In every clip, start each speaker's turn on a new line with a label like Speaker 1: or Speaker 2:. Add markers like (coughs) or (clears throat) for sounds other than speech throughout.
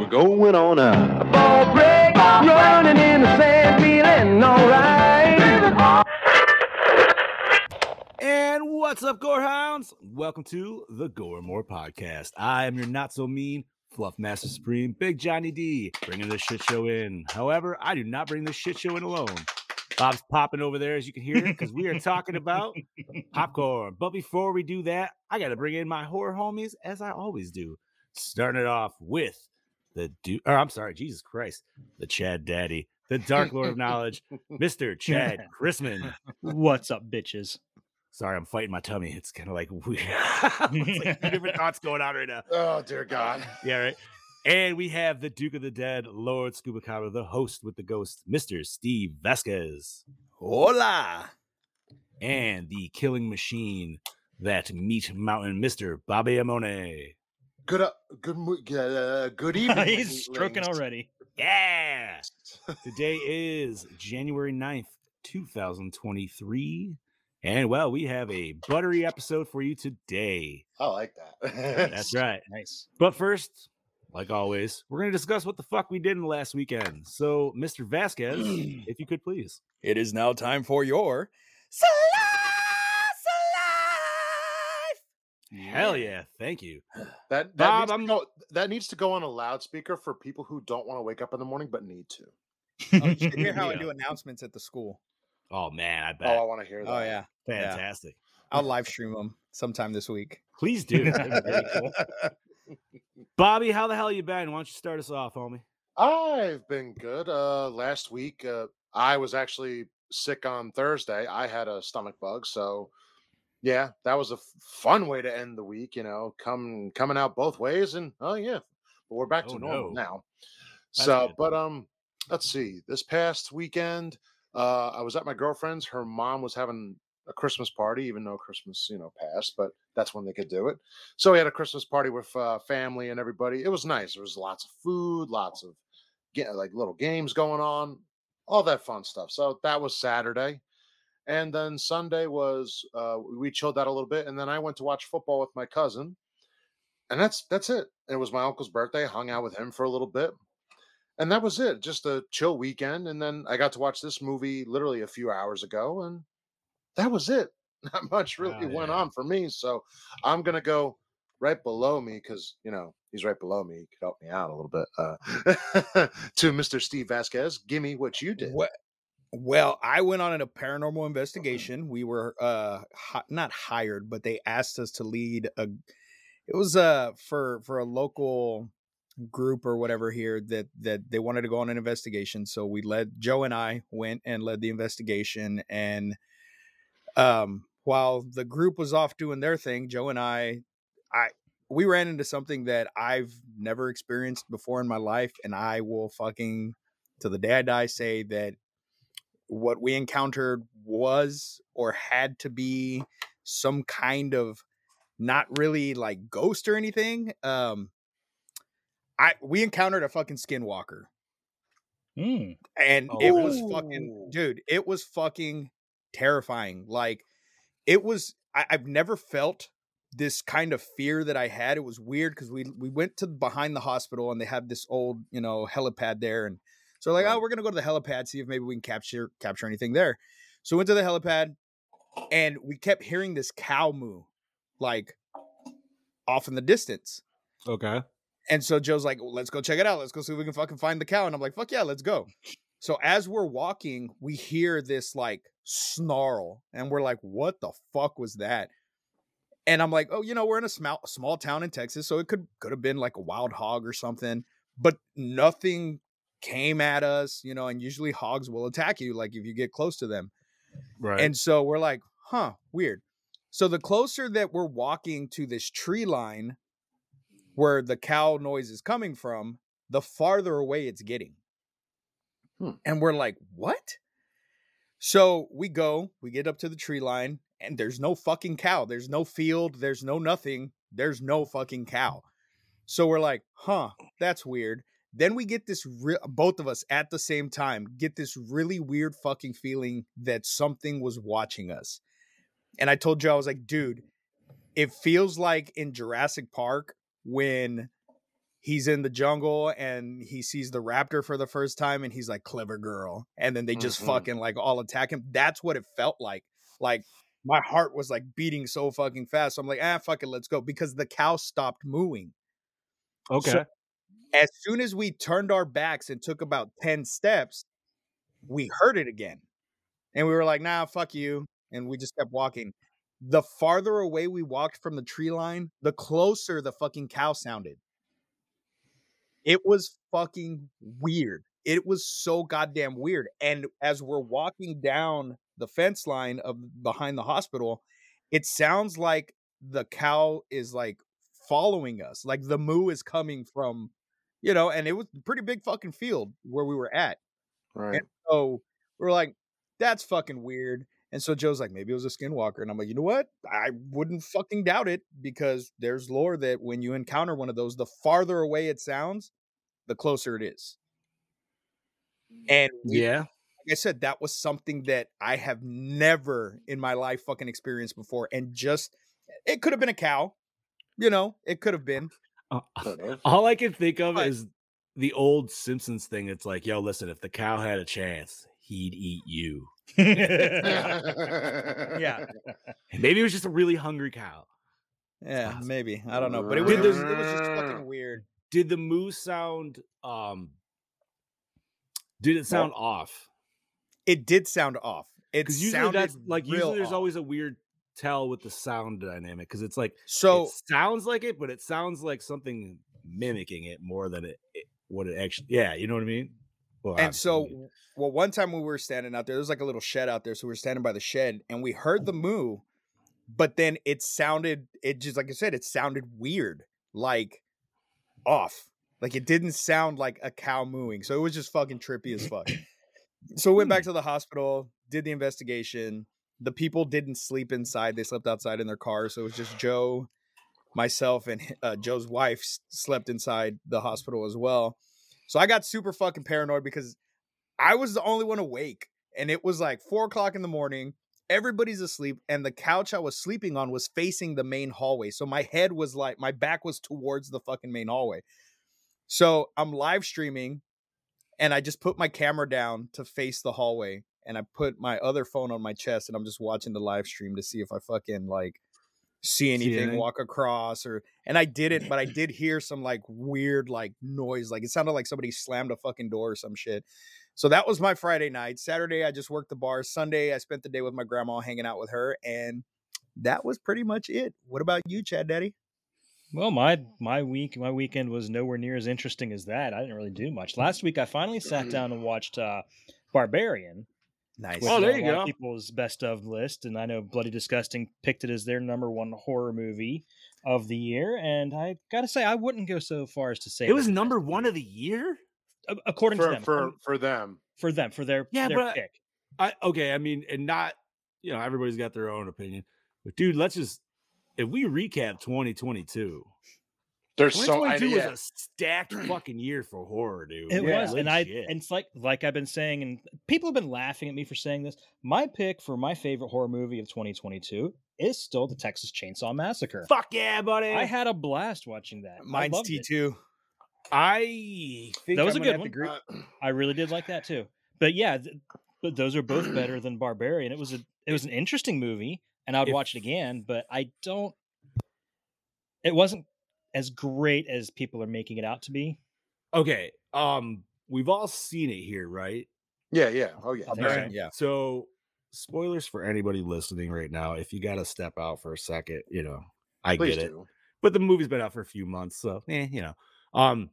Speaker 1: We're going on now.
Speaker 2: Ball break, running in the sand, feeling alright.
Speaker 3: And what's up, Gorehounds? Welcome to the Gore More Podcast. I am your not so mean Fluff Master Supreme, Big Johnny D, bringing this shit show in. However, I do not bring this shit show in alone. Bob's popping over there, as you can hear, because we are talking about popcorn. But before we do that, I got to bring in my horror homies, as I always do. Starting it off with the dude, or I'm sorry, Jesus Christ, the Chad Daddy, the Dark Lord of Knowledge, Mr. Chad Chrisman.
Speaker 4: What's up, bitches? (laughs)
Speaker 3: Sorry, I'm fighting my tummy. It's kind of like (laughs) weird. It's like two different thoughts going on right now.
Speaker 5: Oh dear God!
Speaker 3: (laughs) Yeah, right. And we have the Duke of the Dead, Lord Scuba Cabra, the host with the ghost, Mr. Steve Vasquez. Hola! And the killing machine, that meat mountain, Mr. Bobby Amone.
Speaker 5: Good, uh, good, mo- g- uh, good
Speaker 3: (laughs)
Speaker 5: evening.
Speaker 4: He's stroking already.
Speaker 3: Yeah! Today is January 9th, 2023. And well, we have a buttery episode for you today.
Speaker 5: I like that. (laughs)
Speaker 3: That's right.
Speaker 4: Nice.
Speaker 3: But first, like always, we're going to discuss what the fuck we did in the last weekend. So, Mr.
Speaker 6: (clears throat)
Speaker 3: Vasquez, if you could please.
Speaker 6: It is now time for your
Speaker 3: Hell yeah, thank you.
Speaker 5: that that,
Speaker 3: Bob,
Speaker 5: needs to
Speaker 3: I'm-
Speaker 5: go- that needs to go on a loudspeaker for people who don't want to wake up in the morning but need to.
Speaker 6: oh, you should hear how I
Speaker 4: (laughs)
Speaker 3: Yeah.
Speaker 6: do announcements at the school.
Speaker 3: Oh man, I
Speaker 5: Oh, I
Speaker 3: bet.
Speaker 5: want to hear that.
Speaker 6: Oh yeah, yeah.
Speaker 3: Fantastic.
Speaker 6: I'll live stream them sometime this week.
Speaker 3: Please do. That'd be really
Speaker 6: (laughs)
Speaker 3: cool. Bobby, how the hell you been? Why don't you start us off, homie?
Speaker 5: I've been good. Uh, last week, uh, I was actually sick on Thursday. I had a stomach bug, so yeah, that was a f- fun way to end the week. You know, come coming out both ways, and oh yeah, but we're back
Speaker 3: Oh,
Speaker 5: to normal
Speaker 3: no.
Speaker 5: now.
Speaker 3: That's
Speaker 5: so,
Speaker 3: good.
Speaker 5: but um, let's see. This past weekend, uh, I was at my girlfriend's. Her mom was having a Christmas party, even though Christmas, you know, passed, but that's when they could do it. So we had a Christmas party with uh, family and everybody. It was nice. There was lots of food, lots of ga- like little games going on, all that fun stuff. So that was Saturday. And then Sunday was uh, we chilled out a little bit, and then I went to watch football with my cousin, and that's that's it. It was my uncle's birthday. Hung out with him for a little bit, and that was it. Just a chill weekend, and then I got to watch this movie literally a few hours ago, and that was it. (laughs) Not much really
Speaker 3: Wow.
Speaker 5: went
Speaker 3: Yeah.
Speaker 5: on for me, so I'm gonna go right below me because you know he's right below me. He could help me out a little bit. Uh, (laughs) to Mr. Steve Vasquez, give me what you did.
Speaker 6: What? Well, I went on a paranormal investigation. We were uh hi- not hired, but they asked us to lead a. It was uh for for a local group or whatever here that that they wanted to go on an investigation. So we led Joe and I went and led the investigation and um while the group was off doing their thing, Joe and I I we ran into something that I've never experienced before in my life and I will fucking to the day I die say that what we encountered was or had to be some kind of not really like ghost or anything. Um I we encountered a fucking skinwalker
Speaker 4: Mm.
Speaker 6: and
Speaker 3: Oh,
Speaker 6: it was
Speaker 5: really?
Speaker 6: fucking
Speaker 5: Ooh.
Speaker 6: dude it was fucking terrifying like it was I, i've never felt this kind of fear that i had it was weird because we we went to behind the hospital and they have this old you know helipad there and so like
Speaker 5: Right.
Speaker 6: oh we're gonna go to the helipad see if maybe we can capture capture anything there so we went to the helipad and we kept hearing this cow moo like off in the distance
Speaker 3: Okay.
Speaker 6: and so Joe's like, "Well, let's go check it out. Let's go see if we can fucking find the cow. And I'm like, fuck yeah, let's go. So as we're walking, we hear this like snarl and we're like, what the fuck was that? And I'm like, oh, you know, we're in a small small town in Texas, so it could could have been like a wild hog or something, but nothing came at us, you know, and usually hogs will attack you like if you get close to them.
Speaker 3: Right.
Speaker 6: And so we're like, huh, weird. So the closer that we're walking to this tree line where the cow noise is coming from, the farther away it's getting.
Speaker 5: Hmm.
Speaker 6: And we're like, what? So we go, we get up to the tree line, and there's no fucking cow. There's no field. There's no nothing. There's no fucking cow. So we're like, huh, that's weird. Then we get this, re- both of us at the same time, get this really weird fucking feeling that something was watching us. And I told you, I was like, dude, it feels like in Jurassic Park when he's in the jungle and he sees the raptor for the first time and he's like, clever girl. And then they just
Speaker 5: Mhm.
Speaker 6: fucking like all attack him. That's what it felt like. Like my heart was like beating so fucking fast. So I'm like, ah, fuck it, let's go. Because the cow stopped mooing.
Speaker 3: Okay.
Speaker 6: As soon as we turned our backs and took about 10 steps, we heard it again. And we were like, nah, fuck you. And we just kept walking. The farther away we walked from the tree line, the closer the fucking cow sounded. It was fucking weird. It was so goddamn weird. And as we're walking down the fence line of behind the hospital, it sounds like the cow is like following us. Like the moo is coming from, you know, and it was a pretty big fucking field where we were at.
Speaker 4: (laughs)
Speaker 5: Right.
Speaker 6: So we're like, that's fucking weird. And so Joe's like, maybe it was a skinwalker. And I'm like, you know what? I wouldn't fucking doubt it because there's lore that when you encounter one of those, the farther away it sounds, the closer it is. And we
Speaker 3: Yeah.
Speaker 6: like I said, that was something that I have never in my life fucking experienced before. And just, it could have been a cow, you know, it could have been.
Speaker 3: Uh,
Speaker 5: Could have.
Speaker 4: Oh,
Speaker 5: (laughs)
Speaker 3: all I can think of
Speaker 6: Right.
Speaker 3: is the old Simpsons thing. It's like, yo, listen, if the cow had a chance, he'd eat you.
Speaker 5: (laughs)
Speaker 4: yeah.
Speaker 3: And Maybe it was just a really hungry cow.
Speaker 6: Yeah,
Speaker 3: awesome.
Speaker 6: maybe. I don't know. But it was,
Speaker 3: Did
Speaker 6: it
Speaker 3: the-
Speaker 6: was, it was just fucking weird.
Speaker 3: Did the moo sound? Um, did it sound off?
Speaker 6: It did sound off. It
Speaker 3: Because usually
Speaker 6: sounded
Speaker 3: that's like
Speaker 6: real
Speaker 3: usually there's
Speaker 6: off.
Speaker 3: always a weird tell with the sound dynamic because it's like
Speaker 6: So
Speaker 3: it sounds like it, but it sounds like something mimicking it more than it, it what it actually. Yeah, you know what I mean. Well,
Speaker 6: and
Speaker 3: obviously
Speaker 6: so
Speaker 3: you do.
Speaker 6: well one time when we were standing out there there was like a little shed out there so we were standing by the shed and we heard the moo but then it sounded it just like i said it sounded weird like off like it didn't sound like a cow mooing so it was just fucking trippy as fuck so we went back to the hospital did the investigation the people didn't sleep inside they slept outside in their cars so it was just joe myself and uh, joe's wife s- slept inside the hospital as well so i got super fucking paranoid because I was the only one awake, and it was like four o'clock in the morning. Everybody's asleep, and the couch I was sleeping on was facing the main hallway. So my head was like, my back was towards the fucking main hallway. So I'm live streaming, and I just put my camera down to face the hallway, and I put my other phone on my chest, and I'm just watching the live stream to see if I fucking like see anything
Speaker 3: anything?
Speaker 6: walk across or and I didn't, but I did hear some like weird like noise. Like it sounded like somebody slammed a fucking door or some shit. So that was my Friday night. Saturday, I just worked the bar. Sunday, I spent the day with my grandma hanging out with her. And that was pretty much it. What about you, Chad Daddy?
Speaker 4: Well, my my week my weekend was nowhere near as interesting as that. I didn't really do much. Last week, I finally sat down and watched uh, Barbarian.
Speaker 6: Nice.
Speaker 4: which
Speaker 3: Oh,
Speaker 4: is
Speaker 3: there
Speaker 4: on
Speaker 3: you
Speaker 4: a lot of
Speaker 3: go.
Speaker 4: People's best of list, and I know Bloody Disgusting picked it as their number one horror movie of the year. And I gotta say, I wouldn't go so far as to say
Speaker 3: it was
Speaker 4: it's
Speaker 3: number
Speaker 4: best
Speaker 3: one
Speaker 4: movie.
Speaker 3: of the year.
Speaker 4: A- according to
Speaker 5: for,
Speaker 4: them
Speaker 5: for
Speaker 4: um,
Speaker 5: for them.
Speaker 4: for them for their
Speaker 3: Yeah,
Speaker 4: their
Speaker 3: but-
Speaker 4: pick.
Speaker 3: I okay, I mean, and not you know, everybody's got their own opinion. But dude, let's just if we recap 2022,
Speaker 5: There's so I,
Speaker 3: 2022
Speaker 5: yeah,
Speaker 3: was a stacked
Speaker 5: (clears throat)
Speaker 3: fucking year for horror, dude.
Speaker 4: It
Speaker 3: Like,
Speaker 4: was, and I
Speaker 3: legit.
Speaker 4: and it's like like I've been saying, and people have been laughing at me for saying this. My pick for my favorite horror movie of 2022 is still the Texas Chainsaw Massacre.
Speaker 3: fuck yeah, buddy.
Speaker 4: I had a blast watching that. I
Speaker 6: Mine's
Speaker 4: loved it.
Speaker 6: T2.
Speaker 3: I think
Speaker 4: That was
Speaker 3: I'm
Speaker 4: a
Speaker 3: gonna
Speaker 4: good
Speaker 3: have to
Speaker 4: one.
Speaker 3: agree-
Speaker 5: uh,
Speaker 4: I really did like that too. But yeah, th- but those are both better than Barbarian. It was a it was an interesting movie, and I would
Speaker 3: If-
Speaker 4: watch it again. But I don't. It wasn't as great as people are making it out to be.
Speaker 3: Okay, um, we've all seen it here, right?
Speaker 5: (clears throat) yeah, yeah. Oh yeah.
Speaker 4: All right.
Speaker 6: Yeah.
Speaker 3: So, spoilers for anybody listening right now. If you got to step out for a second, you know, I
Speaker 5: Please
Speaker 3: get it.
Speaker 5: do.
Speaker 3: but the movie's been out for a few months, so eh, you know. Um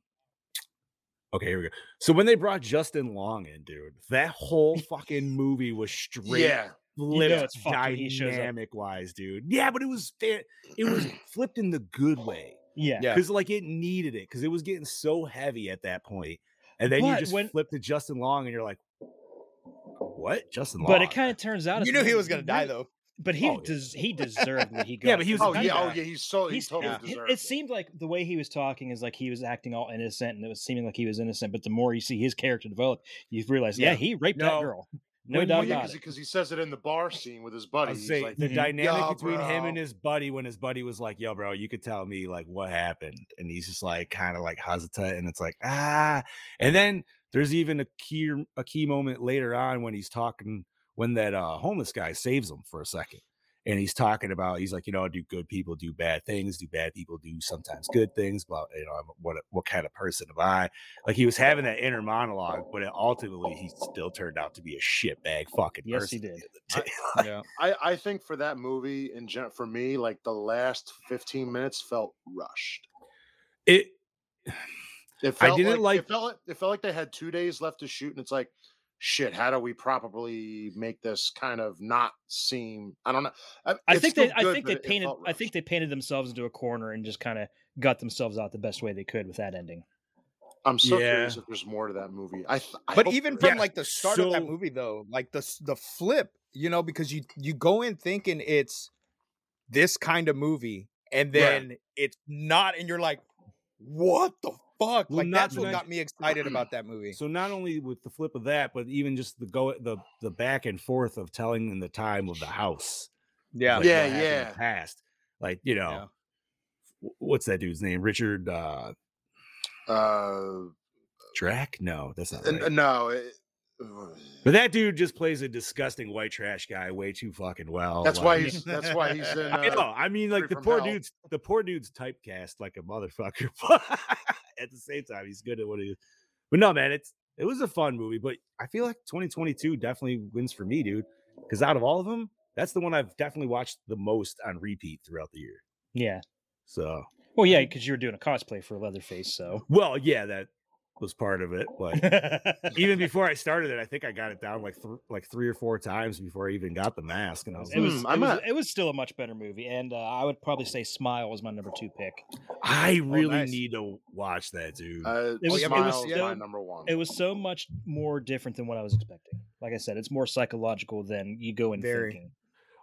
Speaker 3: okay, here we go. So when they brought Justin Long in, dude, that whole fucking movie was straight
Speaker 5: Yeah.
Speaker 3: flipped
Speaker 4: it's fucked when he shows up.
Speaker 3: dynamic wise, dude. Yeah, but it was fa- it
Speaker 4: (clears throat)
Speaker 3: was flipped in the good way.
Speaker 4: Yeah,
Speaker 6: Yeah.
Speaker 3: Because like it needed it because it was getting so heavy at that point. and then you
Speaker 4: But
Speaker 3: just
Speaker 4: when-
Speaker 3: flip to Justin Long, and you're like, "What, Justin Long?"
Speaker 4: But it kind of turns out
Speaker 6: You
Speaker 4: it's-
Speaker 6: knew he was gonna die though.
Speaker 4: But he
Speaker 3: Oh, yeah.
Speaker 4: des- he deserved what he got.
Speaker 3: Yeah, but he was a
Speaker 5: Oh
Speaker 4: Because-
Speaker 5: yeah, oh
Speaker 3: comeback.
Speaker 5: yeah, he's so he
Speaker 4: He's-
Speaker 5: totally
Speaker 6: yeah.
Speaker 4: it,
Speaker 5: deserved.
Speaker 4: it seemed like the way he was talking is like he was acting all innocent, and it was seeming like he was innocent. But the more you see his character develop, you realize, yeah,
Speaker 6: Yeah.
Speaker 4: he raped
Speaker 3: No.
Speaker 4: that girl. No
Speaker 3: When-
Speaker 4: doubt
Speaker 3: when you-
Speaker 4: about it.
Speaker 5: because he says it in the bar scene with his
Speaker 3: I
Speaker 5: buddy.
Speaker 3: was
Speaker 5: He's
Speaker 3: saying,
Speaker 5: like,
Speaker 3: the
Speaker 4: Mhm.
Speaker 3: dynamic
Speaker 5: "Yo,
Speaker 3: between him
Speaker 5: bro."
Speaker 3: and his buddy when his buddy was like, "Yo, bro, you could tell me like what happened," and he's just like kind of like hesitant, and it's like ah, and then there's even a key a key moment later on when he's talking when that uh, homeless guy saves him for a second, and he's talking about he's like, you know, do good people do bad things, do bad people do sometimes good things, but you know, I'm- what what kind of person am I? Like he was having that inner monologue, but it, ultimately he still turned out to be a shitbag fucking
Speaker 4: Yes, he
Speaker 3: person. did.
Speaker 4: did. (laughs)
Speaker 6: Yeah.
Speaker 5: I, I think for that movie in gen- for me, like the last 15 minutes felt rushed.
Speaker 3: it
Speaker 5: It
Speaker 3: I
Speaker 5: felt
Speaker 3: didn't
Speaker 5: like, it
Speaker 3: like-
Speaker 5: felt like it felt like they had two days left to shoot, and it's like, shit, how do we properly make this kind of not seem? I don't know.
Speaker 4: I
Speaker 5: it's
Speaker 4: think
Speaker 5: still
Speaker 4: they, I
Speaker 5: good,
Speaker 4: think
Speaker 5: but
Speaker 4: they
Speaker 5: it- it
Speaker 4: painted,
Speaker 5: felt
Speaker 4: I think
Speaker 5: rushed.
Speaker 4: they painted themselves into a corner and just kind of got themselves out the best way they could with that ending.
Speaker 5: I'm so
Speaker 3: Yeah.
Speaker 5: curious if there's more to that movie. I, th- I
Speaker 6: but
Speaker 5: hope
Speaker 6: even
Speaker 5: there
Speaker 6: from
Speaker 5: is.
Speaker 6: like the start of that
Speaker 3: So-
Speaker 6: movie though like the s- the flip you know because you you go in thinking it's this kind of movie and
Speaker 5: Right.
Speaker 6: then it's not and you're like what the fuck
Speaker 3: Well,
Speaker 6: like
Speaker 3: not
Speaker 6: that's
Speaker 3: to
Speaker 6: what
Speaker 3: mention-
Speaker 6: got me excited about that movie
Speaker 3: So not only with the flip of that, but even just the go the the back and forth of telling in the time of the house. like, what
Speaker 5: Yeah,
Speaker 3: happened in the
Speaker 5: yeah.
Speaker 3: Past, like you know,
Speaker 6: Yeah.
Speaker 3: wh- what's that dude's name? Richard uh
Speaker 5: uh,
Speaker 3: Drac? No, that's not
Speaker 5: n-
Speaker 3: right.
Speaker 5: no. it-
Speaker 3: But that dude just plays a disgusting white trash guy way too fucking well.
Speaker 5: that's
Speaker 3: like-
Speaker 5: why he's that's why
Speaker 4: (laughs)
Speaker 5: he's in.
Speaker 3: I know.
Speaker 5: Uh,
Speaker 3: I mean, like
Speaker 5: Free
Speaker 3: the
Speaker 5: from
Speaker 3: poor
Speaker 5: Hell.
Speaker 3: dude's the poor dude's typecast like a motherfucker, (laughs) but at the same time, he's good at what he is. But no, man, it's it was a fun movie, but I feel like 2022 definitely wins for me, dude. Because out of all of them, that's the one I've definitely watched the most on repeat throughout the year.
Speaker 4: Yeah.
Speaker 3: So,
Speaker 4: Well, yeah, because you were doing a cosplay for Leatherface,
Speaker 3: (laughs)
Speaker 4: so.
Speaker 3: well, yeah, that was part of it, but.
Speaker 4: (laughs)
Speaker 5: (laughs)
Speaker 3: Even before I started it, I think I got it down like th- like three or four times before I even got the mask, and I was
Speaker 4: It
Speaker 3: like,
Speaker 4: was,
Speaker 5: Hmm,
Speaker 4: it,
Speaker 5: I'm
Speaker 4: was
Speaker 5: not-
Speaker 4: it was still a much better movie, and uh, I would probably say Smile was my number two pick.
Speaker 3: I
Speaker 5: Oh,
Speaker 3: really
Speaker 6: nice.
Speaker 3: need to watch that, dude.
Speaker 5: uh,
Speaker 4: It
Speaker 6: was- it was
Speaker 5: Smile is my
Speaker 4: so-
Speaker 5: number one.
Speaker 4: It was so much more different than what I was expecting. Like I said, it's more psychological than you go in
Speaker 6: Very.
Speaker 4: thinking.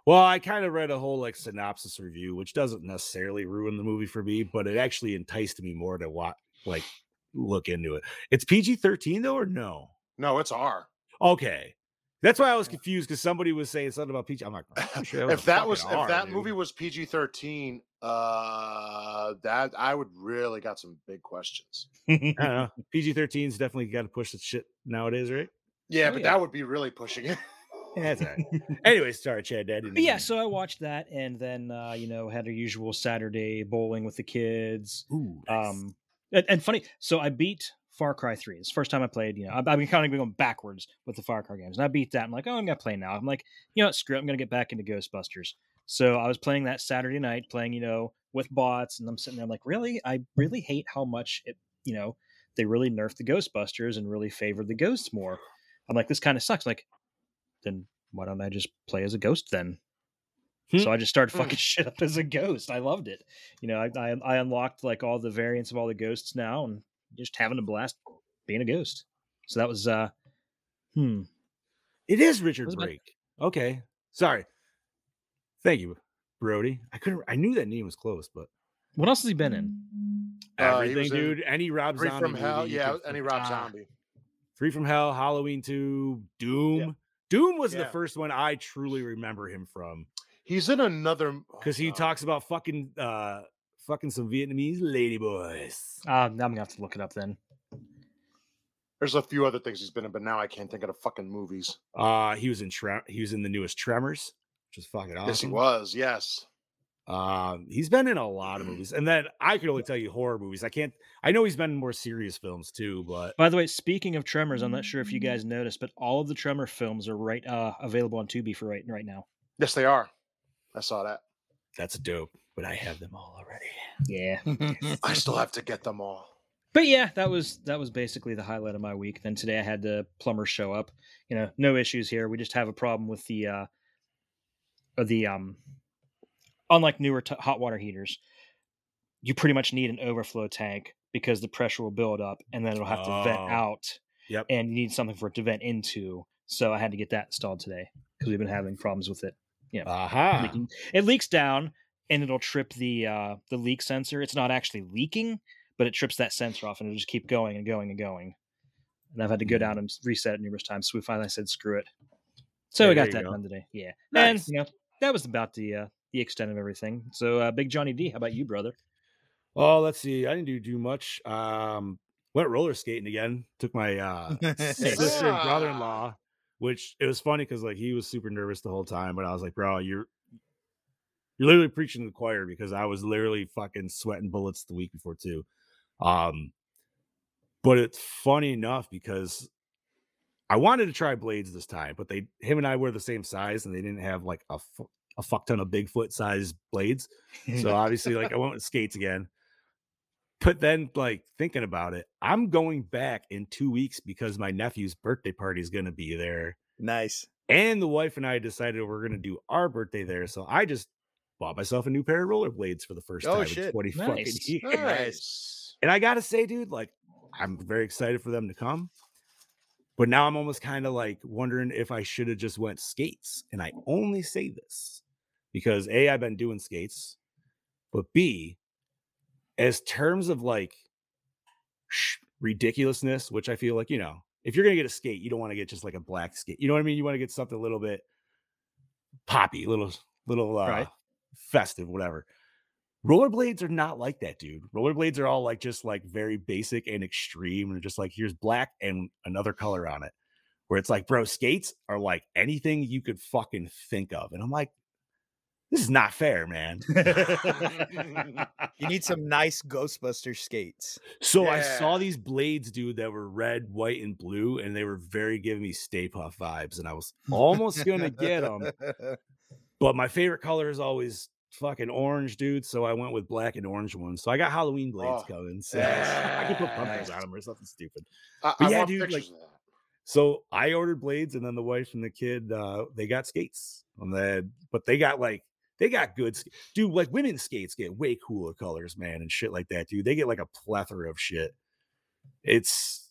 Speaker 3: Well, I kind of read a whole like synopsis review, which doesn't necessarily ruin the movie for me, but it actually enticed me more to watch, like, look into it. It's PG 13 though, or no?
Speaker 5: no, it's R. (laughs)
Speaker 3: Okay. That's why I was confused because somebody was saying something about PG. I'm like, "I'm sure
Speaker 5: Uh. if
Speaker 3: a
Speaker 5: that
Speaker 3: fucking
Speaker 5: was if
Speaker 3: R,
Speaker 5: that
Speaker 3: dude."
Speaker 5: movie was PG thirteen, uh, that I would really got some big questions.
Speaker 3: I don't
Speaker 5: (laughs)
Speaker 3: know. PG 13's definitely got to push the shit nowadays, right?
Speaker 5: Yeah,
Speaker 4: Oh,
Speaker 5: but
Speaker 4: yeah.
Speaker 5: that would be really pushing it.
Speaker 3: Yeah, that's all
Speaker 5: (laughs)
Speaker 3: right. Anyways, sorry, Chad. Dad didn't
Speaker 4: But yeah,
Speaker 3: mean-
Speaker 4: so I watched that, and then uh, you know had our usual Saturday bowling with the kids.
Speaker 3: Ooh, nice.
Speaker 4: Um, and, and funny, so I beat Far Cry Three. It's the first time I played. You know, I've, I've been kind of going backwards with the Far Cry games, and I beat that. I'm like, oh, I'm gonna play now. I'm like, you know, what, screw it. I'm gonna get back into Ghostbusters. So I was playing that Saturday night, playing you know with bots, and I'm sitting there I'm like, really, I really hate how much it, you know, they really nerfed the Ghostbusters and really favored the ghosts more. I'm like, this kind of sucks. like, then why don't I just play as a ghost then? So I just started
Speaker 5: Hmm.
Speaker 4: fucking (laughs) shit up as a ghost. I loved it. You know, I, I I unlocked like all the variants of all the ghosts now, and just having a blast being a ghost. So that was uh, hmm.
Speaker 3: It is Richard
Speaker 4: was my-
Speaker 3: Brake. Okay. Sorry. Thank you, Brody. I couldn't, I knew that name was close, but.
Speaker 4: What else has he been in?
Speaker 5: Uh, he
Speaker 3: Everything,
Speaker 5: was in
Speaker 3: dude. Any Rob
Speaker 5: Free
Speaker 3: Zombie
Speaker 5: from Hell,
Speaker 3: movie you
Speaker 5: yeah,
Speaker 3: could-
Speaker 5: any Rob
Speaker 4: Ah.
Speaker 5: Zombie.
Speaker 3: Three from Hell, Halloween Two, Doom. Doom was the
Speaker 5: Yeah.
Speaker 3: first one I truly remember him from
Speaker 5: He's in another m- oh,
Speaker 3: because he
Speaker 5: God.
Speaker 3: talks about fucking, uh, fucking some Vietnamese lady boys.
Speaker 4: Uh, I'm gonna have to look it up then.
Speaker 5: There's a few other things he's been in, but now I can't think of the fucking movies.
Speaker 3: Uh, he was in Tre- he was in the newest Tremors, which is fucking awesome.
Speaker 5: Yes, he was. Yes,
Speaker 3: Um, he's been in a lot of
Speaker 5: Mm-hmm.
Speaker 3: movies, and then I could only tell you horror movies. I can't. I know he's been in more serious films too, but
Speaker 4: By the way, speaking of Tremors, I'm not sure if you guys noticed, but all of the Tremor films are right uh available on Tubi for right right now.
Speaker 5: yes, they are. I saw that.
Speaker 3: that's dope. But I have them all already.
Speaker 4: Yeah.
Speaker 6: (laughs)
Speaker 5: I still have to get them all.
Speaker 4: But yeah, that was that was basically the highlight of my week. Then today I had the plumber show up. You know, no issues here. We just have a problem with the uh uh, the um unlike newer t- hot water heaters, you pretty much need an overflow tank because the pressure will build up and then it'll have to vent
Speaker 3: Oh.
Speaker 4: out
Speaker 3: Yep.
Speaker 4: and you need something for it to vent into. So I had to get that installed today because we've been having problems with it.
Speaker 3: Aha.
Speaker 4: Leaking. It leaks down and it'll trip the uh, the leak sensor. It's not actually leaking, but it trips that sensor off and it'll just keep going and going and going. And I've had to
Speaker 3: Hmm.
Speaker 4: go down and s- reset it numerous times. So we finally said, screw it. So
Speaker 3: Hey,
Speaker 4: we
Speaker 3: there
Speaker 4: got
Speaker 3: you
Speaker 4: that
Speaker 3: go.
Speaker 4: done today. Yeah.
Speaker 3: Nice.
Speaker 4: And you know, that was about the uh, the extent of everything. So uh, Big Johnny D, how about you, brother?
Speaker 3: Well, Oh, let's see. I didn't do too much. Um, went roller skating again. Took my
Speaker 6: (laughs)
Speaker 3: uh, sister and brother-in-law, which it was funny because like he was super nervous the whole time, but I was like, bro, you're you're literally preaching to the choir because I was literally fucking sweating bullets the week before too. Um, but it's funny enough because I wanted to try blades this time, but they him and I were the same size and they didn't have like a fu- a fuck ton of Bigfoot size
Speaker 6: (laughs)
Speaker 3: blades. So obviously, like I went with skates again. But then, like thinking about it, I'm going back in two weeks because my nephew's birthday party is going to be there,
Speaker 6: nice.
Speaker 3: and the wife and I decided we're going to do our birthday there. So I just bought myself a new pair of rollerblades for the first
Speaker 6: Oh,
Speaker 3: time in
Speaker 6: shit.
Speaker 3: 20 fucking
Speaker 4: Nice.
Speaker 3: years. (laughs)
Speaker 5: Nice.
Speaker 3: And I gotta say, dude, like I'm very excited for them to come. But now I'm almost kind of like wondering if I should have just went skates. And I only say this because A, I've been doing skates, but B, as terms of like sh- ridiculousness, which I feel like, you know, if you're gonna get a skate, you don't want to get just like a black skate. You know what I mean? You want to get something a little bit poppy, little little uh
Speaker 4: Right.
Speaker 3: festive, whatever. Rollerblades are not like that, dude. Rollerblades are all like just like very basic and extreme, and just like here's black and another color on it. Where it's like, bro, skates are like anything you could fucking think of, and I'm like, this is not fair, man.
Speaker 6: You need some nice Ghostbuster skates.
Speaker 3: So I saw
Speaker 5: Yeah.
Speaker 3: these blades, dude, that were red, white, and blue, and they were very giving me Stay Puff vibes, and I was almost gonna get them,
Speaker 5: (laughs)
Speaker 3: But my favorite color is always fucking orange, dude. So I went with black and orange ones. So I got Halloween blades
Speaker 5: Oh,
Speaker 3: coming. So I can put pumpkins
Speaker 5: nice.
Speaker 3: on them or something stupid.
Speaker 5: I,
Speaker 3: But
Speaker 5: I
Speaker 3: yeah,
Speaker 5: want
Speaker 3: dude,
Speaker 5: pictures of
Speaker 3: So I ordered blades, and then the wife and the kid uh, they got skates. And then, but they got like they got good sk- dude. Like women's skates get way cooler colors, man, and shit like that, dude. They get like a plethora of shit. It's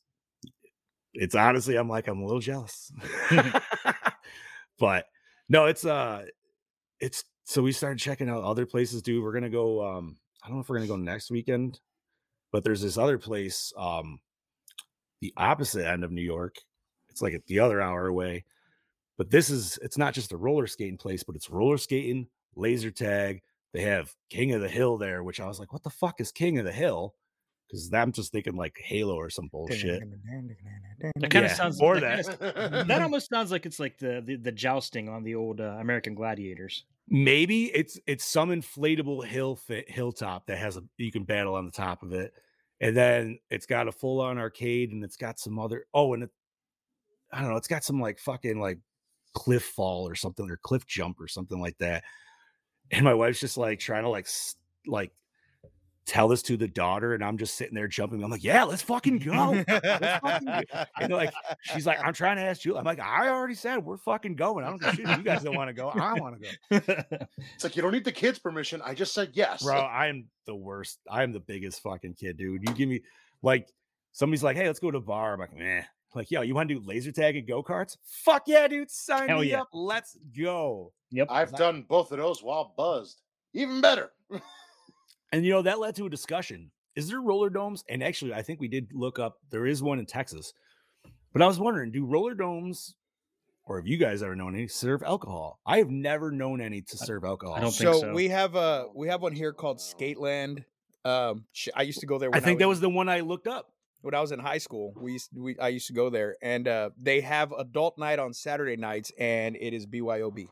Speaker 3: it's honestly, I'm like I'm a little jealous, (laughs) but no, it's uh, it's so we started checking out other places, dude. We're gonna go. Um, I don't know if we're gonna go next weekend, but there's this other place, um, the opposite end of New York it's like at the other hour away. But this is it's not just a roller skating place, but it's roller skating, laser tag. They have King of the Hill there, which I was like, what the fuck is King of the Hill? Because I'm just thinking like Halo or some
Speaker 6: (laughs)
Speaker 3: bullshit.
Speaker 4: That kind of
Speaker 3: Yeah,
Speaker 4: sounds
Speaker 3: or
Speaker 4: that. kinda
Speaker 5: that. (laughs)
Speaker 3: Mm-hmm.
Speaker 4: s- that almost sounds like it's like the the, the jousting on the old uh,
Speaker 3: (laughs)
Speaker 4: American Gladiators. (laughs)
Speaker 3: Maybe it's it's some inflatable hill fit hilltop that has a you can battle on the top of it, and then it's got a full on arcade and it's got some other oh and it, I don't know it's got some like fucking like cliff fall or something or cliff jump or something like that, and my wife's just like trying to like s- like tell this to the daughter and I'm just sitting there jumping I'm like yeah let's fucking go let's fucking go. And like she's like I'm trying to ask you I'm like I already said we're fucking going I don't give a shit if you guys don't want to go I want to go.
Speaker 5: It's like you don't need the kids' permission. I just said yes.
Speaker 3: Bro, I am the worst. I am the biggest fucking kid, dude. You give me like somebody's like, hey, let's go to a bar. I'm like, meh. Like, yo, you want to do laser tag and go karts? Fuck yeah, dude. Sign
Speaker 4: Hell
Speaker 3: me
Speaker 4: yeah.
Speaker 3: up. Let's go.
Speaker 4: yep.
Speaker 5: I've done both of those while buzzed. Even better.
Speaker 3: And you know, that led to a discussion. Is there roller domes? And actually, I think we did look up there is one in Texas. But I was wondering, do roller domes or have you guys ever known any serve alcohol? I have never known any to serve alcohol.
Speaker 4: don't think
Speaker 6: so,
Speaker 4: so.
Speaker 6: we have a we have one here called Skateland. Um, sh- I used to go there.
Speaker 3: I
Speaker 6: When I,
Speaker 3: think that
Speaker 6: was,
Speaker 3: was the one I looked up.
Speaker 6: when I was in high school. We used we I used to go there, and uh, they have adult night on Saturday nights, and it is BYOB.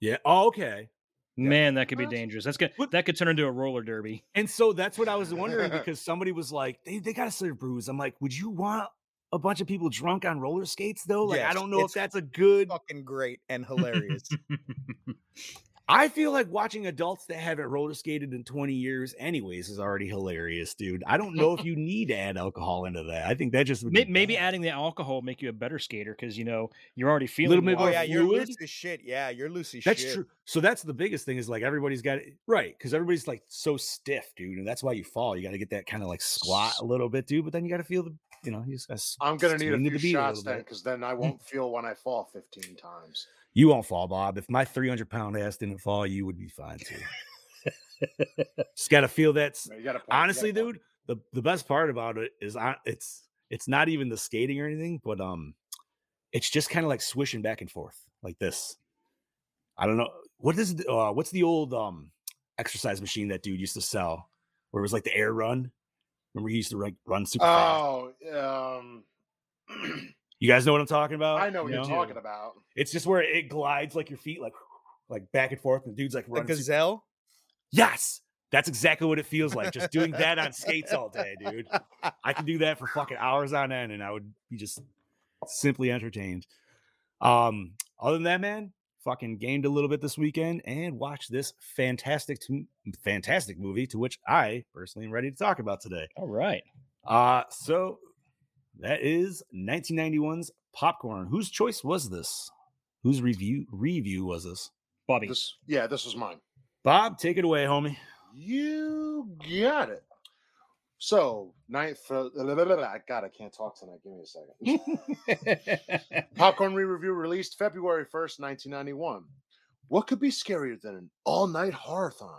Speaker 3: Yeah. Oh, okay.
Speaker 4: Man, that could be
Speaker 5: Awesome.
Speaker 4: dangerous. That's good.
Speaker 3: What-
Speaker 4: That could turn into a roller derby.
Speaker 3: And so that's what I was
Speaker 5: (laughs)
Speaker 3: wondering because somebody was like, they, they got to serve brews. I'm like, would you want a bunch of people drunk on roller skates though? Like, I
Speaker 6: Yes,
Speaker 3: don't know if
Speaker 6: it's
Speaker 3: that's a good.
Speaker 6: Fucking great and hilarious.
Speaker 3: (laughs) I feel like watching adults that haven't roller skated in 20 years, anyways, is already hilarious, dude. I don't know if you need to add alcohol into that. I think that just would be
Speaker 4: May- Maybe
Speaker 3: bad.
Speaker 4: adding the alcohol will make you a better skater because you know you're already feeling
Speaker 3: Little bit
Speaker 4: more
Speaker 3: more
Speaker 6: Oh yeah, you're
Speaker 3: fluid?
Speaker 6: loose as shit. Yeah, you're loose as
Speaker 3: That's
Speaker 6: shit.
Speaker 3: true. So that's the biggest thing is like everybody's got it right because everybody's like so stiff, dude, and that's why you fall. You got to get that kind of like squat a little bit, dude. But then you got to feel the, you know, you just got.
Speaker 5: I'm gonna need a
Speaker 3: Swing to
Speaker 5: few
Speaker 3: the beat a
Speaker 5: shots
Speaker 3: little
Speaker 5: then,
Speaker 3: bit. Mm.
Speaker 5: because then I won't feel when I fall 15 times.
Speaker 3: You won't fall, Bob. If my 300 pound ass didn't fall, you would be fine too.
Speaker 5: (laughs)
Speaker 3: just got to feel that. s-
Speaker 5: You know, you gotta point- you gotta
Speaker 3: Honestly,
Speaker 5: point.
Speaker 3: dude, the the best part about it is I, it's it's not even the skating or anything, but um, it's just kind of like swishing back and forth like this. I don't know what is the, uh, what's the old um exercise machine that dude used to sell, where it was like the air run. Remember he used to run, run super fast.
Speaker 5: Oh, um, (clears throat)
Speaker 3: You guys know what I'm talking about?
Speaker 5: I know what
Speaker 3: You
Speaker 5: you're talking about.
Speaker 3: It's just where it glides like your feet, like (sighs) like back and forth, and the dude's like
Speaker 6: The
Speaker 3: running. super-
Speaker 6: gazelle.
Speaker 3: (laughs)
Speaker 6: (laughs)
Speaker 3: Yes, that's exactly what it feels like. Just doing that on skates all day, dude. I could do that for fucking hours on end, and I would be just simply entertained. Um, other than that, man, fucking gamed a little bit this weekend and watched this fantastic, to, fantastic movie to which I personally am ready to talk about today.
Speaker 4: All right.
Speaker 3: Uh, so that is 1991's Popcorn. Whose choice was this? Whose review review was this?
Speaker 4: Bobby.
Speaker 5: This,
Speaker 4: (laughs)
Speaker 5: yeah, this was mine.
Speaker 3: Bob, take it away, homie.
Speaker 5: You got it. So ninth, uh, God, I can't talk tonight. Give me a second. Popcorn re-review released February 1st, 1991. What could be scarier than an all-night horrorthon?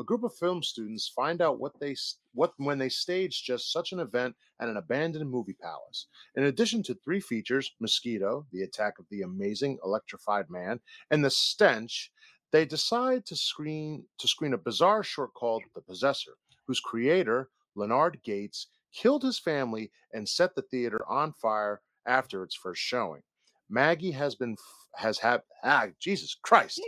Speaker 5: A group of film students find out what they s- what when they stage just such an event at an abandoned movie palace. In addition to three features, Mosquito, The Attack of the Amazing Electrified Man, and The Stench, they decide to screen to screen a bizarre short called The Possessor, whose creator, Leonard Gates, killed his family and set the theater on fire after its first showing. Maggie has been f- has had ah Jesus Christ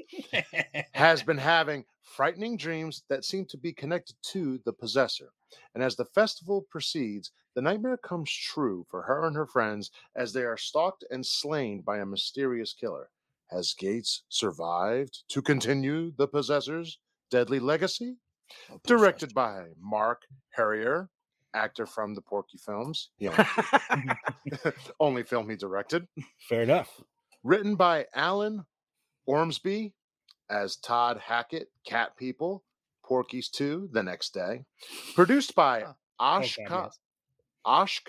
Speaker 5: has been having frightening dreams that seem to be connected to the possessor. And as the festival proceeds, the nightmare comes true for her and her friends as they are stalked and slain by a mysterious killer. Has Gates survived to continue the possessor's deadly legacy? Directed by Mark Harrier, actor from the Porky films, the only- (laughs) only film he directed
Speaker 3: Fair enough.
Speaker 5: written by Alan Ormsby as Todd Hackett, Cat People, Porky's 2, The Next Day, produced by
Speaker 6: Huh.
Speaker 5: Ashka,
Speaker 4: yes.
Speaker 5: Ashk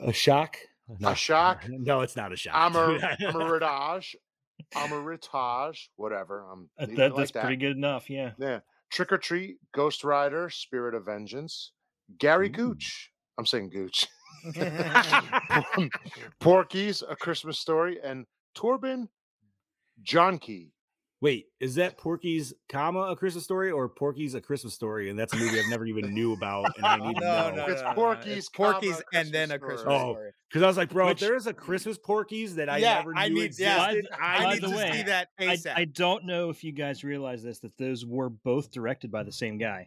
Speaker 3: A shock? No,
Speaker 5: shock?
Speaker 3: (laughs)
Speaker 4: (laughs)
Speaker 3: No, it's not a shock.
Speaker 5: Amar,
Speaker 3: dude. (laughs)
Speaker 5: Amaritage, Amaritage, whatever. I'm
Speaker 4: Uh,
Speaker 5: leaving
Speaker 4: that-
Speaker 5: it
Speaker 4: that's
Speaker 5: like that.
Speaker 4: pretty good enough. Yeah.
Speaker 5: Yeah. Trick or Treat, Ghost Rider, Spirit of Vengeance, Gary
Speaker 3: Ooh.
Speaker 5: Gooch. I'm saying Gooch. (laughs) Porky's A Christmas Story, and Torben Jonkey.
Speaker 3: Wait, is that Porky's comma a Christmas story or Porky's a Christmas story? And that's a movie I've never even knew about. And I need to
Speaker 6: No,
Speaker 3: know.
Speaker 6: no,
Speaker 5: It's
Speaker 6: no, no, no.
Speaker 5: Porky's, comma,
Speaker 6: Porky's, and then a
Speaker 5: Christmas
Speaker 6: Christmas
Speaker 3: story. Oh,
Speaker 6: story.
Speaker 3: Because I was like, bro,
Speaker 4: Which-
Speaker 3: if there is a Christmas Porky's that I
Speaker 6: yeah,
Speaker 3: never knew
Speaker 6: I need.
Speaker 3: existed,
Speaker 6: Yeah,
Speaker 4: By
Speaker 6: dude,
Speaker 4: the-
Speaker 6: I
Speaker 4: by
Speaker 6: need
Speaker 4: the
Speaker 6: to see
Speaker 4: way,
Speaker 6: that
Speaker 4: I,
Speaker 6: ASAP.
Speaker 4: I don't know if you guys realize this that those were both directed by the same guy.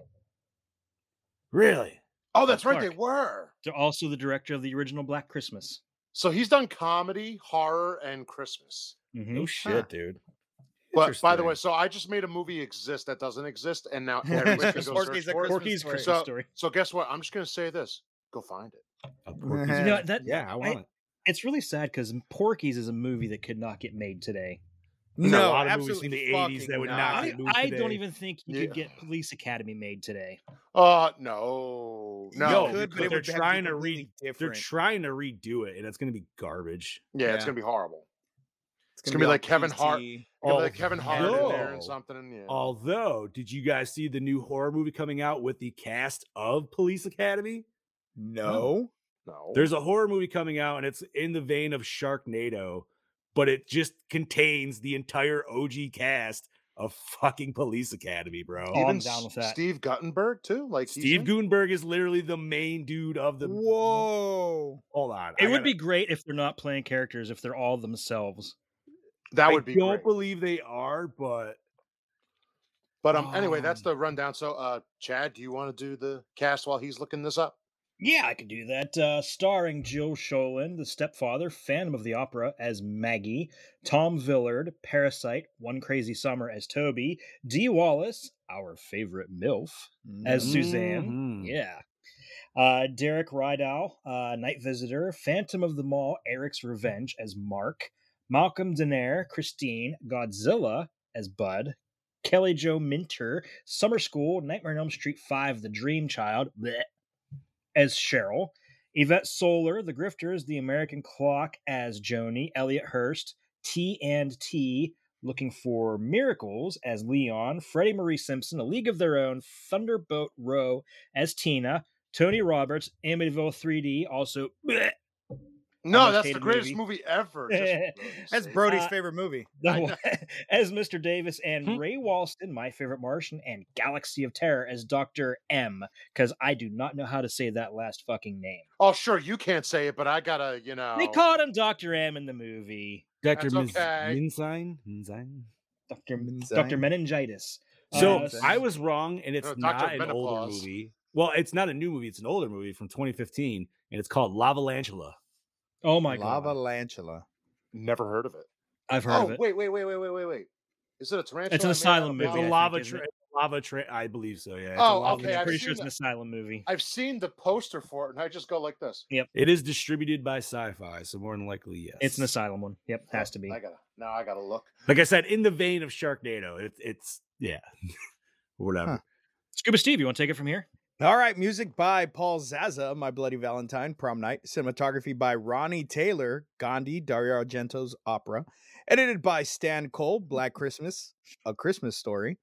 Speaker 3: really?
Speaker 5: Oh, that's right. They
Speaker 4: Clark.
Speaker 5: were.
Speaker 4: They're also the director of the original Black Christmas.
Speaker 5: So he's done comedy, horror, and Christmas.
Speaker 3: No
Speaker 4: Mhm.
Speaker 3: shit, dude.
Speaker 5: But by the way,
Speaker 3: Interesting.
Speaker 5: so I just made a movie exist that doesn't exist, and
Speaker 6: (laughs)
Speaker 5: now everybody can
Speaker 6: Porky's,
Speaker 5: go search
Speaker 6: a
Speaker 5: for it.
Speaker 6: Christmas
Speaker 4: Porky's
Speaker 6: story.
Speaker 4: Christmas
Speaker 5: So-
Speaker 4: story.
Speaker 5: So guess what? I'm just gonna say this. Go find it.
Speaker 3: A Porky's-
Speaker 4: (laughs)
Speaker 6: You
Speaker 4: You know, that,
Speaker 3: (laughs) yeah, I want it.
Speaker 4: It's really sad because Porky's is a movie that could not get made today.
Speaker 3: There's a
Speaker 6: No,
Speaker 3: lot of movies
Speaker 6: absolutely
Speaker 3: from the 80s that
Speaker 6: fucking
Speaker 3: would
Speaker 6: not.
Speaker 3: not
Speaker 6: I-
Speaker 4: I,
Speaker 3: get moved
Speaker 4: I don't
Speaker 3: today.
Speaker 4: even think you could
Speaker 5: Yeah.
Speaker 4: get Police Academy made today.
Speaker 5: Uh no.
Speaker 6: You
Speaker 5: No.
Speaker 3: Yo,
Speaker 5: you
Speaker 3: could,
Speaker 6: but
Speaker 3: they're
Speaker 6: it would have to be
Speaker 3: trying to
Speaker 6: completely
Speaker 3: They're
Speaker 6: different.
Speaker 3: trying to redo it and it's going to be garbage.
Speaker 5: yeah, it's
Speaker 6: yeah.
Speaker 5: gonna be horrible.
Speaker 6: It's
Speaker 5: gonna be like Kevin Hart.
Speaker 6: PC.
Speaker 5: You'll
Speaker 3: Oh,
Speaker 5: have, like Kevin Hart in there
Speaker 3: no. Oh,
Speaker 5: and something, and yeah.
Speaker 3: Although, did you guys see the new horror movie coming out with the cast of Police Academy?
Speaker 6: No.
Speaker 5: no.
Speaker 3: There's a horror movie coming out, and it's in the vein of Sharknado, but it just contains the entire OG cast of fucking Police Academy, bro.
Speaker 4: Oh, I'm
Speaker 5: Even
Speaker 4: down
Speaker 5: S-
Speaker 4: with that.
Speaker 5: Steve Guttenberg too. Like he's
Speaker 3: Steve
Speaker 5: in-
Speaker 3: Gutenberg is literally the main dude of the.
Speaker 6: Whoa.
Speaker 3: Hold on,
Speaker 4: It
Speaker 3: I
Speaker 4: would
Speaker 3: gotta-
Speaker 4: be great if they're not playing characters, if they're all themselves.
Speaker 5: That would
Speaker 3: I
Speaker 5: be
Speaker 3: don't
Speaker 5: great.
Speaker 3: believe they are, but
Speaker 5: But um, anyway, that's
Speaker 3: Um,
Speaker 5: the rundown. So, uh, Chad, do you want to do the cast while he's looking this up?
Speaker 4: Yeah, I could do that. Uh, starring Jill Sholin, the stepfather, Phantom of the Opera as Maggie, Tom Villard, Parasite, One Crazy Summer as Toby, Dee Wallace, our favorite MILF, as Suzanne.
Speaker 3: Mhm.
Speaker 4: Yeah. Uh, Derek Rydow, uh, Night Visitor, Phantom of the Mall, Eric's Revenge as Mark, Malcolm Denaire, Christine, Godzilla as Bud, Kelly Joe Minter, Summer School, Nightmare on Elm Street 5, The Dream Child, bleh, as Cheryl, Yvette Solar, The Grifters, The American Clock as Joni, Elliot Hurst, T and T, Looking for Miracles as Leon, Freddie Marie Simpson, A League of Their Own, Thunderboat Row as Tina, Tony Roberts, Amityville 3D, also bleh,
Speaker 5: No,
Speaker 4: Almost
Speaker 5: that's the
Speaker 4: hated
Speaker 5: greatest
Speaker 4: movie.
Speaker 5: movie, ever. just for Brody's
Speaker 4: (laughs)
Speaker 6: That's
Speaker 5: sake.
Speaker 6: Brody's
Speaker 4: Uh,
Speaker 6: favorite movie.
Speaker 5: I
Speaker 4: no,
Speaker 5: know.
Speaker 4: (laughs) as Mr. Davis and
Speaker 3: Hmm.
Speaker 4: Ray Walston, my favorite Martian, and Galaxy of Terror as Dr. M, because I do not know how to say that last fucking name.
Speaker 5: Oh, sure, you can't say it, but I gotta, you know.
Speaker 4: They called him Dr. M in the movie.
Speaker 3: Dr.
Speaker 5: That's
Speaker 3: Ms.
Speaker 5: okay.
Speaker 3: Minsign? Minsign?
Speaker 4: Dr. M-
Speaker 6: Menzies.
Speaker 4: Dr. Meningitis.
Speaker 3: So
Speaker 4: Uh,
Speaker 3: I was wrong, and it's
Speaker 5: No, Dr.
Speaker 3: not an older
Speaker 5: Menopause.
Speaker 3: movie. Well, it's not a new movie. It's an older movie from 2015, and it's called Lavalangela.
Speaker 4: Oh my
Speaker 6: Lava
Speaker 4: god.
Speaker 6: Lantula.
Speaker 5: Never heard of it.
Speaker 4: I've heard
Speaker 5: Oh,
Speaker 4: of it.
Speaker 5: wait, wait, wait, wait, wait, wait, wait. Is it a tarantula?
Speaker 4: It's
Speaker 5: made
Speaker 4: an
Speaker 5: out
Speaker 4: asylum
Speaker 5: of
Speaker 3: It's
Speaker 4: movie,
Speaker 3: a
Speaker 4: I
Speaker 5: lava?
Speaker 4: think,
Speaker 3: lava
Speaker 4: isn't
Speaker 3: train.
Speaker 4: it?
Speaker 3: Lava train. I believe so. Yeah. it's a
Speaker 5: Oh,
Speaker 3: lava
Speaker 5: okay,
Speaker 4: I'm
Speaker 5: I've
Speaker 4: pretty
Speaker 3: train.
Speaker 4: sure it's
Speaker 5: seen
Speaker 4: an asylum movie.
Speaker 5: I've seen the poster for it, and I just go like this.
Speaker 3: It is distributed by Sci-Fi, so more than likely, yes.
Speaker 4: It's an asylum one. Yep, has to be.
Speaker 5: Oh, I gotta. Now I gotta look.
Speaker 3: Like I said, in the vein of Sharknado. It, it's yeah, (laughs) whatever.
Speaker 6: Huh.
Speaker 4: Scuba Steve, you want to take it from here?
Speaker 6: All right, music by Paul Zaza, My Bloody Valentine, Prom Night, cinematography by Ronnie Taylor, Gandhi, Dario Argento's opera, edited by Stan Cole, Black Christmas, A Christmas Story,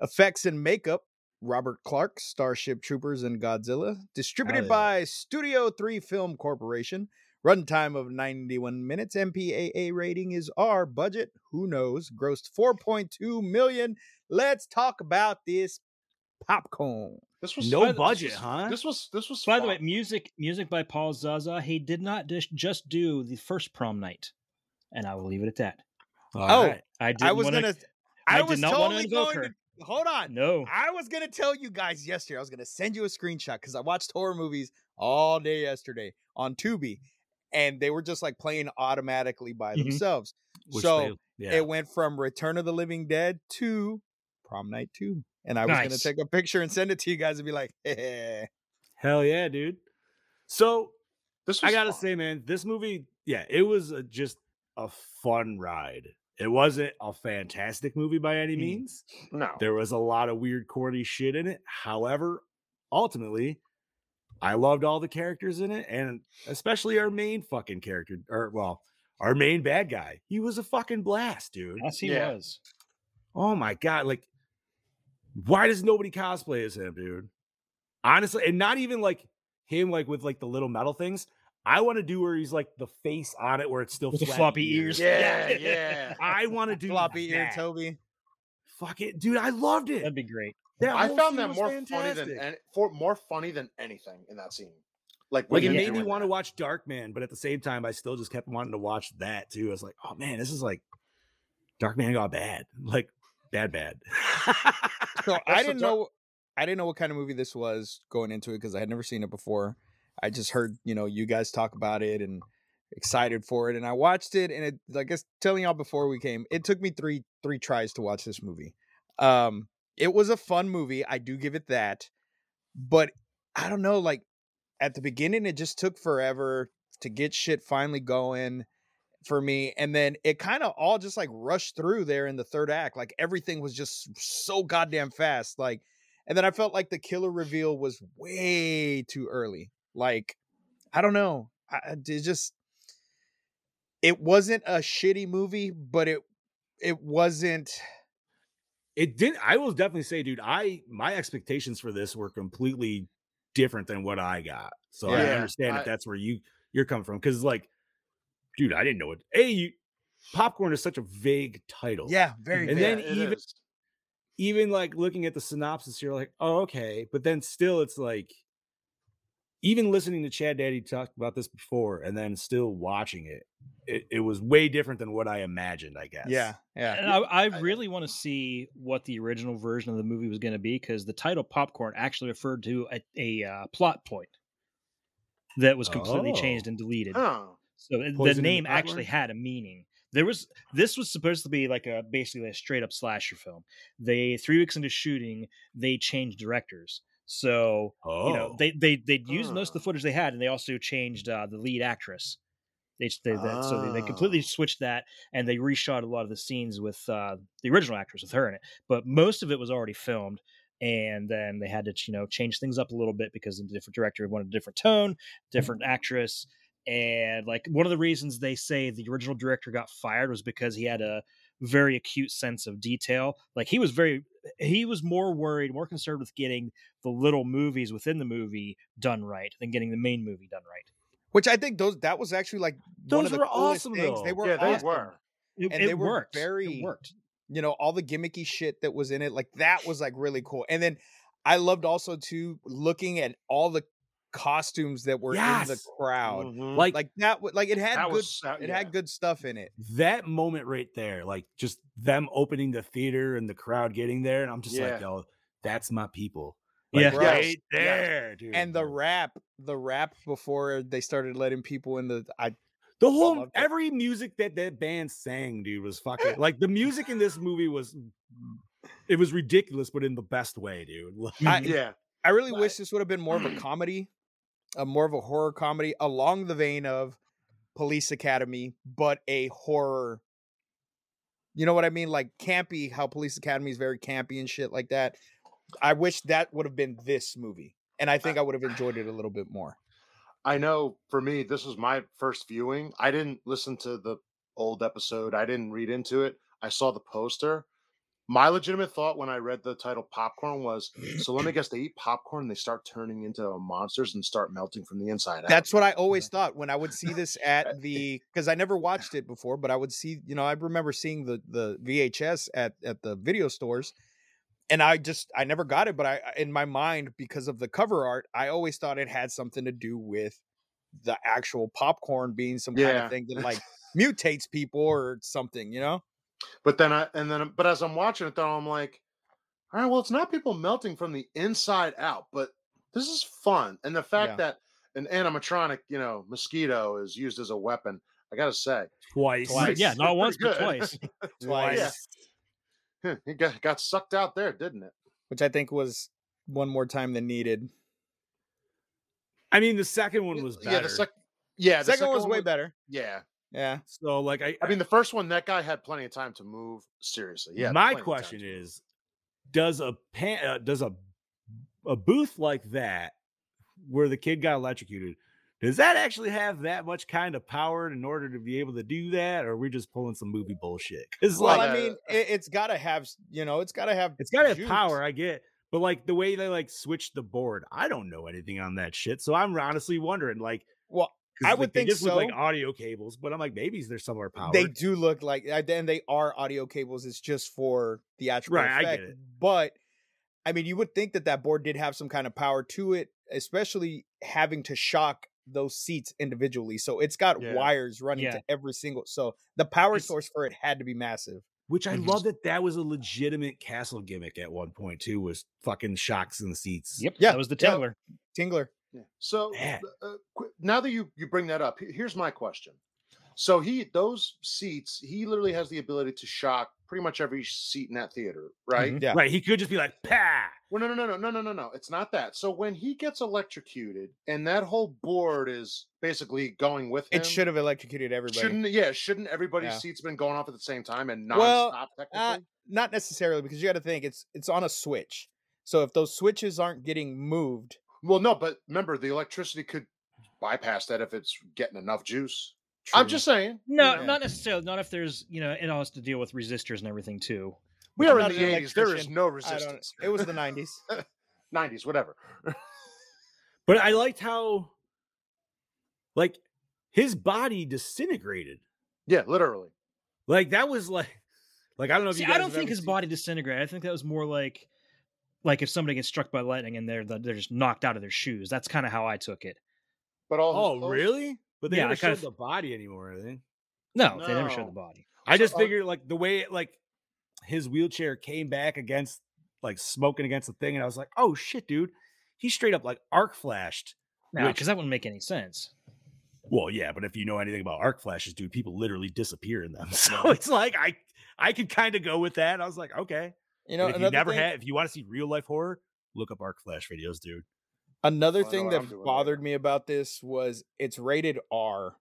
Speaker 6: effects and makeup, Robert Clark, Starship Troopers and Godzilla, distributed
Speaker 3: yeah.
Speaker 6: by Studio 3 Film Corporation, runtime of 91 minutes, MPAA rating is R, budget, who knows, grossed 4.2 million. Let's talk about this popcorn.
Speaker 5: This was
Speaker 3: No
Speaker 5: this
Speaker 3: budget,
Speaker 5: was-
Speaker 3: huh?
Speaker 5: This was this was.
Speaker 4: By the way,
Speaker 5: fun.
Speaker 4: music music by Paul Zaza. He did not dis- just do the first prom night, and I will leave it at that.
Speaker 3: All
Speaker 6: oh,
Speaker 3: right.
Speaker 4: I didn't
Speaker 6: I was
Speaker 4: wanna-
Speaker 6: gonna.
Speaker 4: I
Speaker 6: I,
Speaker 4: did
Speaker 6: was
Speaker 4: not wanna
Speaker 6: totally
Speaker 4: invoke
Speaker 6: going
Speaker 4: her.
Speaker 6: to.
Speaker 3: (laughs)
Speaker 6: Hold on.
Speaker 4: no.
Speaker 6: I was gonna tell you guys yesterday. I was gonna send you a screenshot because I watched horror movies all day yesterday on Tubi, and they were just like playing automatically by
Speaker 4: Mhm.
Speaker 6: themselves.
Speaker 3: Which
Speaker 6: so
Speaker 3: they- Mm-hmm. yeah.
Speaker 6: it went from Return of the Living Dead to Prom Night Two, and I was gonna
Speaker 4: Nice.
Speaker 6: take a picture and send it to you guys and be like, (laughs) "Eh."
Speaker 3: Hell yeah, dude. So
Speaker 5: this was
Speaker 3: I gotta
Speaker 5: fun.
Speaker 3: say, man, this movie, yeah, it was a, just a fun ride. It wasn't a fantastic movie by any
Speaker 4: Mhm.
Speaker 3: means.
Speaker 5: no.
Speaker 3: There was a lot of weird, corny shit in it. However, ultimately, I loved all the characters in it, and especially our main fucking character, or well, our main bad guy. He was a fucking blast, dude.
Speaker 4: Yes, he
Speaker 5: Yeah.
Speaker 4: was.
Speaker 3: Oh my god, like why does nobody cosplay as him, dude? Honestly, and not even like him like with like the little metal things. I want to do where he's like the face on it where it's still
Speaker 4: With the
Speaker 3: flappy
Speaker 4: floppy ears.
Speaker 5: Yeah,
Speaker 4: (laughs)
Speaker 5: yeah.
Speaker 3: I want to do
Speaker 6: floppy ear
Speaker 3: that.
Speaker 6: Toby."
Speaker 3: Fuck it, dude. I loved it.
Speaker 4: That'd be great.
Speaker 3: That
Speaker 5: I
Speaker 3: whole
Speaker 5: found
Speaker 3: scene
Speaker 5: that
Speaker 3: was
Speaker 5: more
Speaker 3: fantastic.
Speaker 5: funny than any, for more funny than anything in that scene. Like,
Speaker 3: like it
Speaker 5: when they're
Speaker 4: Yeah.
Speaker 3: made me
Speaker 5: doing
Speaker 3: want to
Speaker 5: that.
Speaker 3: watch Darkman, but at the same time, I still just kept wanting to watch that too. I was like, oh man, this is like Darkman got bad, (laughs) like bad, bad.
Speaker 5: (laughs)
Speaker 6: So I
Speaker 5: That's the
Speaker 6: didn't
Speaker 5: dark-
Speaker 6: know I didn't know what kind of movie this was going into it because I had never seen it before. I just heard, you know, you guys talk about it and excited for it and I watched it and it like I was telling y'all before we came, it took me 3 3 tries to watch this movie. Um it was a fun movie, I do give it that. But I don't know like at the beginning it just took forever to get shit finally going for me and then it kind of all just like rushed through there in the third act like everything was just so goddamn fast like and then i felt like the killer reveal was way too early like i don't know i I- it just it wasn't a shitty movie but it it wasn't
Speaker 3: (laughs) it didn't i will definitely say dude i my expectations for this were completely different than what i got so i
Speaker 5: Yeah,
Speaker 3: understand
Speaker 5: I-
Speaker 3: if that's where you you're coming from because like dude i didn't know it hey you popcorn is such a vague title
Speaker 6: yeah very
Speaker 3: And
Speaker 6: bad.
Speaker 3: then
Speaker 5: it
Speaker 3: even-
Speaker 5: is.
Speaker 3: even like looking at the synopsis you're like oh okay but then still it's like even listening to chad daddy talk about this before and then still watching it it, it was way different than what i imagined i guess
Speaker 6: yeah yeah
Speaker 4: And I, I
Speaker 5: I-
Speaker 4: really want to see what the original version of the movie was going to be because the title "Popcorn" actually referred to a, a uh, plot point. that was completely changed
Speaker 3: Oh.
Speaker 4: and deleted.
Speaker 5: Oh,
Speaker 4: So th- the
Speaker 3: Poison
Speaker 4: name
Speaker 3: Ivy?
Speaker 4: actually had a meaning. There was this was supposed to be like a basically a straight up slasher film. They three weeks into shooting, they changed directors. So
Speaker 3: Oh,
Speaker 4: you know they they they used most of the
Speaker 5: Ah.
Speaker 4: footage they had, and they also changed uh, the lead actress. They, they, that, so they, they completely
Speaker 5: Ah.
Speaker 4: switched that, and they reshot a lot of the scenes with uh, the original actress with her in it. But most of it was already filmed, and then they had to you know change things up a little bit because the different director wanted a different tone, different actress, and like one of the reasons they say the original director got fired was because he had a very acute sense of detail. Like he was very he was more worried, more concerned with getting the little movies within the movie done right than getting the main movie done right.
Speaker 6: Which I think those that was actually like one
Speaker 3: Those
Speaker 6: of the
Speaker 3: were
Speaker 6: coolest
Speaker 3: awesome,
Speaker 6: things. They
Speaker 3: though.
Speaker 6: were
Speaker 5: yeah, they
Speaker 6: awesome.
Speaker 5: were.
Speaker 4: It,
Speaker 6: And
Speaker 4: it
Speaker 6: they were
Speaker 4: worked.
Speaker 6: very-
Speaker 4: it worked.
Speaker 6: you know all the gimmicky shit that was in it like that was like really cool and then i loved also too looking at all the costumes that were in the
Speaker 3: Yes.
Speaker 6: crowd
Speaker 5: Mhm.
Speaker 3: like,
Speaker 6: like that wa- like it had
Speaker 5: That
Speaker 6: good
Speaker 5: was so-
Speaker 6: it
Speaker 5: yeah.
Speaker 6: had good stuff in it
Speaker 3: that moment right there, like just them opening the theater and the crowd getting there, and I'm just
Speaker 5: Yeah.
Speaker 3: like, yo, that's my people. Like,
Speaker 4: Yeah.
Speaker 6: Right.
Speaker 3: right there, dude.
Speaker 6: and the
Speaker 3: Like,
Speaker 6: rap the rap before they started letting people in the i
Speaker 3: The whole
Speaker 6: loved it.
Speaker 3: every music that that band sang, dude, was fucking like the music in this movie was mm, it was ridiculous, but in the best way, dude. Like, (laughs)
Speaker 6: I-
Speaker 5: yeah,
Speaker 6: i really wish
Speaker 5: Right.
Speaker 6: this would have been more of a comedy a more of a horror comedy along the vein of police academy but a horror you know what i mean like campy how police academy is very campy and shit like that i wish that would have been this movie and i think i would have enjoyed it a little bit more
Speaker 5: I know. For me, this was my first viewing. I didn't listen to the old episode. I didn't read into it. I saw the poster. My legitimate thought when I read the title "Popcorn"
Speaker 6: (clears throat)
Speaker 5: was, so let me guess, they eat popcorn. They start turning into monsters and start melting from the inside out.
Speaker 6: that's what i always thought when i would see this at the because i never watched it before but i would see you know i remember seeing the the vhs at at the video stores and i just i never got it but i I- in my mind because of the cover art i always thought it had something to do with the actual popcorn being some kind
Speaker 5: Yeah.
Speaker 6: of thing that like mutates people or something you know
Speaker 5: But then I and then but as I'm watching it though, I'm like, all right, well, it's not people melting from the inside out, but this is fun. And the fact
Speaker 6: Yeah.
Speaker 5: that an animatronic, you know, mosquito is used as a weapon, I gotta say,
Speaker 3: twice.
Speaker 6: Twice.
Speaker 4: Yeah,
Speaker 5: It's
Speaker 4: not
Speaker 5: pretty
Speaker 4: once but
Speaker 5: good.
Speaker 4: twice.
Speaker 6: (laughs) twice
Speaker 5: Yeah. Huh, it got, got sucked out there, didn't it?
Speaker 6: which i think was one more time than needed
Speaker 3: I mean, the second one was better.
Speaker 5: Yeah, the second. Yeah, the
Speaker 6: second, one was way better
Speaker 5: Yeah,
Speaker 6: yeah
Speaker 3: so, like, I,
Speaker 5: I mean, the first one, that guy had plenty of time to move. Seriously, yeah.
Speaker 3: my question is, does a pan, uh, does a a booth like that where the kid got electrocuted? Does that actually have that much kind of power in order to be able to do that, or are we just pulling some movie bullshit? It's
Speaker 6: Well,
Speaker 3: like
Speaker 6: I
Speaker 5: uh,
Speaker 6: mean, it, it's got to have, s- you know, it's got to have.
Speaker 3: it's got to have
Speaker 6: juice.
Speaker 3: power, I get, but like the way they like switched the board, I don't know anything on that shit, so I'm honestly wondering, like,
Speaker 6: Well,
Speaker 3: 'cause,
Speaker 6: I
Speaker 3: like,
Speaker 6: would
Speaker 3: they
Speaker 6: think
Speaker 3: just look like
Speaker 6: so.
Speaker 3: audio cables, but I'm like, maybe there's somewhere power.
Speaker 6: they do look like, uh, then they are audio cables. It's just for theatrical
Speaker 3: Right, I get
Speaker 6: effect.
Speaker 3: it.
Speaker 6: But I mean, you would think that that board did have some kind of power to it, especially having to shock those seats individually. So it's got
Speaker 5: Yeah.
Speaker 6: wires running
Speaker 4: Yeah.
Speaker 6: to every single. So the power
Speaker 3: It's-
Speaker 6: source for it had to be massive.
Speaker 3: Which I
Speaker 4: Mhm.
Speaker 3: love that that was a legitimate castle gimmick at one point too. Was fucking shocks in the seats. Eh,
Speaker 4: Yep.
Speaker 6: Yeah,
Speaker 4: That was the
Speaker 6: yeah.
Speaker 4: Tingler.
Speaker 6: Tingler.
Speaker 5: Yeah. So
Speaker 3: Man.
Speaker 5: uh, uh, qu- now that you you bring that up, he- here's my question. So he those seats, he literally has the ability to shock pretty much every seat in that theater, right?
Speaker 6: Yeah.
Speaker 3: Right. He could just be like, "Pa."
Speaker 6: Mm-hmm.
Speaker 5: Well, no, no, no, no, no, no, no, no. It's not that. So when he gets electrocuted and that whole board is basically going with him,
Speaker 6: It should have electrocuted everybody.
Speaker 5: shouldn't yeah, shouldn't everybody's
Speaker 6: Yeah.
Speaker 5: seats been going off at the same time and nonstop
Speaker 6: Well,
Speaker 5: technically?
Speaker 6: Uh, not necessarily because you got to think it's it's on a switch. So if those switches aren't getting moved,
Speaker 5: well, no, but remember the electricity could bypass that if it's getting enough juice. I'm
Speaker 6: true.
Speaker 5: just saying.
Speaker 4: No,
Speaker 6: Yeah.
Speaker 4: not necessarily. Not if there's you know it all has to deal with resistors and everything too.
Speaker 5: We
Speaker 6: I'm
Speaker 5: are
Speaker 6: not
Speaker 5: in the
Speaker 6: an
Speaker 5: 80s. There is
Speaker 6: electrician.
Speaker 5: no
Speaker 6: I don't,
Speaker 5: resistance.
Speaker 6: it was
Speaker 5: (laughs)
Speaker 6: the 90s.
Speaker 5: 90s, whatever.
Speaker 3: But I liked how, like, his body disintegrated.
Speaker 5: Yeah, literally.
Speaker 3: Like that was like, like I don't know. If
Speaker 4: See,
Speaker 3: you guys
Speaker 4: I don't
Speaker 3: have
Speaker 4: think
Speaker 3: ever
Speaker 4: his
Speaker 3: seen-
Speaker 4: body disintegrated. I think that was more like like if somebody gets struck by lightning and they're they're just knocked out of their shoes. That's kind of how I took it.
Speaker 5: But all his
Speaker 3: Oh,
Speaker 5: clothes-
Speaker 3: really? But they
Speaker 4: Yeah, I
Speaker 3: never showed
Speaker 4: kinda
Speaker 3: the body anymore. I think.
Speaker 4: No, they never showed
Speaker 5: No.
Speaker 4: the body.
Speaker 3: I just
Speaker 5: uh,
Speaker 3: figured like the way it, like his wheelchair came back against like smoking against the thing, and I was like, "Oh shit, dude!" He straight up like arc flashed
Speaker 4: No,
Speaker 3: Which-
Speaker 4: because that wouldn't make any sense.
Speaker 3: Well, yeah, but if you know anything about arc flashes, dude, people literally disappear in them. (laughs) So it's like I I could kind of go with that. I was like, okay.
Speaker 6: You know,
Speaker 3: and if you
Speaker 6: another
Speaker 3: never
Speaker 6: thing-
Speaker 3: had, if you want to see real life horror, look up arc flash videos, dude.
Speaker 6: Another
Speaker 5: Well, I know
Speaker 6: thing
Speaker 5: what I'm
Speaker 6: that
Speaker 5: doing later.
Speaker 6: bothered me about this was it's rated R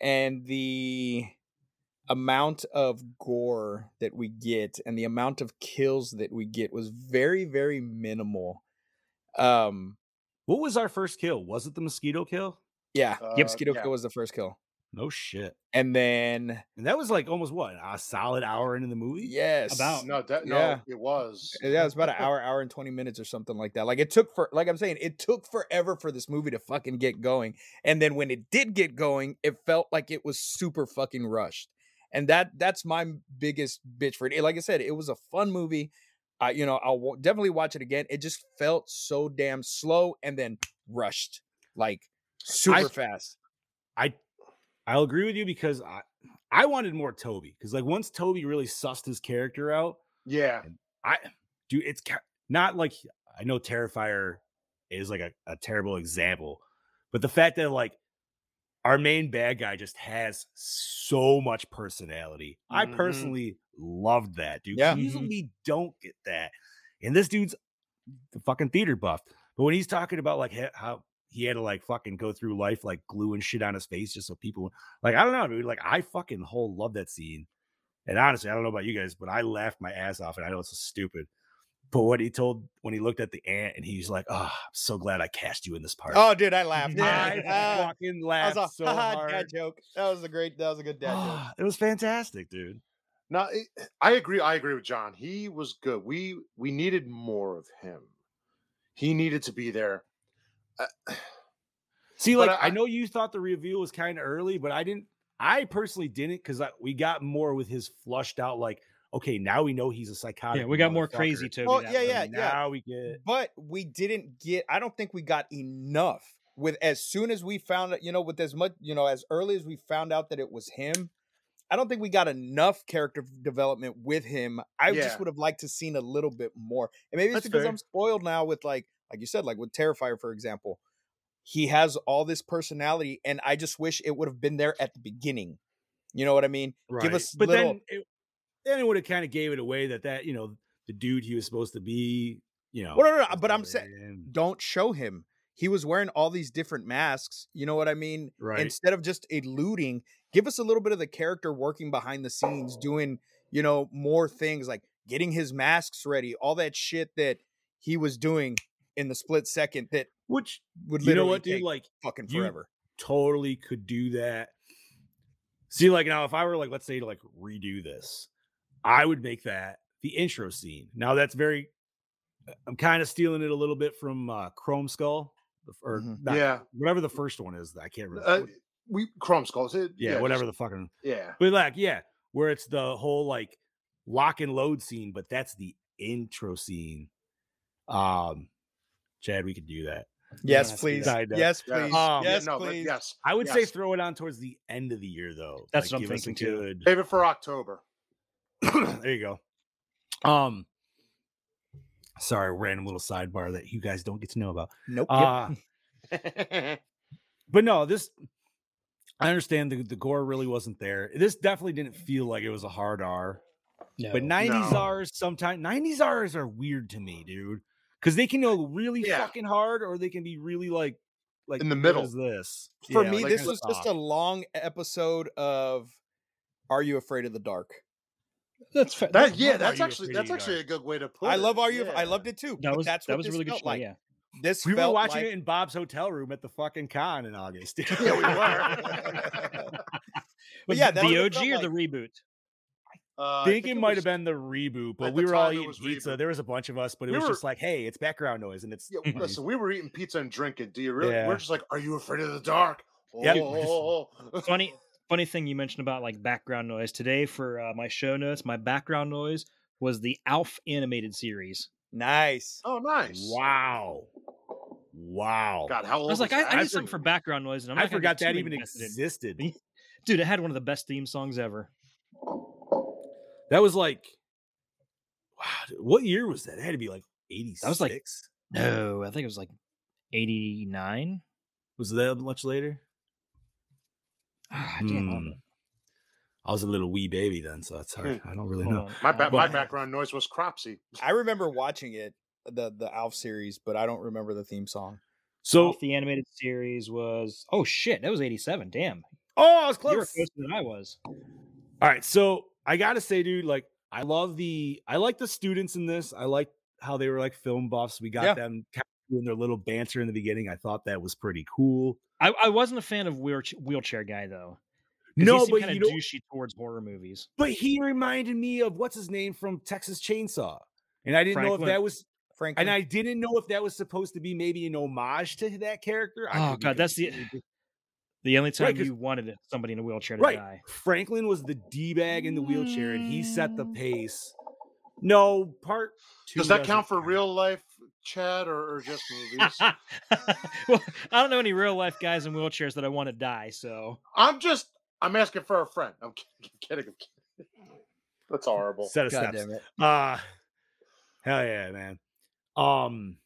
Speaker 6: and the amount of gore that we get and the amount of kills that we get was very very minimal. Um
Speaker 3: What was our first kill? Was it the mosquito kill?
Speaker 6: yeah,
Speaker 5: Uh,
Speaker 6: yep, mosquito
Speaker 5: yeah.
Speaker 6: kill was the first kill.
Speaker 3: No shit.
Speaker 6: And then
Speaker 3: And that was like almost what a solid hour into the movie.
Speaker 6: yes,
Speaker 4: About-
Speaker 5: No, that, no,
Speaker 6: Yeah.
Speaker 5: it was.
Speaker 6: yeah, it was about an hour, hour and twenty minutes or something like that. Like it took for, like I'm saying, it took forever for this movie to fucking get going. And then when it did get going, it felt like it was super fucking rushed. And that that's my m- biggest bitch for it. Like I said, it was a fun movie. I you know I'll wa- definitely watch it again. It just felt so damn slow and then rushed, like super fast.
Speaker 3: I I'll agree with you because I I wanted more Toby because like once Toby really sussed his character out,
Speaker 5: Yeah,
Speaker 3: I do it's ki- not like I know Terrifier is like a, a terrible example, but the fact that like our main bad guy just has so much personality. I
Speaker 5: Mhm.
Speaker 3: personally loved that, dude.
Speaker 6: Mm-hmm. Yeah.
Speaker 3: You Usually don't get that. And this dude's the fucking theater buff. But when he's talking about like he- how he had to like fucking go through life like gluing shit on his face just so people like I don't know, dude. Like I fucking whole love that scene. And honestly, I don't know about you guys, but I laughed my ass off, and I know it's so stupid. But what he told when he looked at the ant, and he's like, "Oh, I'm so glad I cast you in this part."
Speaker 6: Oh, dude, I laughed. (laughs)
Speaker 3: I
Speaker 6: Ah,
Speaker 3: fucking
Speaker 6: I
Speaker 3: laughed
Speaker 6: was a
Speaker 3: so
Speaker 6: haha, dad
Speaker 3: hard.
Speaker 6: joke. That was a great. That was a good dad joke.
Speaker 3: Ah, it was fantastic, dude.
Speaker 5: no, it, I agree. I agree with John. He was good. We we needed more of him. He needed to be there.
Speaker 3: See,
Speaker 5: But
Speaker 3: like I,
Speaker 5: I-
Speaker 3: know you thought the reveal was kind of early, but I didn't. I personally didn't because we got more with his flushed out. Like, okay, now we know he's a psychotic.
Speaker 4: Yeah, we got more crazy
Speaker 3: motherfucker.
Speaker 4: Toby.
Speaker 6: Well,
Speaker 4: that
Speaker 6: yeah,
Speaker 4: way.
Speaker 6: yeah.
Speaker 3: Now we get
Speaker 6: but we didn't get i don't think we got enough with as soon as we found out you know with as much you know as early as we found out that it was him i don't think we got enough character f- development with him i
Speaker 5: Yeah.
Speaker 6: just would have liked to seen a little bit more and maybe it's
Speaker 3: That's
Speaker 6: because
Speaker 3: fair.
Speaker 6: i'm spoiled now with like like you said like with terrifier for example he has all this personality and i just wish it would have been there at the beginning you know what i mean Give us
Speaker 3: but
Speaker 6: little-
Speaker 3: then it, then it would have kind of gave it away that that you know the dude he was supposed to be. You know,
Speaker 6: Well, no, no, no,
Speaker 3: was
Speaker 6: but I'm
Speaker 3: never
Speaker 6: saying-
Speaker 3: him.
Speaker 6: don't show him he was wearing all these different masks you know what i mean
Speaker 3: right.
Speaker 6: instead of just eluding give us a little bit of the character working behind the scenes doing you know more things like getting his masks ready all that shit that he was doing in the split second that
Speaker 3: Which
Speaker 6: would
Speaker 3: you
Speaker 6: literally
Speaker 3: know what, dude?
Speaker 6: take
Speaker 3: Like
Speaker 6: fucking
Speaker 3: you-
Speaker 6: forever
Speaker 3: totally could do that. See, like now, if I were like, let's say, to like redo this, I would make that the intro scene. Now that's very. uh, I'm kind of stealing it a little bit from uh, Chrome Skull, the f- or
Speaker 6: Mhm.
Speaker 3: not-
Speaker 5: yeah,
Speaker 3: whatever the first one is. I can't remember.
Speaker 5: uh,
Speaker 3: what-
Speaker 5: we Chrome Skulls. It,
Speaker 3: yeah,
Speaker 5: just-
Speaker 3: whatever the fucking.
Speaker 5: yeah,
Speaker 3: But like, yeah, where it's the whole like lock and load scene, but that's the intro scene. Um, Chad, we could do that.
Speaker 6: yes
Speaker 3: that's
Speaker 6: please
Speaker 3: side note.
Speaker 6: yes
Speaker 5: Yeah.
Speaker 6: please
Speaker 3: Um,
Speaker 5: yeah,
Speaker 6: yes
Speaker 5: no, but
Speaker 6: please
Speaker 5: yes.
Speaker 3: I would say
Speaker 5: Yes.
Speaker 3: throw it on towards the end of the year, though.
Speaker 4: That's what I'm
Speaker 3: give us a
Speaker 4: thinking, too.
Speaker 3: good-
Speaker 5: Save it for
Speaker 6: (laughs)
Speaker 5: October.
Speaker 4: (clears throat)
Speaker 3: (clears throat) there you go. Um, sorry, random little sidebar that you guys don't get to know about.
Speaker 6: nope yep.
Speaker 3: Uh, but no, this I understand the, the gore really wasn't there. This definitely didn't feel like it was a hard R. But 90s
Speaker 5: No.
Speaker 3: R's sometimes 90s R's are weird to me, dude. Because they can go really
Speaker 5: Yeah.
Speaker 3: fucking hard or they can be really like like
Speaker 5: In the
Speaker 3: what
Speaker 5: middle.
Speaker 3: is this? uh
Speaker 6: for
Speaker 3: Yeah,
Speaker 6: me
Speaker 3: like,
Speaker 6: this
Speaker 3: kinda
Speaker 6: was just a
Speaker 3: soft.
Speaker 6: long episode of are you afraid of the dark
Speaker 4: That's fair.
Speaker 5: That yeah,
Speaker 3: love
Speaker 5: that's
Speaker 3: Are You
Speaker 5: actually
Speaker 3: Afraid
Speaker 5: that's
Speaker 3: of the
Speaker 5: actually a
Speaker 3: Dark?
Speaker 5: good way to put it.
Speaker 6: i love are you Af- i
Speaker 5: yeah.
Speaker 6: loved it too
Speaker 4: That
Speaker 6: but
Speaker 4: was
Speaker 6: that's
Speaker 4: that
Speaker 6: what
Speaker 4: was a
Speaker 6: this
Speaker 4: really good.
Speaker 6: felt
Speaker 4: show,
Speaker 6: like
Speaker 4: yeah,
Speaker 6: this
Speaker 3: we were
Speaker 6: felt
Speaker 3: watching
Speaker 6: like-
Speaker 3: it in Bob's hotel room at the fucking con in August. (laughs) dude.
Speaker 5: Yeah, we (laughs) were.
Speaker 6: (laughs)
Speaker 5: (laughs)
Speaker 4: Was
Speaker 6: yeah,
Speaker 4: it
Speaker 6: that's
Speaker 4: the
Speaker 6: what it
Speaker 4: OG
Speaker 6: felt
Speaker 4: or the reboot.
Speaker 5: Uh,
Speaker 3: I think it, might
Speaker 5: was-
Speaker 3: have been the reboot, but
Speaker 5: at
Speaker 3: we
Speaker 5: the
Speaker 3: were all
Speaker 5: time it
Speaker 3: eating
Speaker 5: was
Speaker 3: pizza.
Speaker 5: reboot.
Speaker 3: There was a bunch of us, but it
Speaker 5: We
Speaker 3: was
Speaker 5: were-
Speaker 3: just like, hey, it's background noise, and it's
Speaker 5: Yeah,
Speaker 4: Mm-hmm.
Speaker 3: Mhm.
Speaker 5: listen, we were eating pizza and drinking. Do you really?
Speaker 3: Yeah.
Speaker 5: We're just like, are you afraid of the dark? Oh,
Speaker 3: Yeah, dude, we're just-
Speaker 5: oh, oh, oh.
Speaker 4: Funny funny thing you mentioned about like background noise today for uh, my show notes. My background noise was the Alf animated series.
Speaker 6: nice
Speaker 5: (laughs) Oh, nice.
Speaker 3: wow, wow.
Speaker 5: God, how old
Speaker 4: I was like, I, I need something for
Speaker 5: back.
Speaker 4: background noise, and I'm
Speaker 3: I
Speaker 4: not gonna
Speaker 3: forgot
Speaker 4: get
Speaker 3: that
Speaker 4: too
Speaker 3: even
Speaker 4: invested in it.
Speaker 3: existed.
Speaker 4: Dude, it had one of the best theme songs ever.
Speaker 3: That was like, wow, dude, what year was that? It had to be like eighty.
Speaker 4: like- No, I think it was like eighty nine.
Speaker 3: Was that much later?
Speaker 4: Ah, I can't
Speaker 3: Hmm. I was a little wee baby then, so that's hard. I don't really
Speaker 4: Hmm. hold
Speaker 3: know.
Speaker 4: on.
Speaker 5: My, ba- my
Speaker 3: But-
Speaker 5: background noise was Cropsy.
Speaker 6: I remember watching it, the the Alf series, but I don't remember the theme song.
Speaker 3: So
Speaker 4: Off the animated series was oh shit that was 87 damn
Speaker 6: Oh, I was
Speaker 4: you were
Speaker 6: close.
Speaker 4: closer than i was
Speaker 3: All right, so I gotta say, dude, like I love the I like the students in this. I like how they were like film buffs. We got
Speaker 6: Yeah.
Speaker 3: them kind of doing their little banter in the beginning. I thought that was pretty cool.
Speaker 4: I, I wasn't a fan of wheelchair, wheelchair guy though 'cause he
Speaker 3: No,
Speaker 4: seemed
Speaker 3: but
Speaker 4: kinda
Speaker 3: you know,
Speaker 4: douchey towards horror movies
Speaker 3: but he reminded me of what's his name from Texas Chainsaw, and I didn't know
Speaker 4: Franklin.
Speaker 3: if that was
Speaker 6: Frank.
Speaker 4: Mm.
Speaker 3: and I didn't know if that was supposed to be maybe an homage to that character. I
Speaker 4: Oh,
Speaker 3: could be
Speaker 4: God, that's the-
Speaker 3: completely dis-
Speaker 4: (sighs) the only time
Speaker 3: 'cause-
Speaker 4: you wanted it- somebody in a wheelchair to
Speaker 3: right. (laughs)
Speaker 4: die
Speaker 3: Franklin was the d bag in the wheelchair, and he set
Speaker 4: Mm.
Speaker 3: the pace. No part. Two
Speaker 5: Does that
Speaker 3: doesn't
Speaker 5: count for
Speaker 3: count.
Speaker 5: real life, Chad, or, or just movies?
Speaker 4: (laughs) well i don't know any real life guys in wheelchairs that i want to die so
Speaker 5: I'm just, I'm asking for a friend. I'm (laughs) kidding. I'm kidding. I'm kidding. That's horrible.
Speaker 3: Set of
Speaker 6: God
Speaker 3: steps.
Speaker 6: damn it.
Speaker 3: Uh hell yeah, man. Um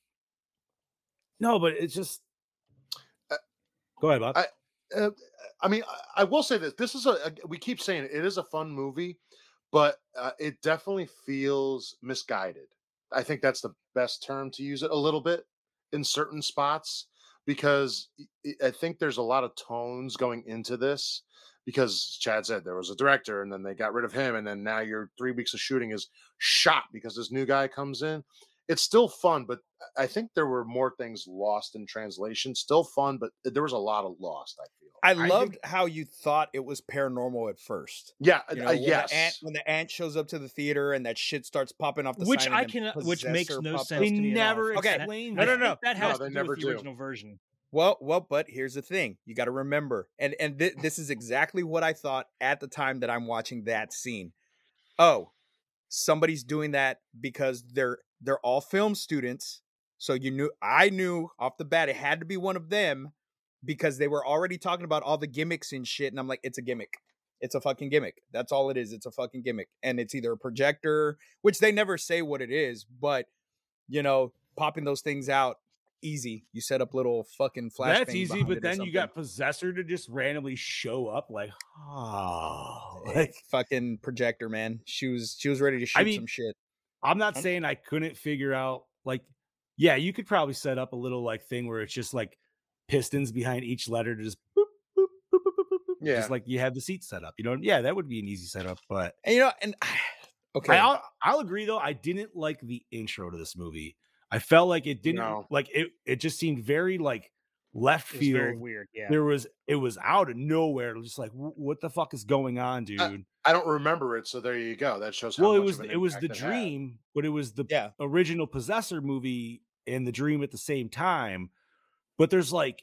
Speaker 3: No, but it's just
Speaker 5: Uh,
Speaker 3: Go ahead, Bob.
Speaker 5: I- uh, I mean, I- I will say this. This is a, a- we keep saying it, it is a fun movie, but uh, it definitely feels misguided. I think that's the best term to use it a little bit in certain spots because y- y- I think there's a lot of tones going into this because Chad said there was a director and then they got rid of him and then now your 3 weeks of shooting is shot because this new guy comes in. It's still fun, but I I think there were more things lost in translation. Still fun, but uh, there was a lot of lost, I feel.
Speaker 6: I
Speaker 5: think-
Speaker 6: loved how you thought it was paranormal at first.
Speaker 5: Yeah, uh,
Speaker 6: You know,
Speaker 5: uh,
Speaker 6: when
Speaker 5: yes.
Speaker 6: The ant, when the ant shows up to the theater and that shit starts popping off the
Speaker 4: which
Speaker 6: sign
Speaker 4: i
Speaker 6: and then
Speaker 4: can uh, which makes
Speaker 6: possessor
Speaker 4: no
Speaker 6: pops
Speaker 4: sense
Speaker 6: up.
Speaker 3: they
Speaker 4: to me at
Speaker 3: never
Speaker 4: all.
Speaker 6: Okay,
Speaker 3: explained
Speaker 4: I
Speaker 6: no, no,
Speaker 3: that.
Speaker 4: think
Speaker 6: no.
Speaker 4: that has
Speaker 5: they
Speaker 4: to do
Speaker 5: never
Speaker 4: with the
Speaker 5: do.
Speaker 4: original version
Speaker 6: Well, well, but here's the thing: you got to remember, and and thi- this is exactly what I thought at the time that I'm watching that scene. Oh, somebody's doing that because they're they're all film students. So you knew I knew off the bat it had to be one of them because they were already talking about all the gimmicks and shit, and I'm like, it's a gimmick. It's a fucking gimmick. That's all it is. It's a fucking gimmick. And it's either a projector, which they never say what it is, but you know, popping those things out easy. You set up little fucking flash.
Speaker 3: That's easy, but then you got Possessor to just randomly show up like, oh, like
Speaker 6: Eh, fucking projector, man. She was she was ready to shoot
Speaker 3: I mean,
Speaker 6: some shit.
Speaker 3: I'm not
Speaker 4: I'm-
Speaker 3: saying I couldn't figure out like yeah, you could probably set up a little like thing where it's just like pistons behind each letter to just boop, boop, boop, boop, boop, boop,
Speaker 5: Yeah.
Speaker 3: just like you have the seat set up. You know, yeah, that would be an easy setup, but
Speaker 6: And you know, and (sighs) okay,
Speaker 3: I, I'll, I'll agree though. I didn't like the intro to this movie. I felt like it didn't
Speaker 5: No.
Speaker 3: like it. It just seemed very like left
Speaker 4: it's very
Speaker 3: field.
Speaker 4: weird yeah
Speaker 3: There was it was out of nowhere. It was just like, "Wh- what the fuck is going on, dude?
Speaker 5: I don't remember it, so there you go. That shows how
Speaker 3: well, it
Speaker 5: much
Speaker 3: was
Speaker 5: of an
Speaker 3: it was the
Speaker 5: impact had.
Speaker 3: dream, but it was the
Speaker 6: yeah,
Speaker 3: original Possessor movie and the dream at the same time. But there's like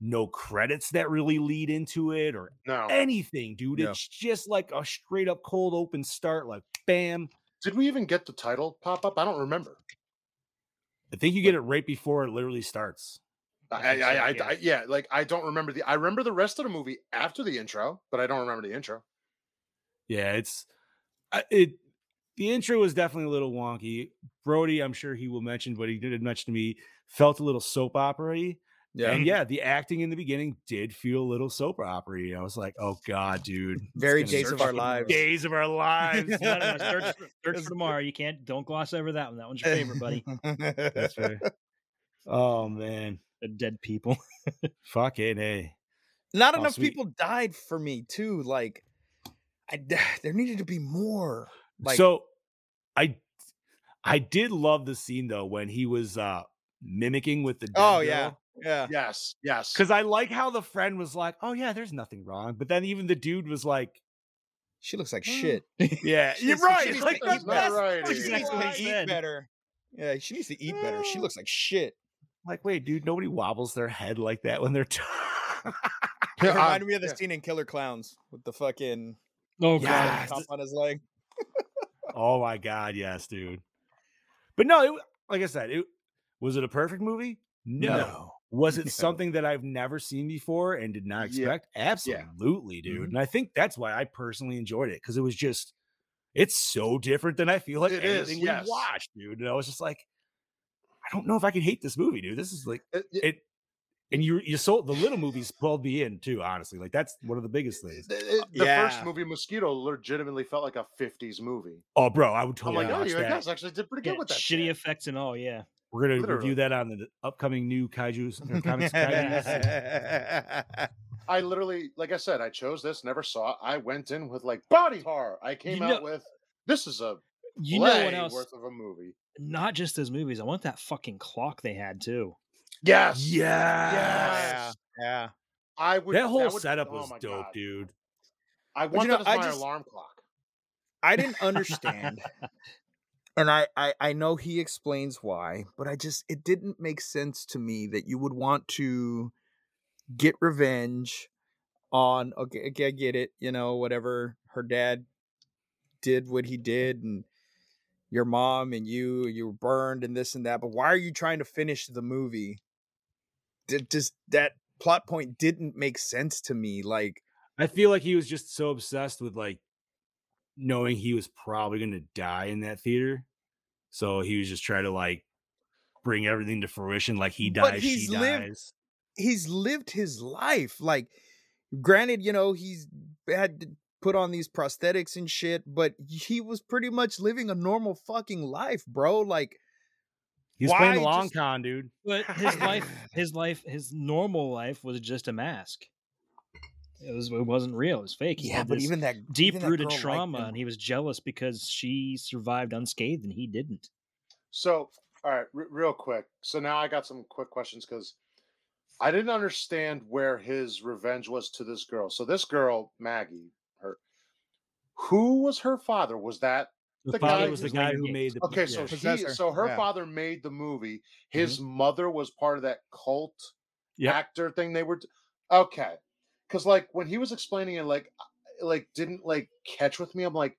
Speaker 3: no credits that really lead into it or
Speaker 5: No,
Speaker 3: anything, dude.
Speaker 6: Yeah.
Speaker 3: It's just like a straight up cold open start, like bam.
Speaker 5: did we even get the title pop up? I don't remember.
Speaker 3: I think you get it right before it literally starts.
Speaker 5: I, I,
Speaker 4: think so,
Speaker 5: I,
Speaker 4: yeah.
Speaker 5: I, yeah, like I don't remember the. I remember the rest of the movie after the intro, but I don't remember the intro.
Speaker 3: Yeah, it's I- it. The intro was definitely a little wonky. Brody, I'm sure he will mention, but he did mention to me, felt a little soap opera-y.
Speaker 6: yeah,
Speaker 3: And yeah, the acting in the beginning did feel a little soap opera I was like, oh god,
Speaker 6: (laughs)
Speaker 3: dude. it's
Speaker 6: Very
Speaker 3: gonna be
Speaker 6: Days of Our
Speaker 3: fucking
Speaker 6: Lives.
Speaker 3: Days of our lives.
Speaker 4: No, no,
Speaker 6: (laughs)
Speaker 4: no, Search for, search
Speaker 6: It's-
Speaker 4: for tomorrow. You can't. Don't gloss over that one. That one's your favorite,
Speaker 6: (laughs)
Speaker 4: buddy.
Speaker 3: That's right. Oh man.
Speaker 4: The dead people.
Speaker 3: Fucking A.
Speaker 6: Not
Speaker 3: Oh,
Speaker 6: enough
Speaker 3: sweet.
Speaker 6: people died for me too. Like, I (sighs) there needed to be more. Like,
Speaker 3: so I I did love the scene though when he was uh mimicking with the dead
Speaker 6: (laughs) oh yeah,
Speaker 3: girl.
Speaker 6: yeah.
Speaker 5: Yes, yes.
Speaker 3: Uh, Cause I like how the friend was like, Oh yeah, there's nothing wrong. But then even the dude was
Speaker 6: (laughs)
Speaker 3: like,
Speaker 6: She looks like
Speaker 3: Mm.
Speaker 6: shit.
Speaker 3: Yeah,
Speaker 6: She
Speaker 3: you're
Speaker 6: needs to- she
Speaker 3: right.
Speaker 6: needs to
Speaker 3: Like
Speaker 6: eat
Speaker 3: that's
Speaker 6: better.
Speaker 3: that's
Speaker 5: right.
Speaker 3: fucking
Speaker 6: She
Speaker 4: Exactly
Speaker 6: needs
Speaker 4: what
Speaker 5: (laughs)
Speaker 6: to
Speaker 4: I
Speaker 6: eat
Speaker 4: said.
Speaker 6: better. Yeah, she needs to eat better. She looks like shit.
Speaker 3: Like, wait, dude, nobody wobbles their head like that when they're. (laughs) T-
Speaker 6: It
Speaker 5: Yeah, um,
Speaker 6: reminded me of the
Speaker 5: yeah.
Speaker 6: scene in Killer Clowns with the fucking
Speaker 4: Oh
Speaker 3: Yes.
Speaker 6: top on his leg.
Speaker 3: oh my god, yes, dude. But no, it, wa- like I said, it was it a perfect movie? No. Was it
Speaker 6: No.
Speaker 3: something that I've never seen before and did not
Speaker 5: Yeah. Mm-hmm.
Speaker 3: expect? Absolutely, dude.
Speaker 6: Mhm.
Speaker 3: And I think that's why I personally enjoyed it because it was just it's so different than I feel like
Speaker 5: It is,
Speaker 3: anything
Speaker 5: yes.
Speaker 3: we watched, dude. And I was just like, I don't know if I can hate this movie, dude. This is like
Speaker 5: It- it-
Speaker 3: it and you you sold the little movies pulled me in too. Honestly, like that's one of the biggest
Speaker 5: (laughs)
Speaker 3: things.
Speaker 5: The, the
Speaker 6: Yeah.
Speaker 5: first movie, Mosquito, legitimately felt like a 50s movie.
Speaker 3: Oh, bro, I would
Speaker 5: I'm
Speaker 3: totally
Speaker 5: like, oh,
Speaker 3: watch
Speaker 5: you
Speaker 3: that.
Speaker 5: guys actually did pretty good
Speaker 4: Yeah,
Speaker 5: with that.
Speaker 4: shitty
Speaker 5: shit.
Speaker 4: effects and all. Yeah,
Speaker 3: We're gonna
Speaker 5: Literally.
Speaker 3: review that on the upcoming new kaiju's
Speaker 5: (laughs)
Speaker 3: or comics.
Speaker 6: (laughs)
Speaker 3: kaiju's.
Speaker 6: yeah,
Speaker 5: I literally, like I said, I chose this, never saw it. I went in with like body horror. I came
Speaker 4: You
Speaker 5: out
Speaker 4: know-
Speaker 5: with this is a
Speaker 4: you know
Speaker 5: play
Speaker 4: what else?
Speaker 5: worth of a movie.
Speaker 4: Not just those movies. I want that fucking clock they had too.
Speaker 5: Yes.
Speaker 3: yeah,
Speaker 5: Yes. I would.
Speaker 3: that whole
Speaker 5: would-
Speaker 3: setup
Speaker 5: oh
Speaker 3: was
Speaker 5: my
Speaker 3: dope,
Speaker 5: God.
Speaker 3: dude.
Speaker 5: I
Speaker 6: But
Speaker 5: want
Speaker 6: you know,
Speaker 5: that
Speaker 6: I
Speaker 5: as my
Speaker 6: just-
Speaker 5: alarm clock.
Speaker 6: I didn't understand, and I, I I know he explains why, but I just it didn't make sense to me that you would want to get revenge on. Okay, okay, I get it. You know, whatever her dad did, what he did, and your mom and you you were burned and this and that. But why are you trying to finish the movie? Did just that plot point didn't make sense to me. Like.
Speaker 3: I feel like he was just so obsessed with like knowing he was probably gonna die in that theater, so he was just trying to like bring everything to fruition. Like he
Speaker 6: But
Speaker 3: dies,
Speaker 6: he's
Speaker 3: she
Speaker 6: lived-
Speaker 3: dies.
Speaker 6: he's lived his life. Like, granted, you know, he's had to put on these prosthetics and shit, but he was pretty much living a normal fucking life, bro. Like,
Speaker 3: He's playing
Speaker 6: Why
Speaker 3: the long
Speaker 6: just-
Speaker 3: con, dude.
Speaker 4: But his life, his life, his normal life was just a mask. It was. It wasn't real. It was fake. He
Speaker 6: yeah,
Speaker 4: had
Speaker 6: but
Speaker 4: this
Speaker 6: even that
Speaker 4: deep
Speaker 6: even that
Speaker 4: rooted
Speaker 6: girl liked
Speaker 4: trauma,
Speaker 6: him. (laughs)
Speaker 4: and he was jealous because she survived unscathed and he didn't.
Speaker 5: So, all right, re- real quick. So now I got some quick questions because I didn't understand where his revenge was to this girl. So this girl, Maggie, her, who was her father? Was that
Speaker 3: The,
Speaker 5: The
Speaker 3: father
Speaker 5: guy
Speaker 3: was the
Speaker 4: who's
Speaker 3: guy
Speaker 4: laying
Speaker 3: who
Speaker 4: gates.
Speaker 3: made the
Speaker 5: okay? So
Speaker 3: yeah.
Speaker 5: he,
Speaker 3: Mm-hmm.
Speaker 6: Possessor,
Speaker 5: so her
Speaker 6: yeah.
Speaker 5: father made the movie. His mother was part of that cult
Speaker 3: Yep.
Speaker 5: actor thing they were. d- Okay, because like when he was explaining it, like I- like didn't like catch with me. I'm like,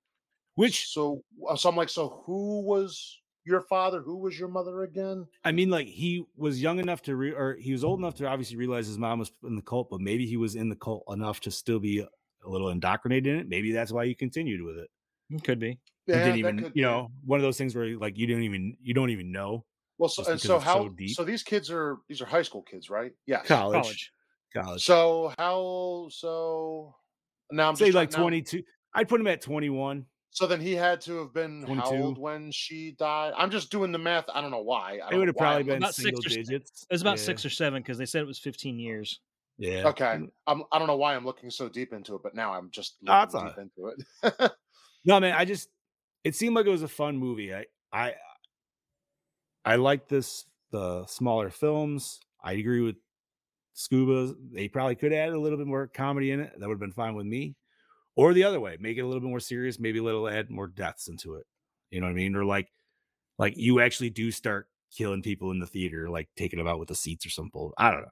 Speaker 3: which
Speaker 5: so uh," so I'm like, so who was your father? Who was your mother again?
Speaker 3: I mean, like he was young enough to, re- or he was old enough to obviously realize his mom was in the cult, but maybe he was in the cult enough to still be a little indoctrinated in it. Maybe that's why he continued with it.
Speaker 6: Mm,
Speaker 4: Could be.
Speaker 3: He didn't
Speaker 5: that
Speaker 3: even,
Speaker 5: could
Speaker 3: you
Speaker 5: be.
Speaker 3: know, one of those things where like you don't even, you don't even know.
Speaker 5: Well, so,
Speaker 3: just
Speaker 5: and
Speaker 3: because
Speaker 5: so
Speaker 3: it's so
Speaker 5: how? So,
Speaker 3: deep.
Speaker 5: these kids are these are high school kids, right? Yes.
Speaker 3: College,
Speaker 4: College.
Speaker 3: college.
Speaker 5: So how? So now I'm
Speaker 3: Say
Speaker 5: just
Speaker 3: like
Speaker 5: trying- now-
Speaker 3: twenty two. I'd put him at twenty one.
Speaker 5: So then he had to have been how
Speaker 3: 22.
Speaker 5: old when she died? I'm just doing the math. I don't know why. I
Speaker 3: It
Speaker 5: don't
Speaker 3: would
Speaker 5: know
Speaker 3: have
Speaker 5: why
Speaker 3: probably
Speaker 5: I'm
Speaker 3: been
Speaker 4: About six
Speaker 3: single
Speaker 4: or se-
Speaker 3: digits.
Speaker 4: It was about
Speaker 3: yeah.
Speaker 4: six or seven because they said it was 15 years.
Speaker 3: Yeah.
Speaker 5: looking- Okay, I'm, I don't know why I'm looking so deep into it, but now I'm just
Speaker 3: No, it's
Speaker 5: looking
Speaker 3: all
Speaker 5: deep into it. (laughs)
Speaker 3: No, man, I just it seemed like it was a fun movie. I I I like this the smaller films. I agree with Scuba. They probably could add a little bit more comedy in it. That would have been fine with me. Or the other way, make it a little bit more serious, maybe a little add more deaths into it. You know what I mean? Or like like you actually do start killing people in the theater, like taking them out with the seats or something. I don't know.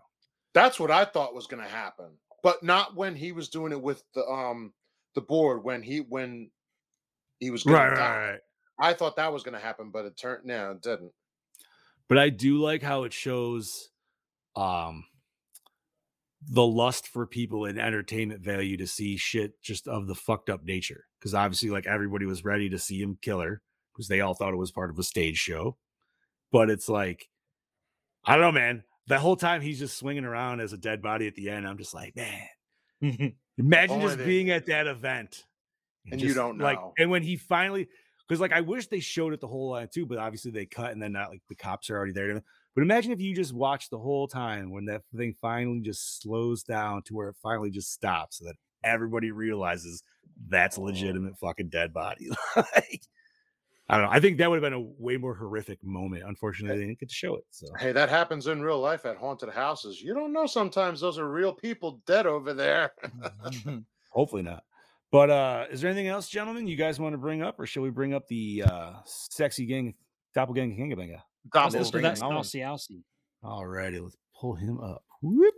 Speaker 5: That's what I thought was going to happen, but not when he was doing it with the um the board when he when he was gonna die. I thought that was going to happen, but it turned no, it didn't.
Speaker 3: but I do like how it shows um the lust for people and entertainment value to see shit just of the fucked up nature because obviously like everybody was ready to see him kill her because they all thought it was part of a stage show but it's like i don't know man the whole time he's just swinging around as a dead body at the end i'm just like man
Speaker 5: (laughs)
Speaker 3: imagine
Speaker 5: only
Speaker 3: just
Speaker 5: they
Speaker 3: being
Speaker 5: knew.
Speaker 3: at that event
Speaker 5: And you don't
Speaker 3: like
Speaker 5: know.
Speaker 3: and when he finally because like i wish they showed it the whole line too but obviously they cut and then not like the cops are already there but imagine if you just watch the whole time when that thing finally just slows down to where it finally just stops so that everybody realizes that's a legitimate fucking dead body (laughs) like i don't know i think that would have been a way more horrific moment
Speaker 5: Eh.
Speaker 3: unfortunately they didn't get to show it so
Speaker 5: Hey, that happens in real life at haunted houses. You don't know sometimes those are real people dead over there. (laughs)
Speaker 3: Mm-hmm. Hopefully not. But uh is there anything else, gentlemen, you guys want to bring up, or shall we bring up the uh sexy gang doppelganger Kingabanga?
Speaker 4: Let's listen to that
Speaker 6: that one.
Speaker 4: Stassi Alsi.
Speaker 3: All righty, let's pull him up. Whoop.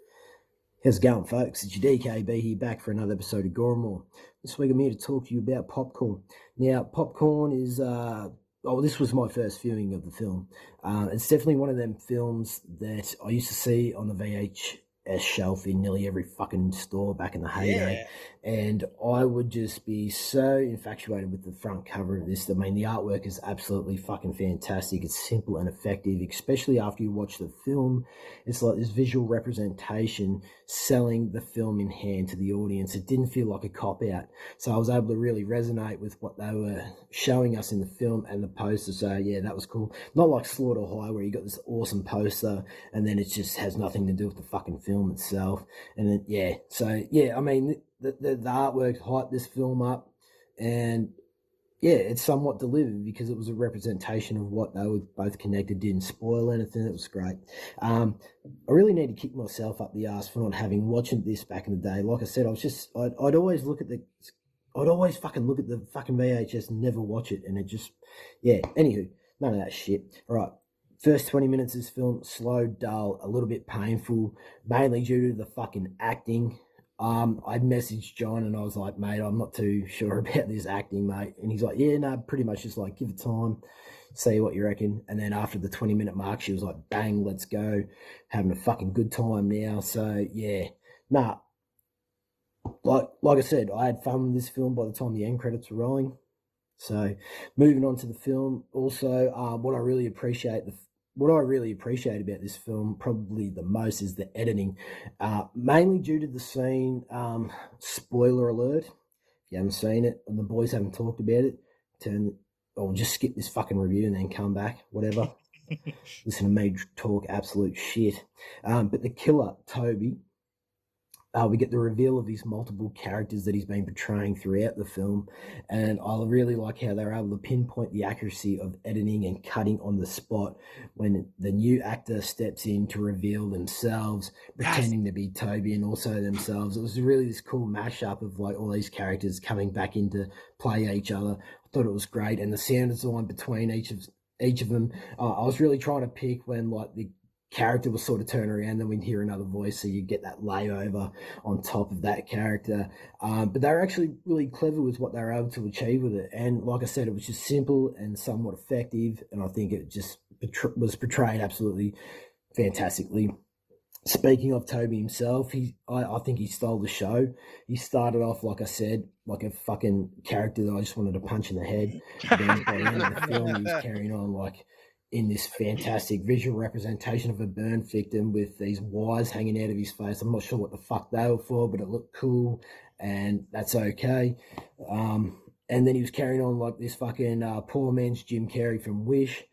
Speaker 7: How's it going, folks? It's your DKB here back for another episode of Gormore. This week I'm here to talk to you about popcorn. Now, popcorn is, uh, oh, this was my first viewing of the film. Uh, it's definitely one of them films that I used to see on the VH, S shelf in nearly every fucking store back in the heyday.
Speaker 6: Yeah.
Speaker 7: And I would just be so infatuated with the front cover of this. I mean, the artwork is absolutely fucking fantastic. It's simple and effective, especially after you watch the film. It's like this visual representation selling the film in hand to the audience. It didn't feel like a cop out. So I was able to really resonate with what they were showing us in the film and the poster. So yeah, that was cool. Not like Slaughter High, where you got this awesome poster and then it just has nothing to do with the fucking film itself. And then, yeah, so yeah, I mean, the, the, the artwork hyped this film up, and yeah, it's somewhat delivered because it was a representation of what they were both connected. Didn't spoil anything. It was great. Um, I really need to kick myself up the ass for not having watching this back in the day. Like I said, I was just I'd, I'd always look at the. I'd always fucking look at the fucking VHS and never watch it, and it just, yeah. Anywho, none of that shit. All right, first 20 minutes of this film slow dull a little bit painful mainly due to the fucking acting um, I messaged John and I was like, mate, I'm not too sure (laughs) about this acting, mate. And he's like, yeah, no, pretty much just like give it time, see what you reckon. And then after the 20 minute mark, she was like, bang, let's go. Having a fucking good time now. So, yeah, nah. Like, like I said, I had fun with this film by the time the end credits were rolling. So, moving on to the film, also, uh, what I really appreciate the what I really appreciate about this film, probably the most, is the editing, uh, mainly due to the scene. Um, spoiler alert: if you haven't seen it, and the boys haven't talked about it, turn or just skip this fucking review and then come back. Whatever. Listen to me talk absolute shit. Um, but the killer, Toby, uh, we get the reveal of these multiple characters that he's been portraying throughout the film. And I really like how they're able to pinpoint the accuracy of editing and cutting on the spot when the new actor steps in to reveal themselves, pretending to be Toby and also themselves. It was really this cool mashup of like all these characters coming back into play each other. I thought it was great. And the sound design between each of each of them, uh, I was really trying to pick when like the character will sort of turn around then we'd hear another voice so you get that layover on top of that character um, but they're actually really clever with what they're able to achieve with it and like i said it was just simple and somewhat effective and i think it just portr- was portrayed absolutely fantastically speaking of toby himself he I, I think he stole the show he started off like i said like a fucking character that i just wanted to punch in the head then by the end of the film he was carrying on like in this fantastic visual representation of a burn victim with these wires hanging out of his face. I'm not sure what the fuck they were for, but it looked cool, and that's okay. Um, and then he was carrying on like this fucking uh, poor man's Jim Carrey from Wish,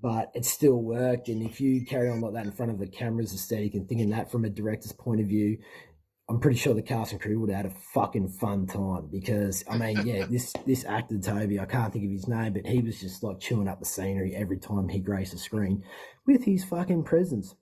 Speaker 7: but it still worked. And if you carry on like that in front of the camera's aesthetic and thinking that from a director's point of view, I'm pretty sure the cast and crew would have had a fucking fun time because I mean, yeah, this this actor Toby, I can't think of his name, but he was just like chewing up the scenery every time he graced the screen with his fucking presence.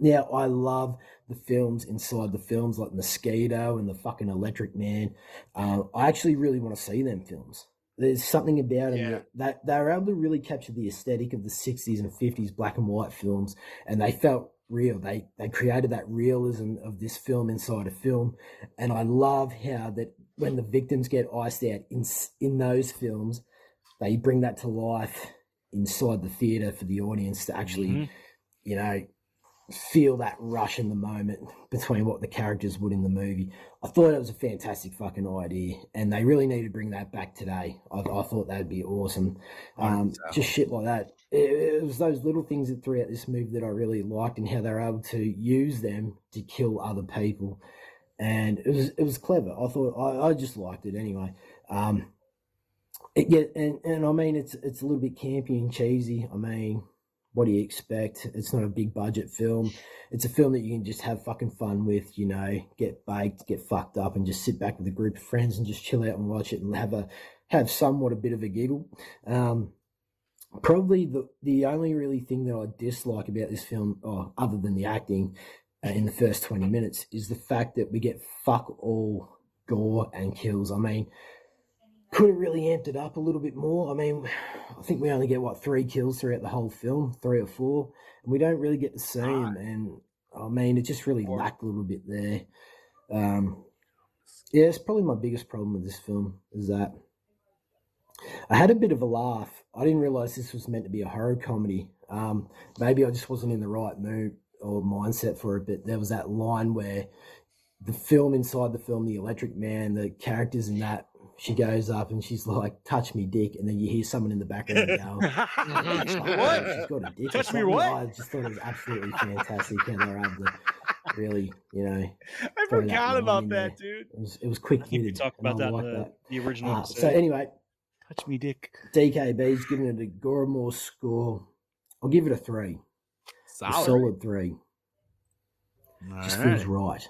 Speaker 7: Now I love the films inside the films like Mosquito and the fucking Electric Man. Uh, I actually really want to see them films. There's something about them
Speaker 5: Yeah.
Speaker 7: that they were able to really capture the aesthetic of the 60s and 50s black and white films, and they felt real. They they created that realism of this film inside a film, and I love how that when the victims get iced out in s- in those films, they bring that to life inside the theater for the audience to actually,
Speaker 4: Mhm.
Speaker 7: you know, feel that rush in the moment between what the characters would in the movie. I thought it was a fantastic fucking idea, and they really need to bring that back today. I, I thought that'd be awesome. Um, just shit like that. It, it was those little things that throughout this movie that I really liked, and how they're able to use them to kill other people. And it was it was clever. I thought I, I just liked it anyway. Um, it, yeah, and, and I mean it's it's a little bit campy and cheesy. I mean, what do you expect? It's not a big budget film. It's a film that you can just have fucking fun with, you know, get baked, get fucked up, and just sit back with a group of friends and just chill out and watch it and have a have somewhat a bit of a giggle. Um, probably the the only really thing that I dislike about this film, oh, other than the acting uh, in the first twenty minutes, is the fact that we get fuck all gore and kills. I mean, could have really amped it up a little bit more. I mean, I think we only get what three kills throughout the whole film, three or four, and we don't really get to see them. And I mean, it just really lacked a little bit there. Um, yeah, it's probably my biggest problem with this film is that I had a bit of a laugh. I didn't realize this was meant to be a horror comedy. Um, maybe I just wasn't in the right mood. or mindset for it, but there was that line where the film inside the film, the Electric Man, the characters in that, she goes up and she's like, "Touch me, dick," and then you hear someone in the background go.
Speaker 3: (laughs)
Speaker 4: (laughs)
Speaker 3: That's
Speaker 7: She's like,
Speaker 3: What?
Speaker 7: "Oh, She's got a dick. or
Speaker 3: Touch me
Speaker 7: something."
Speaker 3: what?
Speaker 7: I just thought it was absolutely fantastic how they were able to really, you know,
Speaker 4: (laughs)
Speaker 7: it
Speaker 6: I
Speaker 7: Throw that
Speaker 6: forgot
Speaker 7: line
Speaker 6: about
Speaker 7: in
Speaker 6: that, dude.
Speaker 7: was, it was quick.
Speaker 4: I think we
Speaker 7: witted,
Speaker 4: talked
Speaker 7: and
Speaker 4: about
Speaker 7: I
Speaker 4: that in
Speaker 7: like
Speaker 4: the, the original
Speaker 7: Uh,
Speaker 4: episode.
Speaker 7: so anyway,
Speaker 3: Touch me, dick.
Speaker 7: DKB's giving it a Goramore score. I'll give it a three, a
Speaker 3: Solid.
Speaker 7: solid three.
Speaker 3: All
Speaker 7: just
Speaker 3: right.
Speaker 7: feels right.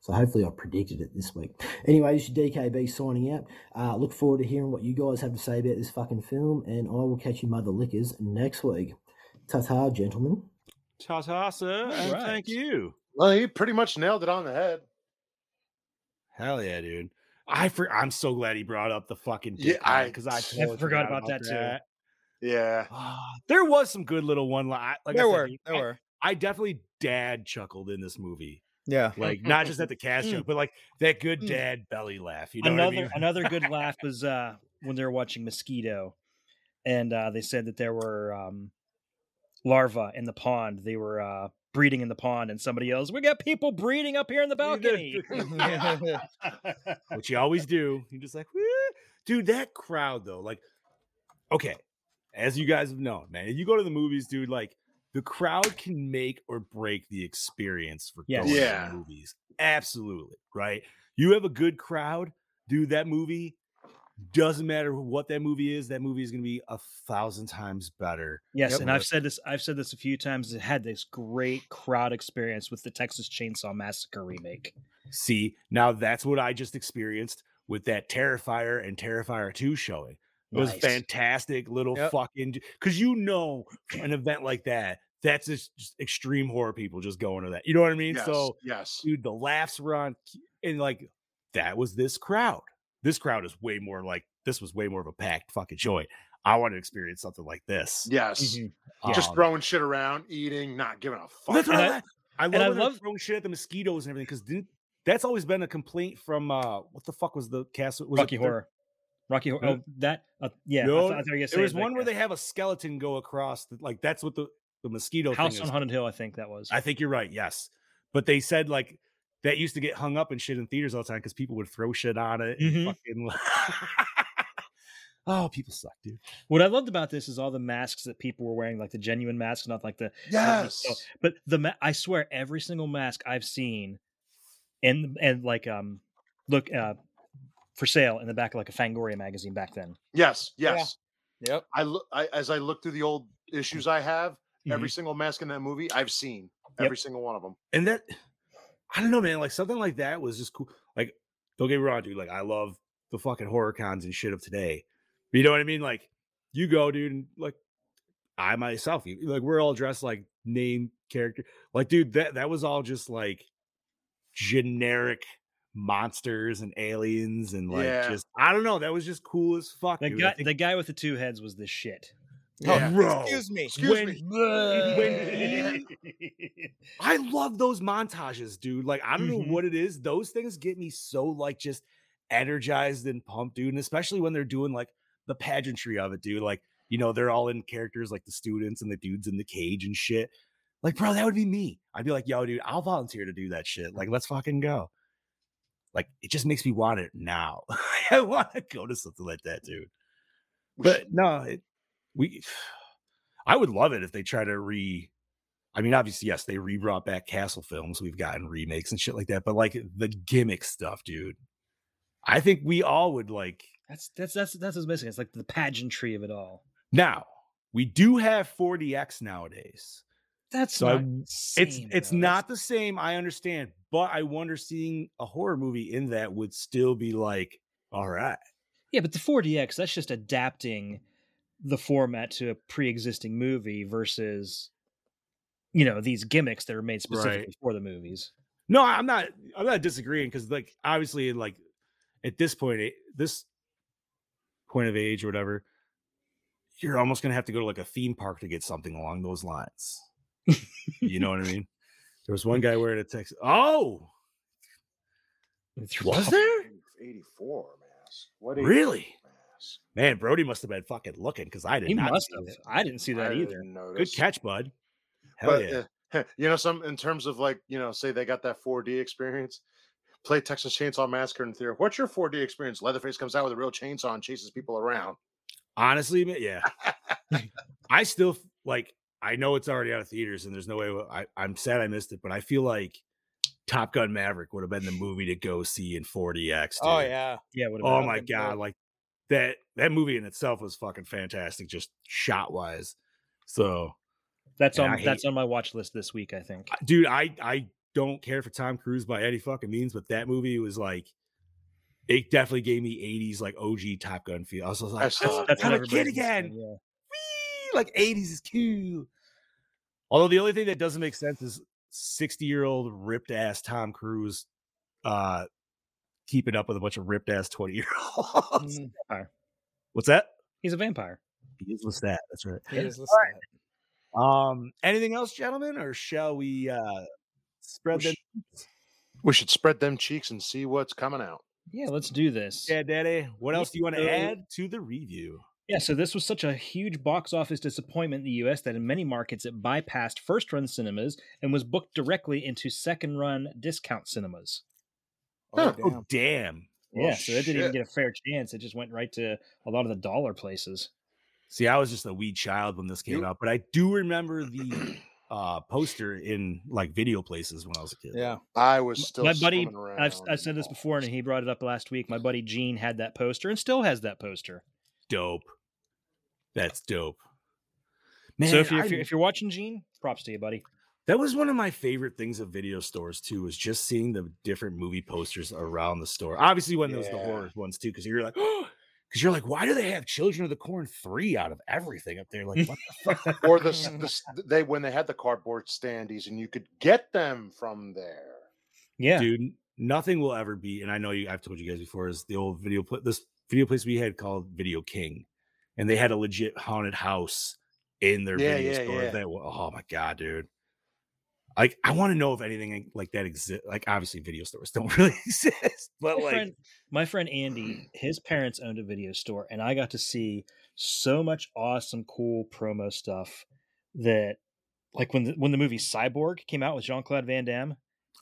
Speaker 7: So hopefully I predicted it this week. Anyway, this is DKB signing out. Uh, look forward to hearing what you guys have to say about this fucking film, and I will catch you mother lickers next week. Ta-ta, gentlemen.
Speaker 3: Ta ta, sir. And
Speaker 4: right.
Speaker 3: thank you.
Speaker 5: Well, he pretty much nailed it on the head.
Speaker 3: Hell yeah, dude. I for, I'm so glad he brought up the fucking
Speaker 5: Yeah,
Speaker 3: dick
Speaker 5: I-
Speaker 3: because I,
Speaker 5: I
Speaker 3: totally
Speaker 4: forgot about that, too.
Speaker 5: Yeah.
Speaker 3: Ah, there was some good little one line. Like
Speaker 6: there
Speaker 3: I said,
Speaker 6: were,
Speaker 3: dude,
Speaker 6: there
Speaker 3: I,
Speaker 6: were.
Speaker 3: I definitely dad chuckled in this movie.
Speaker 6: Yeah.
Speaker 3: Like not just at the cast joke, but like that good
Speaker 6: Mm.
Speaker 3: dad belly laugh. You know
Speaker 4: another
Speaker 3: what I mean? (laughs)
Speaker 4: another good laugh was uh, when they were watching Mosquito, and uh, they said that there were um, larvae in the pond. They were uh, breeding in the pond, and somebody yells, "We got people breeding up here in the balcony."
Speaker 3: which you always do. You're just like, "Woo." dude, that crowd though, like, okay, as you guys have known, man, if you go to the movies, dude, like the crowd can make or break the experience for
Speaker 4: Yes.
Speaker 3: going
Speaker 5: Yeah.
Speaker 3: to the movies. Absolutely, right? You have a good crowd, dude. That movie doesn't matter what that movie is. That movie is gonna be a thousand times better.
Speaker 4: Yes,
Speaker 3: Yep.
Speaker 4: and I've said this. I've said this a few times. It had this great crowd experience with the Texas Chainsaw Massacre remake.
Speaker 3: See, now that's what I just experienced with that Terrifier and Terrifier 2 showing. It was
Speaker 4: Nice.
Speaker 3: fantastic little
Speaker 6: Yep.
Speaker 3: fucking because you know an event like that, that's just, just extreme horror people just going to that. You know what I mean?
Speaker 5: Yes.
Speaker 3: So
Speaker 5: yes.
Speaker 3: dude, the laughs were on and like that was this crowd. This crowd is way more like this was way more of a packed fucking joint. I want to experience something like this.
Speaker 5: Yes. Just
Speaker 3: Um,
Speaker 5: throwing shit around, eating, not giving a fuck.
Speaker 3: That's what
Speaker 4: And
Speaker 3: I,
Speaker 4: I-
Speaker 3: like. I love.
Speaker 4: I
Speaker 3: when they're
Speaker 4: love-
Speaker 3: throwing shit at the mosquitoes and everything because didn't that's always been a complaint from uh what the fuck was the castle? Was it
Speaker 4: Rocky
Speaker 3: the-
Speaker 4: Horror, Rocky Horror.
Speaker 3: No.
Speaker 4: Oh, that. Uh, yeah,
Speaker 3: No,
Speaker 4: I thought, I thought you were gonna say
Speaker 3: There was
Speaker 4: like,
Speaker 3: one where
Speaker 4: uh,
Speaker 3: they have a skeleton go across. The, like that's what the the mosquito
Speaker 4: House
Speaker 3: thing
Speaker 4: on
Speaker 3: is.
Speaker 4: Haunted Hill. I think that was.
Speaker 3: I think you're right. Yes, but they said like that used to get hung up and shit in theaters all the time because people would throw shit on it. and
Speaker 4: Mhm.
Speaker 3: fucking (laughs) oh, people suck, dude.
Speaker 4: What I loved about this is all the masks that people were wearing, like the genuine masks, not like the.
Speaker 3: (laughs)
Speaker 4: not the-
Speaker 5: yes.
Speaker 4: oh, but the ma- I swear, every single mask I've seen, and and like um, look uh, for sale in the back of like a Fangoria magazine back then.
Speaker 5: Yes. Yes.
Speaker 6: Yep.
Speaker 5: I look I, as I look through the old issues I have, every
Speaker 3: Mm-hmm.
Speaker 5: single mask in that movie I've seen.
Speaker 4: Yep.
Speaker 5: Every single one of them.
Speaker 3: and that (sighs) I don't know, man. Like something like that was just cool. Like, don't get me wrong, dude. Like, I love the fucking horror cons and shit of today. But you know what I mean? Like, you go, dude, and like I myself, you- like we're all dressed like name character. Like, dude, that that was all just like generic monsters and aliens and like
Speaker 5: Yeah.
Speaker 3: just I don't know. That was just cool as fuck.
Speaker 4: The
Speaker 3: dude. I
Speaker 4: guy,
Speaker 3: think-
Speaker 4: the guy with the two heads was the shit.
Speaker 5: Yeah.
Speaker 3: bro.
Speaker 6: Excuse me.
Speaker 5: Excuse
Speaker 3: when-
Speaker 5: me.
Speaker 3: when I love those montages, dude. Like, I don't
Speaker 4: Mhm.
Speaker 3: know what it is. Those things get me so like just energized and pumped, dude. And especially when they're doing like the pageantry of it, dude. Like, you know, they're all in characters like the students and the dudes in the cage and shit. Like, bro, that would be me. I'd be like, yo, dude, I'll volunteer to do that shit. Like, let's fucking go. Like, it just makes me want it now. (laughs) I want to go to something like that, dude. But no, it, we. (sighs) I would love it if they try to re. I mean, obviously, yes, they re brought back Castle films. We've gotten remakes and shit like that. But like the gimmick stuff, dude. I think we all would like.
Speaker 4: That's that's that's that's what's missing. It's like the pageantry of it all.
Speaker 3: Now we do have 40x nowadays.
Speaker 4: That's
Speaker 3: So I
Speaker 4: not
Speaker 3: w-
Speaker 4: the
Speaker 3: It's
Speaker 4: same,
Speaker 3: it's
Speaker 4: though. That's-
Speaker 3: not the same. I understand, but I wonder seeing a horror movie in that would still be like, all right,
Speaker 4: Yeah, but the 4DX, that's just adapting the format to a pre-existing movie versus you know, these gimmicks that are made specifically
Speaker 3: Right.
Speaker 4: for the movies.
Speaker 3: No, I'm not. I'm not disagreeing because, like, obviously, like at this point, it- this point of age or whatever, you're almost gonna have to go to like a theme park to get something along those lines. you know what
Speaker 4: (laughs)
Speaker 3: I mean? There was one guy wearing a Texas. Oh,
Speaker 4: It's-
Speaker 3: was there?
Speaker 5: 84 mask. What is
Speaker 3: Really?
Speaker 5: mask?
Speaker 3: Man, Brody must have been fucking looking because I did
Speaker 4: He
Speaker 3: not.
Speaker 4: must
Speaker 3: see
Speaker 4: have.
Speaker 3: that.
Speaker 4: I didn't see that
Speaker 5: I
Speaker 4: either.
Speaker 5: didn't
Speaker 3: Good
Speaker 5: notice.
Speaker 3: catch, bud. Hell
Speaker 5: But
Speaker 3: yeah.
Speaker 5: uh, (laughs) you know, some in terms of like, you know, say they got that 4D experience, play Texas Chainsaw Massacre in theory. What's your 4D experience? Leatherface comes out with a real chainsaw and chases people around.
Speaker 3: Honestly, ma- yeah. I still f- like. I know it's already out of theaters, and there's no way. I, I'm sad I missed it, but I feel like Top Gun Maverick would have been the movie to go see in 40x.
Speaker 6: Oh
Speaker 3: dude.
Speaker 6: yeah,
Speaker 4: Yeah. What
Speaker 3: Oh
Speaker 4: about?
Speaker 3: my
Speaker 6: been great.
Speaker 3: god! Like that. That movie in itself was fucking fantastic, just shot wise. So,
Speaker 4: that's
Speaker 3: man, I
Speaker 4: on
Speaker 3: hate
Speaker 4: that's on my watch list this week. I think.
Speaker 3: I- dude, I I don't care for Tom Cruise by any fucking means, but that movie was like. It definitely gave me 80s like OG Top Gun feel. I was just like,
Speaker 5: That's-
Speaker 3: "Oh,
Speaker 4: That's
Speaker 3: I'm
Speaker 4: what
Speaker 3: a kid
Speaker 4: everybody's saying,
Speaker 3: again.
Speaker 4: Yeah.
Speaker 3: "Wee, like 80s is cool. Although the only thing that doesn't make sense is 60 year old ripped ass Tom Cruise uh keeping up with a bunch of ripped ass 20 year olds.
Speaker 6: Mhm.
Speaker 3: What's that?
Speaker 4: He's a vampire.
Speaker 3: Mm, He is what's that? That's right.
Speaker 6: It is listed.
Speaker 3: Um anything else, gentlemen, or shall we uh spread
Speaker 5: We
Speaker 3: the
Speaker 5: We should spread them cheeks and see what's coming out.
Speaker 4: Yeah, let's do this.
Speaker 3: yeah, daddy? What else do you want
Speaker 4: So-
Speaker 3: to add to the review?
Speaker 4: Yeah, so this was such a huge box office disappointment in the US that in many markets it bypassed first run cinemas and was booked directly into second run discount cinemas.
Speaker 6: Oh,
Speaker 5: Huh.
Speaker 6: damn.
Speaker 3: Oh damn.
Speaker 5: Well,
Speaker 4: yeah, so it didn't
Speaker 5: shit.
Speaker 4: even get a fair chance. It just went right to a lot of the dollar places.
Speaker 3: See, I was just a wee child when this came
Speaker 5: You-
Speaker 3: out, but I do remember (clears throat) the uh poster in like video places when I was a kid.
Speaker 6: Yeah.
Speaker 5: I was still
Speaker 4: my buddy,
Speaker 5: swimming around
Speaker 4: I've, I've said
Speaker 5: in
Speaker 4: this
Speaker 5: all
Speaker 4: before and he brought it up last week. My buddy Gene had that poster and still has that poster.
Speaker 3: dope. That's dope.
Speaker 4: so if you're,
Speaker 3: I-
Speaker 4: if you're, if you're watching Gene, props to you, buddy.
Speaker 3: that was one of my favorite things of video stores too, was just seeing the different movie posters around the store. Obviously, when there was the
Speaker 5: Yeah.
Speaker 3: horror ones too, because you're like, (gasps) because you're like, why do they have Children of the Corn three out of everything up there? (laughs) Like, what the fuck?
Speaker 5: or the,
Speaker 4: (laughs)
Speaker 5: s- the s- they when they had the cardboard standees and you could get them from there.
Speaker 4: Yeah.
Speaker 3: dude? Nothing will ever be. And I know you, I've told you guys before, is the old video pla- this video place we had called Video King, and they had a legit haunted house in their
Speaker 5: Yeah,
Speaker 3: video
Speaker 5: yeah,
Speaker 3: store.
Speaker 5: yeah.
Speaker 3: That wa- oh my god, dude. Like I want to know if anything like that exists. Like obviously, video stores (laughs) don't really exist, but
Speaker 4: my
Speaker 3: like
Speaker 4: friend, my friend Andy, his parents owned a video store, and I got to see so much awesome, cool promo stuff that, like when the, when the movie Cyborg came out with Jean Claude Van Damme,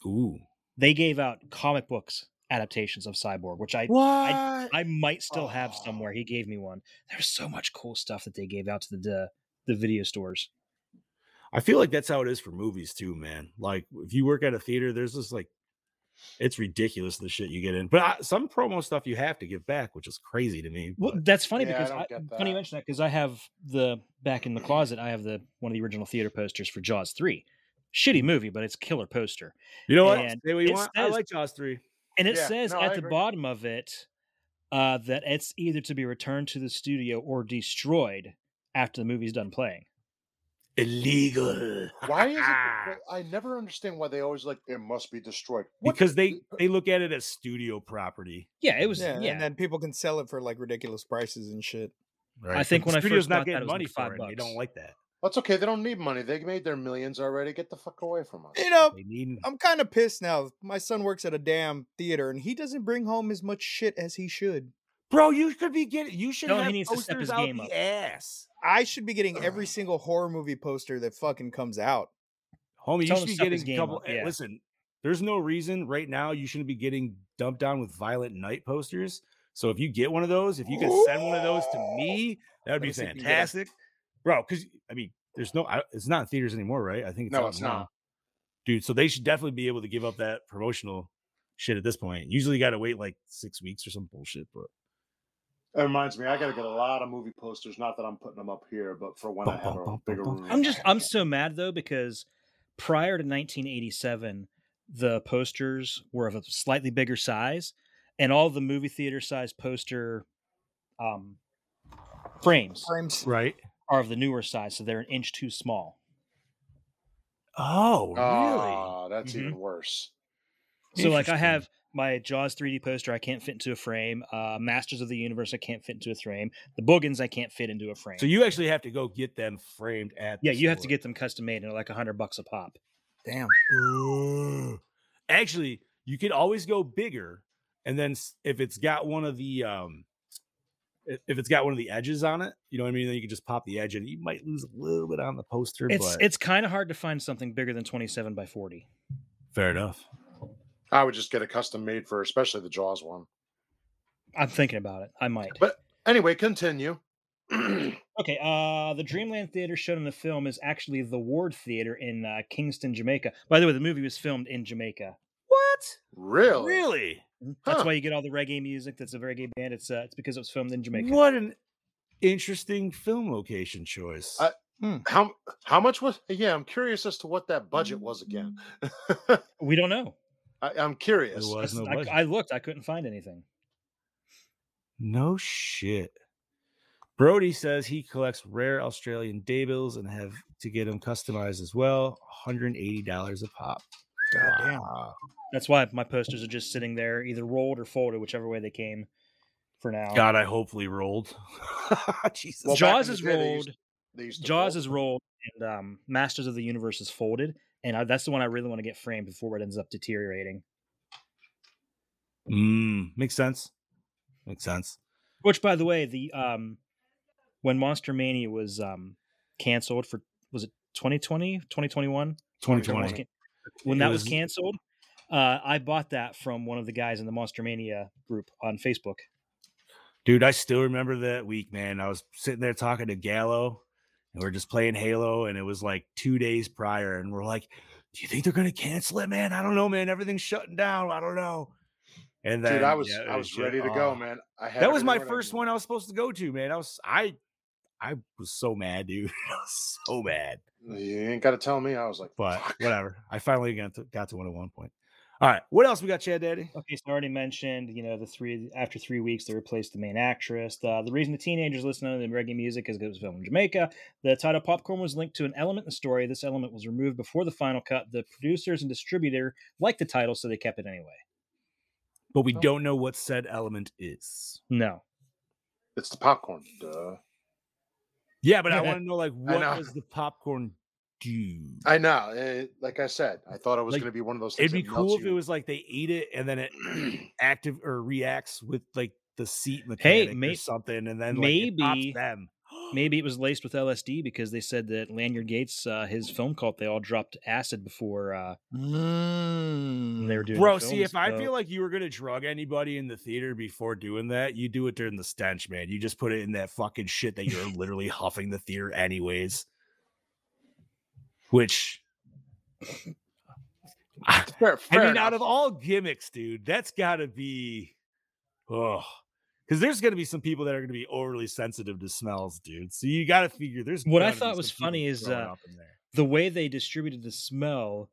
Speaker 3: ooh,
Speaker 4: they gave out comic books adaptations of Cyborg, which I
Speaker 3: what?
Speaker 4: I might still have
Speaker 5: Aw.
Speaker 4: somewhere. He gave me one. There's so much cool stuff that they gave out to the the, the video stores.
Speaker 3: I feel like that's how it is for movies too, man. Like if you work at a theater, there's this like it's ridiculous the shit you get in. But I, some promo stuff you have to give back, which is crazy to me.
Speaker 4: Well,
Speaker 3: but-
Speaker 4: that's funny
Speaker 5: Yeah, I
Speaker 4: because
Speaker 5: don't
Speaker 4: I,
Speaker 5: get
Speaker 4: funny
Speaker 5: that.
Speaker 4: you mention that because I have the back in the closet. I have the one of the original theater posters for Jaws three. Shitty movie, but it's a killer poster.
Speaker 3: you know what?
Speaker 4: and
Speaker 3: Say what you
Speaker 4: it
Speaker 3: want. I
Speaker 4: says-
Speaker 3: like Jaws three.
Speaker 4: And it
Speaker 5: Yeah,
Speaker 4: says
Speaker 5: no, I
Speaker 4: at the
Speaker 5: agree.
Speaker 4: bottom of it uh, that it's either to be returned to the studio or destroyed after the movie's done playing.
Speaker 3: Illegal.
Speaker 5: Why is it? that- (laughs) I never understand why they always like it must be destroyed. What
Speaker 3: because they they look at it as studio property.
Speaker 4: Yeah, it was.
Speaker 6: yeah,
Speaker 4: Yeah,
Speaker 6: and then people can sell it for like ridiculous prices and shit.
Speaker 3: Right.
Speaker 4: I
Speaker 3: But
Speaker 4: think
Speaker 3: the
Speaker 4: when I
Speaker 3: studio's
Speaker 4: first
Speaker 3: not
Speaker 4: bought that, it
Speaker 3: getting
Speaker 4: was
Speaker 3: money
Speaker 4: like
Speaker 3: for
Speaker 4: five
Speaker 3: it, and they don't
Speaker 4: bucks.
Speaker 3: like that.
Speaker 5: That's okay. They don't need money. They made their millions already. Get the fuck away from us.
Speaker 6: You know,
Speaker 3: They need
Speaker 6: I'm kind of pissed now. My son works at a damn theater, and he doesn't bring home as much shit as he should.
Speaker 3: bro. You should be getting. You should
Speaker 4: Tell him he
Speaker 3: have
Speaker 4: needs to
Speaker 3: posters
Speaker 4: step his
Speaker 3: out
Speaker 4: game
Speaker 3: the
Speaker 4: up.
Speaker 3: ass,
Speaker 6: I should be getting every single horror movie poster that fucking comes out.
Speaker 3: homie. you
Speaker 4: Tell him
Speaker 3: should
Speaker 4: to
Speaker 3: be
Speaker 4: step his
Speaker 3: getting
Speaker 4: game
Speaker 3: couple.
Speaker 4: up,
Speaker 3: eh,
Speaker 4: yeah.
Speaker 3: Listen, there's no reason right now you shouldn't be getting dumped down with Violent Night posters. So if you get one of those, if you could send one of those to me, that would
Speaker 6: Let
Speaker 3: be
Speaker 6: me see if you can get a-
Speaker 3: fantastic, bro. Because I mean, there's no. I, it's not in theaters anymore, right? I think it's
Speaker 5: No,
Speaker 3: out
Speaker 5: it's
Speaker 3: now.
Speaker 5: not.
Speaker 3: dude. So they should definitely be able to give up that promotional shit at this point. Usually, got to wait like six weeks or some bullshit, but.
Speaker 5: It reminds me, I got to get a lot of movie posters. Not that I'm putting them up here, but for when I have a bigger room.
Speaker 4: I'm just I'm so mad though because prior to 1987, the posters were of a slightly bigger size, and all the movie theater size poster um, frames
Speaker 6: Frames.
Speaker 3: Right.
Speaker 4: are of the newer size, so they're an inch too small.
Speaker 3: Oh, really?
Speaker 5: Ah, that's
Speaker 4: Mhm.
Speaker 5: even worse.
Speaker 4: So like I
Speaker 3: Interesting.
Speaker 4: have my Jaws 3D poster I can't fit into a frame, uh, Masters of the Universe I can't fit into a frame, the Boogans I can't fit into a frame.
Speaker 3: So you actually have to go get them framed at.
Speaker 4: yeah,
Speaker 3: the
Speaker 4: you have to
Speaker 3: store.
Speaker 4: get them custom made and they're like a hundred bucks a pop.
Speaker 6: Damn.
Speaker 3: Ugh. Actually, you could always go bigger, and then s- if it's got one of the um, if if it's got one of the edges on it, you know what I mean. Then you can just pop the edge, and you might lose a little bit on the poster.
Speaker 4: It's
Speaker 3: but
Speaker 4: it's kind of hard to find something bigger than 27 by 40.
Speaker 3: fair enough.
Speaker 5: I would just get a custom made for especially the Jaws one.
Speaker 4: I'm thinking about it. I might.
Speaker 5: But- Anyway, continue. (clears throat)
Speaker 4: Okay, uh, the Dreamland Theater shown in the film is actually the Ward Theater in uh, Kingston, Jamaica. By the way, the movie was filmed in Jamaica. Mm-hmm.
Speaker 3: What?
Speaker 5: really?
Speaker 3: Really?
Speaker 4: That's
Speaker 5: Huh.
Speaker 4: why you get all the reggae music. That's a reggae band. It's uh, it's because it was filmed in Jamaica.
Speaker 3: What an interesting film location choice.
Speaker 5: I- How how much was? Yeah, I'm curious as to what that budget was again. I, (laughs)
Speaker 4: We don't know.
Speaker 5: I'm curious.
Speaker 3: Mm, It was no
Speaker 4: I,
Speaker 3: budget.
Speaker 4: I looked. I couldn't find anything.
Speaker 3: No shit. Brody says he collects rare Australian day bills and have to get them customized as well. $180 a pop. Wow.
Speaker 4: That's why my posters are just sitting there, either rolled or folded, whichever way they came. For now,
Speaker 3: God, I hopefully rolled. Jesus.
Speaker 5: Well, back
Speaker 4: Jaws
Speaker 5: in the
Speaker 4: is
Speaker 5: day, they
Speaker 4: rolled.
Speaker 5: used- They used to
Speaker 4: Jaws
Speaker 5: fold.
Speaker 4: is rolled, and um, Masters of the Universe is folded, and I, that's the one I really want to get framed before it ends up deteriorating.
Speaker 3: Mm, makes sense. Makes sense.
Speaker 4: Which, by the way, the um, when Monster Mania was um, canceled for was it 2020, 2021?
Speaker 3: 2020.
Speaker 4: When
Speaker 3: It
Speaker 4: that was
Speaker 3: was-
Speaker 4: canceled, uh, I bought that from one of the guys in the Monster Mania group on Facebook.
Speaker 3: Dude, I still remember that week, man. I was sitting there talking to Gallo and we are just playing Halo, and it was like two days prior, and we're like, Do you think they're gonna cancel it, man? I don't know, man. Everything's shutting down. I don't know. And then
Speaker 5: Dude, I was
Speaker 3: yeah, it
Speaker 5: I was
Speaker 3: just-
Speaker 5: ready to go,
Speaker 3: oh.
Speaker 5: man. I had
Speaker 3: That was my
Speaker 5: everything I
Speaker 3: first
Speaker 5: needed.
Speaker 3: one I was supposed to go to, man. I was I I was so mad, dude. (laughs) I was so mad.
Speaker 5: You ain't got to tell me. I was like,
Speaker 3: But
Speaker 5: "Fuck."
Speaker 3: whatever. I finally got to, got to one at one point. All right. What else we got, Chad Daddy?
Speaker 4: Okay, so I already mentioned, you know, the three after three weeks they replaced the main actress. Uh, the reason the teenagers listened to the reggae music is 'cause it was filmed in Jamaica. The title "Popcorn" was linked to an element in the story. This element was removed before the final cut. The producers and distributor liked the title, so they kept it anyway.
Speaker 3: But we
Speaker 5: Oh.
Speaker 3: don't know what said element is.
Speaker 4: No,
Speaker 5: It's the popcorn. Duh.
Speaker 3: Yeah, but I (laughs)
Speaker 4: Yeah.
Speaker 3: want to know like what
Speaker 5: know.
Speaker 3: does the popcorn do?
Speaker 5: I know. eh, like I said, I thought it was
Speaker 3: Like,
Speaker 5: going to be one of those.
Speaker 3: It'd
Speaker 5: Things
Speaker 3: be
Speaker 5: that melts
Speaker 3: cool if it
Speaker 5: you.
Speaker 3: was like they eat it and then it
Speaker 5: (clears throat)
Speaker 3: active or reacts with like the seat
Speaker 4: Hey,
Speaker 3: mechanic
Speaker 4: may-
Speaker 3: or something, and then like, it pops (gasps)
Speaker 4: maybe-
Speaker 3: them.
Speaker 4: maybe it was laced with LSD because they said that Lanyard Gates, uh, his film cult, they all dropped acid before uh,
Speaker 3: Mm.
Speaker 4: when they were doing.
Speaker 3: Bro, see, if I feel like you were gonna drug anybody in the theater before doing that, you do it during the stench, man. You just put it in that fucking shit that you're literally huffing the theater anyways. Which
Speaker 5: Fair, fair
Speaker 3: I mean,
Speaker 5: enough.
Speaker 3: out of all gimmicks, dude, that's got to be, oh, because there's going to be some people that are going to be overly sensitive to smells, dude. So you got to figure there's.
Speaker 4: What I
Speaker 3: gotta be
Speaker 4: thought
Speaker 3: some
Speaker 4: was
Speaker 3: people
Speaker 4: funny is,
Speaker 3: growing
Speaker 4: uh,
Speaker 3: up in there.
Speaker 4: the way they distributed the smell,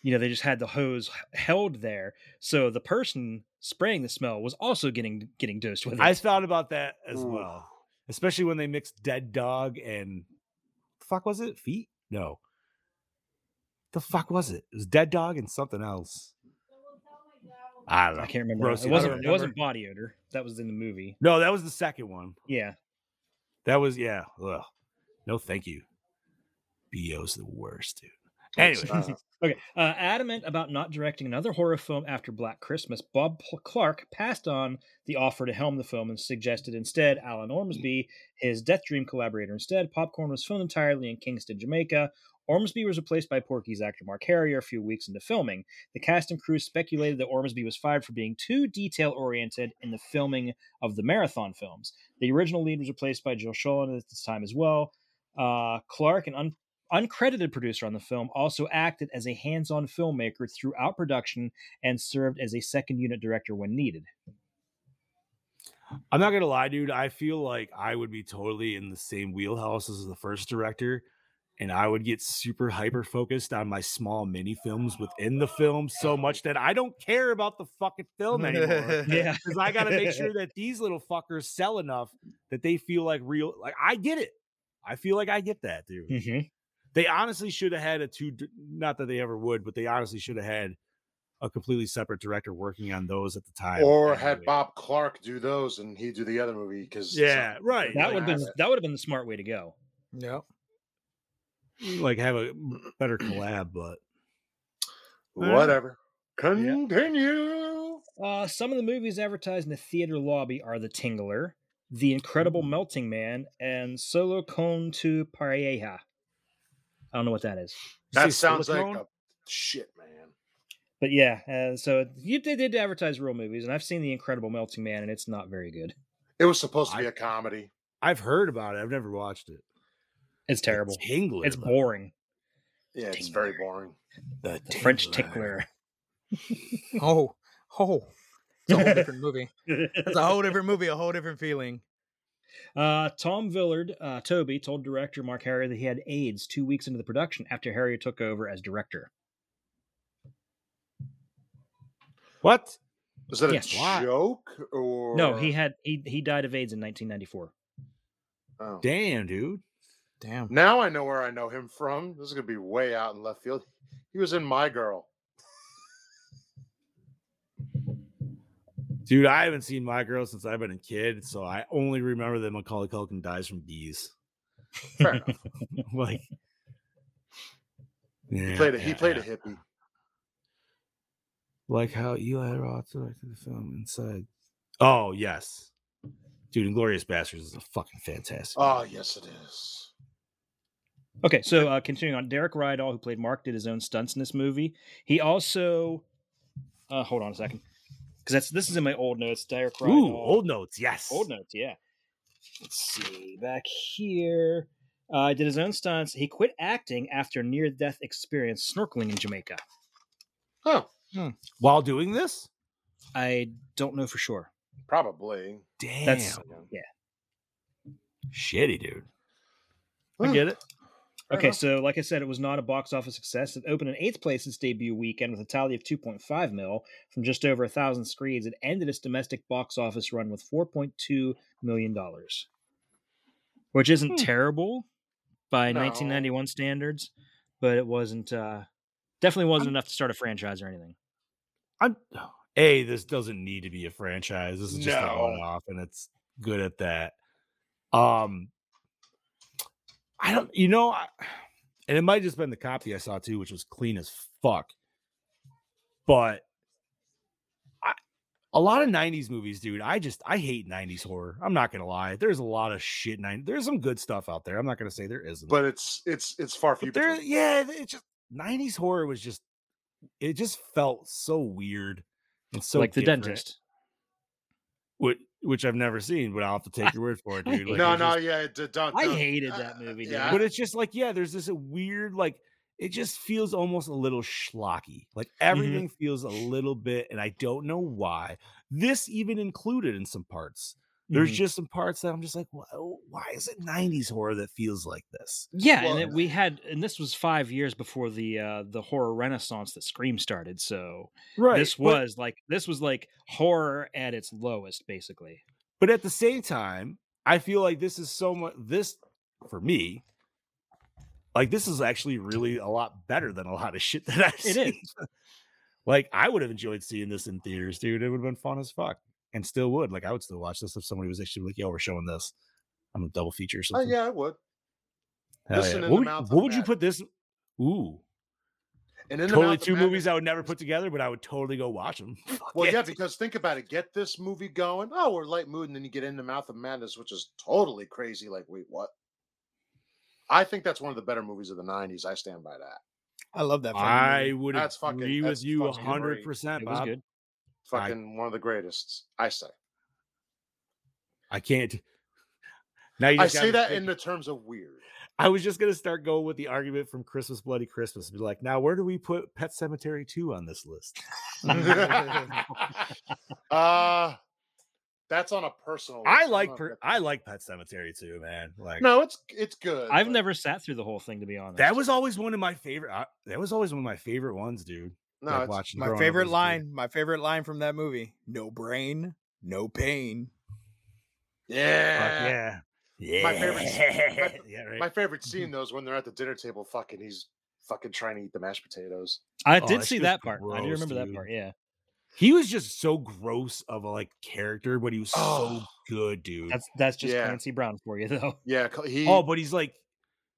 Speaker 4: you know, they just had the hose h- held there, so the person spraying the smell was also getting getting dosed with it.
Speaker 3: I thought about that as
Speaker 5: Ooh.
Speaker 3: well, especially when they mixed dead dog and fuck was it feet? No, the fuck was it? It was dead dog and something else. I don't know.
Speaker 4: I can't remember.
Speaker 3: Bro,
Speaker 4: now.
Speaker 3: see, I
Speaker 4: it
Speaker 3: don't
Speaker 4: wasn't it
Speaker 3: remember.
Speaker 4: wasn't body odor. That was in the movie.
Speaker 3: No, that was the second one.
Speaker 4: Yeah.
Speaker 3: That was yeah. Ugh. No, thank you. Bo's the worst, dude.
Speaker 5: It's
Speaker 3: Anyway,
Speaker 5: not.
Speaker 3: (laughs)
Speaker 4: Okay. Uh, adamant about not directing another horror film after Black Christmas, Bob Pl- Clark passed on the offer to helm the film and suggested instead Alan Ormsby, his Death Dream collaborator. Instead, Popcorn was filmed entirely in Kingston, Jamaica. Ormsby was replaced by Porky's actor Mark Harrier a few weeks into filming. The cast and crew speculated that Ormsby was fired for being too detail oriented in the filming of the marathon films. The original lead was replaced by Jill Schoen at this time as well. Uh, Clark, an un- uncredited producer on the film, also acted as a hands on filmmaker throughout production and served as a second unit director when
Speaker 6: (laughs)
Speaker 4: needed.
Speaker 3: I'm not gonna lie, dude. I feel like I would be totally in the same wheelhouse as the first director, and I would get super hyper focused on my small mini films within the film so much that I don't care about the fucking
Speaker 5: (laughs)
Speaker 3: film anymore.
Speaker 4: Yeah.
Speaker 3: Because I gotta make sure that these little fuckers sell enough that they feel like real. Like I get it. I feel like I get that, dude.
Speaker 5: Hmm.
Speaker 4: Mm-hmm.
Speaker 3: they honestly should have had a two di- not that they ever would but they honestly should have had a completely separate director working on those at the time
Speaker 5: or had
Speaker 3: anyway.
Speaker 5: Bob Clark do those and he do the other movie because
Speaker 3: yeah right
Speaker 4: That
Speaker 3: that
Speaker 4: would
Speaker 3: like,
Speaker 4: have been
Speaker 5: Like-
Speaker 4: that would have been the smart way to go.
Speaker 6: Yeah.
Speaker 3: would like
Speaker 5: (clears throat)
Speaker 3: have a better collab but
Speaker 5: whatever. Continue.
Speaker 4: Uh, some of the movies advertised in the theater lobby are The Tingler, The
Speaker 6: Mm-hmm.
Speaker 4: Incredible Melting Man, and Solo Con to Pareja. I don't know what that is.
Speaker 3: say
Speaker 5: That sounds like
Speaker 3: silicone?
Speaker 5: a, shit, man.
Speaker 4: But yeah, uh, so you they did advertise real movies, and I've seen The Incredible Melting Man, and it's not very good.
Speaker 5: It was supposed to
Speaker 3: I-
Speaker 5: be a comedy.
Speaker 3: I've heard about it. I've never watched it.
Speaker 4: It's terrible.
Speaker 3: The Tingler.
Speaker 4: It's boring.
Speaker 5: Yeah, it's very boring.
Speaker 3: The,
Speaker 4: The French tickler.
Speaker 6: Oh, oh, it's a whole different movie.
Speaker 4: (laughs)
Speaker 6: It's a whole different movie, a whole different feeling.
Speaker 4: Uh, Tom Villard, uh, Toby, told director Mark Harrier that he had AIDS two weeks into the production after Harrier took over as director.
Speaker 3: What?
Speaker 5: Was that a
Speaker 4: Yes.
Speaker 3: Why?
Speaker 5: joke or uh,
Speaker 4: No, he had he he died of AIDS in 1994.
Speaker 5: Oh.
Speaker 3: Damn, dude.
Speaker 6: Damn.
Speaker 5: Now I know where I know him from. This is gonna be way out in left field. He was in My Girl.
Speaker 3: Dude, I haven't seen My Girl since I've been a kid, so I only remember that Macaulay Culkin dies from bees. (laughs)
Speaker 5: Fair enough.
Speaker 3: like,
Speaker 5: He
Speaker 3: Yeah,
Speaker 5: played a
Speaker 3: yeah,
Speaker 5: he played
Speaker 3: (laughs) yeah.
Speaker 5: a hippie.
Speaker 3: like how Eli Roth directed the film Inside. Oh yes, dude, Inglorious Bastards is a fucking fantastic.
Speaker 5: Oh yes, it is.
Speaker 4: Okay, so uh, continuing on, Derek Rydall, who played Mark, did his own stunts in this movie. He also, uh, hold on a second, because that's this is in my old notes. Derek
Speaker 5: Oh,
Speaker 4: Rydall,
Speaker 3: Ooh, old notes, yes.
Speaker 4: Old notes, yeah. Let's see, back here. Uh, he did his own stunts. He quit acting after near death experience snorkeling in Jamaica.
Speaker 5: Huh.
Speaker 3: While doing this,
Speaker 4: I don't know for sure.
Speaker 5: Probably.
Speaker 3: damn,
Speaker 4: That's-
Speaker 3: shitty, dude.
Speaker 5: Hmm.
Speaker 3: I get it.
Speaker 5: Fair
Speaker 4: okay,
Speaker 5: enough.
Speaker 4: so like I said, it was not a box office success. It opened in eighth place its debut weekend with a tally of 2.5 mil from just over a thousand screens. It ended its domestic box office run with 4.2 million dollars, which isn't terrible by
Speaker 5: No.
Speaker 4: 1991 standards, but it wasn't uh, definitely wasn't enough to start a franchise or anything.
Speaker 3: I'm (sighs) a. This doesn't need to be a franchise. This is just a
Speaker 5: No.
Speaker 3: one-off, and it's good at that. Um, I don't, you know, I, (sighs) and it might just been the copy I saw too, which was clean as fuck. But I, a lot of '90s movies, dude. I just I hate '90s horror. I'm not gonna lie. There's a lot of shit. 90, there's some good stuff out there. I'm not gonna say there isn't.
Speaker 5: But it's it's it's far few
Speaker 3: But there,
Speaker 5: between.
Speaker 3: yeah, it just '90s horror was just it just felt so weird and so
Speaker 4: like the
Speaker 3: different,
Speaker 4: dentist.
Speaker 3: which, which I've never seen, but I'll have to take your word for
Speaker 5: (laughs)
Speaker 3: it, dude. Like,
Speaker 5: no,
Speaker 3: it's
Speaker 5: no,
Speaker 3: just-
Speaker 5: yeah, d- don't.
Speaker 4: I
Speaker 5: don't-
Speaker 4: hated
Speaker 5: uh,
Speaker 4: that movie, dude.
Speaker 5: yeah.
Speaker 3: but it's just like yeah, there's this uh, weird like it just feels almost a little schlocky. Like everything feels a little bit, and I don't know why. This even included in some parts. There's
Speaker 4: Mhm.
Speaker 3: just some parts that I'm just like, why, why is it '90s horror that feels like this?
Speaker 4: Yeah,
Speaker 5: Well-
Speaker 4: and it, we had, and this was five years before the uh, the horror renaissance that Scream started. So
Speaker 3: Right.
Speaker 4: this
Speaker 3: but-
Speaker 4: was like this was like horror at its lowest, basically.
Speaker 3: But at the same time, I feel like this is so much this for me. Like this is actually really a lot better than a lot of shit (laughs) that I've
Speaker 4: It
Speaker 3: seen. like I would have enjoyed seeing this in theaters, dude. It would have been fun as fuck, and still would. Like I would still watch this if somebody was actually like, "Yo, we're showing this on a double feature or
Speaker 5: Oh
Speaker 3: something."
Speaker 5: yeah, I would.
Speaker 3: Hell
Speaker 5: This and In the
Speaker 3: What would,
Speaker 5: Mouth of
Speaker 3: what would you
Speaker 5: Madness.
Speaker 3: put this? Ooh,
Speaker 5: And in the
Speaker 3: totally
Speaker 5: Mouth of
Speaker 3: two
Speaker 5: Madness-
Speaker 3: movies I would never put together, but I would totally go watch (laughs) them.
Speaker 5: Well, yeah. because think about it. Get this movie going. Oh, we're light mood, and then you get in the mouth of madness, which is totally crazy. Like, wait, what? I think that's one of the better movies of the '90s. I stand by that.
Speaker 6: I love that. fucking
Speaker 3: I
Speaker 6: movie.
Speaker 3: would
Speaker 5: That's fucking-
Speaker 3: agree with
Speaker 5: that's
Speaker 3: you
Speaker 5: fucking great.
Speaker 3: hundred percent,
Speaker 4: It was
Speaker 3: Bob.
Speaker 4: good.
Speaker 3: I-
Speaker 5: Fucking one of the greatest. I say.
Speaker 3: I can't. (laughs) Now you
Speaker 5: I
Speaker 3: just got
Speaker 5: say
Speaker 3: me
Speaker 5: that
Speaker 3: thinking.
Speaker 5: in the terms of
Speaker 3: (laughs)
Speaker 5: weird.
Speaker 3: I was just gonna start going with the argument from Christmas Bloody Christmas. Be like, now where do we put Pet Cemetery Two on this list?
Speaker 5: uh that's on a personal.
Speaker 3: I
Speaker 5: list. I'm
Speaker 3: like
Speaker 5: Oh, not
Speaker 3: per-
Speaker 5: gonna-
Speaker 3: I like Pet Cemetery Two, man. Like
Speaker 5: No, it's it's good.
Speaker 4: I've
Speaker 5: but-
Speaker 4: never sat through the whole thing to be honest.
Speaker 3: that was always one of my favorite. I, that was always one of my favorite ones, dude.
Speaker 5: No,
Speaker 3: like,
Speaker 5: it's-
Speaker 3: watching
Speaker 6: my
Speaker 3: growing up
Speaker 6: favorite
Speaker 3: as a kid.
Speaker 6: line, my favorite line from that movie: "No brain, no pain."
Speaker 3: Fuck
Speaker 5: yeah.
Speaker 3: yeah, yeah,
Speaker 5: My favorite s- my-
Speaker 3: yeah, (laughs) right.
Speaker 5: My favorite scene
Speaker 3: Mm-hmm.
Speaker 5: though is when they're at the dinner table. Fucking, he's fucking trying to eat the mashed potatoes.
Speaker 4: I
Speaker 3: Oh,
Speaker 4: did
Speaker 3: that
Speaker 4: see
Speaker 3: shit's
Speaker 4: that part. I do
Speaker 3: gross,
Speaker 4: remember that
Speaker 3: dude.
Speaker 4: part. Yeah,
Speaker 3: he was just so gross of a like character, but he was
Speaker 5: Oh.
Speaker 3: so good, dude.
Speaker 4: that's that's just
Speaker 5: Yeah.
Speaker 4: Clancy Brown for you (laughs) though.
Speaker 5: Yeah, c- he.
Speaker 3: Oh, but he's like,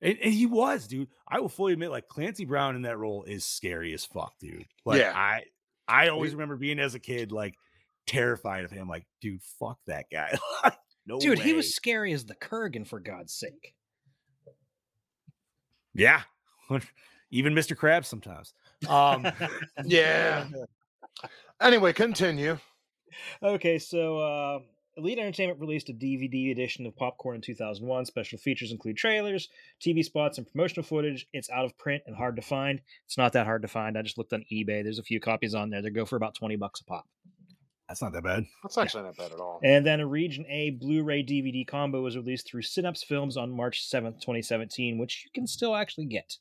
Speaker 3: and, and he was, dude. I will fully admit, like Clancy Brown in that role is scary as fuck, dude. Like,
Speaker 5: Yeah.
Speaker 3: I, I always
Speaker 5: He-
Speaker 3: remember being as a kid, like terrified of him. Like, dude, fuck that guy. (laughs) No
Speaker 4: Dude, he
Speaker 3: way.
Speaker 4: was scary as the Kurgan for God's
Speaker 3: (laughs)
Speaker 4: sake. (laughs)
Speaker 3: Yeah. (laughs) Even Mr. Krabs sometimes. Um
Speaker 5: Yeah. (laughs) Anyway, continue.
Speaker 4: Okay, so uh, Elite Entertainment released a DVD edition of Popcorn in 2001. Special features include trailers, TV spots, and promotional footage. It's out of print and hard to find. It's not that hard to find. I just looked on eBay. There's a few copies on there. They go for about 20 bucks a pop.
Speaker 3: that's not that bad.
Speaker 5: That's actually not bad at all.
Speaker 4: And then a Region A Blu-ray DVD combo was released through Synapse Films on March 7th, 2017, which you can still actually get.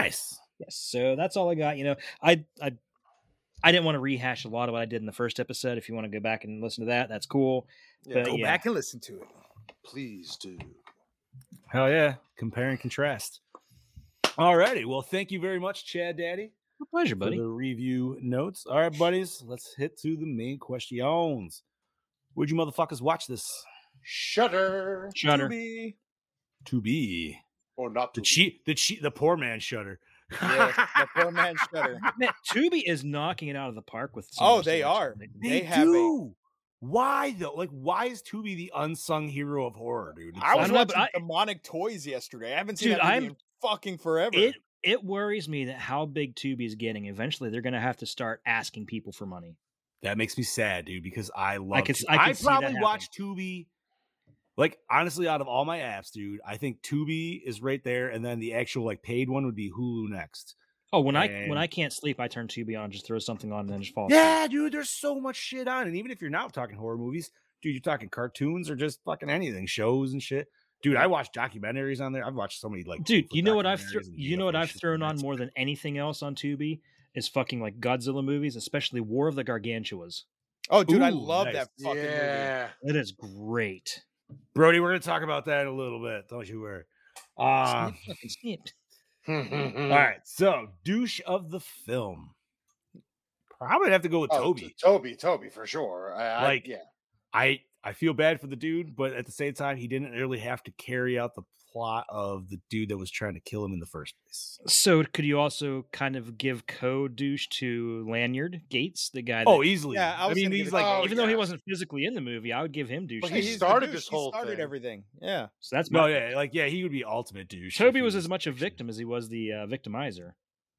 Speaker 3: Nice.
Speaker 4: Yes, so that's all I got. You know, I I I didn't want to rehash a lot of what I did in the first episode. If you want to go back and listen to that, that's cool.
Speaker 5: Yeah,
Speaker 4: but
Speaker 6: Go
Speaker 4: Uh, yeah.
Speaker 6: back and listen to it.
Speaker 5: please do.
Speaker 3: Hell yeah. Compare and contrast. All righty. Well, thank you very much, Chad Daddy,
Speaker 4: My pleasure,
Speaker 3: for
Speaker 4: buddy.
Speaker 3: the review notes. All right, buddies, let's hit to the main questions. Would you motherfuckers watch this?
Speaker 5: Shudder
Speaker 4: Shutter.
Speaker 6: Ruby.
Speaker 3: To be
Speaker 5: or not to
Speaker 3: the
Speaker 5: be.
Speaker 3: cheat, the cheat, the poor man shutter. (laughs)
Speaker 6: (laughs) Yeah, the poor man shutter.
Speaker 4: Man, Tubi is knocking it out of the park with. some
Speaker 6: Oh,
Speaker 4: of this
Speaker 6: they
Speaker 4: selection.
Speaker 6: are.
Speaker 3: They,
Speaker 6: They have a-
Speaker 3: do. Why though? Like, why is Tubi the unsung hero of horror, dude? It's
Speaker 6: I
Speaker 3: like-
Speaker 6: was
Speaker 4: know,
Speaker 6: watching
Speaker 4: but I-
Speaker 6: demonic toys yesterday. I haven't seen
Speaker 4: Dude,
Speaker 6: that
Speaker 4: I'm-
Speaker 6: movie in fucking forever.
Speaker 4: It it worries me that how big Tubi is getting. Eventually, they're going to have to start asking people for money.
Speaker 3: that makes me sad, dude, because I love.
Speaker 4: could s-
Speaker 3: Tu-
Speaker 4: I
Speaker 3: I,
Speaker 4: could see that
Speaker 3: probably watch Tubi. Like honestly, out of all my apps, dude, I think Tubi is right there, and then the actual like paid one would be Hulu next.
Speaker 4: Oh, when I when
Speaker 3: And-
Speaker 4: I can't sleep, I turn Tubi on, just throw something on, and then just fall. asleep.
Speaker 3: Yeah, dude, there's so much shit on, and even if you're not talking horror movies, dude, you're talking cartoons or just fucking anything, shows and shit. Dude, I watch documentaries on there. I've watched so many like
Speaker 4: dude
Speaker 3: Bigfoot
Speaker 4: you know what i've thro-
Speaker 3: documentaries and
Speaker 4: you know what
Speaker 3: UFO
Speaker 4: i've
Speaker 3: shit,
Speaker 4: thrown
Speaker 3: and
Speaker 4: on
Speaker 3: that's-
Speaker 4: more than anything else on tubi is fucking like godzilla movies especially war of the gargantuas
Speaker 6: oh, dude, I
Speaker 3: Ooh,
Speaker 6: love
Speaker 3: nice.
Speaker 6: that fucking movie.
Speaker 5: yeah.
Speaker 4: it is great
Speaker 3: Brody, we're gonna talk about that in a little bit. Don't you worry. Uh,
Speaker 4: Snip, fucking snip.
Speaker 3: all right. So, douche of the film. Probably have to go with
Speaker 5: Oh,
Speaker 3: Toby.
Speaker 5: T- Toby, Toby, for sure. I, I-
Speaker 3: Like-
Speaker 5: yeah,
Speaker 3: I I feel bad for the dude, but at the same time, he didn't really have to carry out the plot of the dude that was trying to kill him in the first place.
Speaker 4: so could you also kind of give code douche to lanyard gates the guy that,
Speaker 3: Oh, easily.
Speaker 6: Yeah, I
Speaker 3: I,
Speaker 6: was
Speaker 3: mean,
Speaker 6: gonna give
Speaker 3: he's
Speaker 6: it-
Speaker 3: like,
Speaker 5: oh,
Speaker 4: even though he
Speaker 5: yeah.
Speaker 4: wasn't physically in the movie i would give him douche
Speaker 5: But
Speaker 6: Yeah,
Speaker 5: he
Speaker 4: too.
Speaker 6: he's the
Speaker 5: started
Speaker 6: douche.
Speaker 5: this
Speaker 6: He
Speaker 5: whole
Speaker 6: started
Speaker 5: thing.
Speaker 6: everything. Yeah.
Speaker 4: so that's
Speaker 3: no,
Speaker 4: my
Speaker 3: yeah, like yeah, he would be ultimate douche. if
Speaker 4: toby
Speaker 3: he
Speaker 4: was as much a victim as he was the uh, victimizer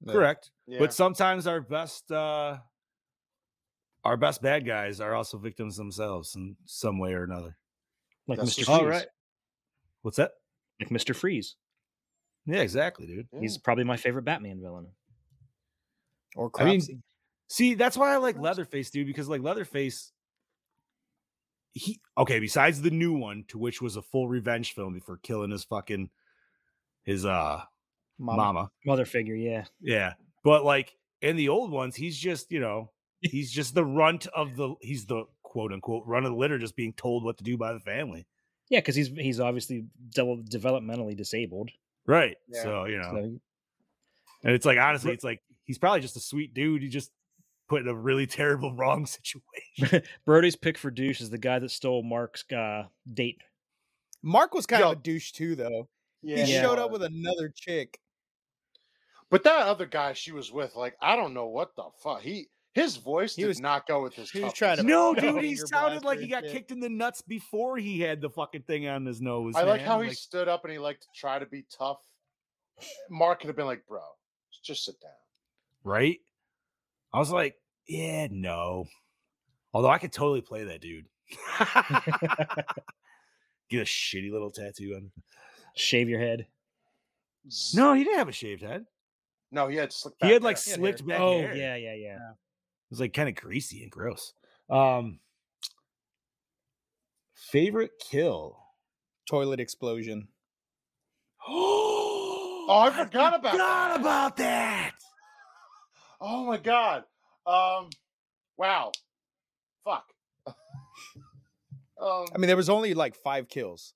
Speaker 3: correct.
Speaker 5: yeah.
Speaker 3: But sometimes our best uh our best bad guys are also victims themselves in some way or another.
Speaker 4: like
Speaker 5: That's
Speaker 4: mr
Speaker 5: just-
Speaker 4: freeze
Speaker 3: What's that?
Speaker 4: like mr freeze
Speaker 3: Yeah, exactly, dude.
Speaker 4: he's probably my favorite batman villain
Speaker 6: Or
Speaker 3: I mean,
Speaker 6: Cropsy.
Speaker 3: See, that's why I like Leatherface, dude, because like Leatherface, he okay. Besides the new one, to which was a full revenge film before killing his fucking his uh mama.
Speaker 4: mother figure yeah
Speaker 3: Yeah, but like in the old ones, he's just you know he's just the runt of the he's the quote unquote run of the litter, just being told what to do by the family.
Speaker 4: Yeah, because he's he's obviously del- developmentally disabled.
Speaker 3: Right.
Speaker 5: Yeah.
Speaker 3: So you know,
Speaker 4: So,
Speaker 3: and it's like honestly, it's like he's probably just a sweet dude. He just put in a really (laughs) terrible wrong situation.
Speaker 4: Brody's pick for douche is the guy that stole Mark's uh, date.
Speaker 6: Mark was kind
Speaker 5: Yo.
Speaker 6: of a douche too, though.
Speaker 5: yeah,
Speaker 6: he
Speaker 4: Yeah.
Speaker 6: showed up with another chick.
Speaker 5: But that other guy she was with, like, I don't know what the fuck. He his voice
Speaker 6: He
Speaker 5: did
Speaker 6: was-
Speaker 5: not go with his.
Speaker 6: he was
Speaker 5: toughness.
Speaker 6: trying
Speaker 3: (laughs)
Speaker 6: to-
Speaker 5: (laughs)
Speaker 3: No,
Speaker 6: No,
Speaker 3: dude, he
Speaker 6: finger
Speaker 3: sounded
Speaker 6: blaster
Speaker 3: like he
Speaker 6: and
Speaker 3: got
Speaker 6: shit.
Speaker 3: kicked in the nuts before he had the fucking thing on his nose.
Speaker 5: I like how
Speaker 3: man.
Speaker 5: he stood up and he liked to try to be tough. Mark could have been like, "Bro, just sit down."
Speaker 3: right. I was like, yeah, no. Although I could totally play that (laughs) dude. Get a shitty little tattoo on.
Speaker 4: Shave your head.
Speaker 5: Z-
Speaker 3: No, he didn't have a shaved head.
Speaker 5: no, he had slick.
Speaker 3: He
Speaker 5: back
Speaker 3: had
Speaker 5: hair.
Speaker 3: like
Speaker 6: He had hair.
Speaker 3: slicked back
Speaker 4: oh
Speaker 3: hair.
Speaker 4: yeah, yeah, yeah.
Speaker 3: It was like kind of greasy and gross. Um, favorite (gasps) kill.
Speaker 6: Toilet explosion.
Speaker 3: oh,
Speaker 5: I forgot about
Speaker 3: forgot
Speaker 5: that.
Speaker 3: about that.
Speaker 5: Oh my god. Um. Wow. Fuck. um,
Speaker 6: I mean, there was only like five kills.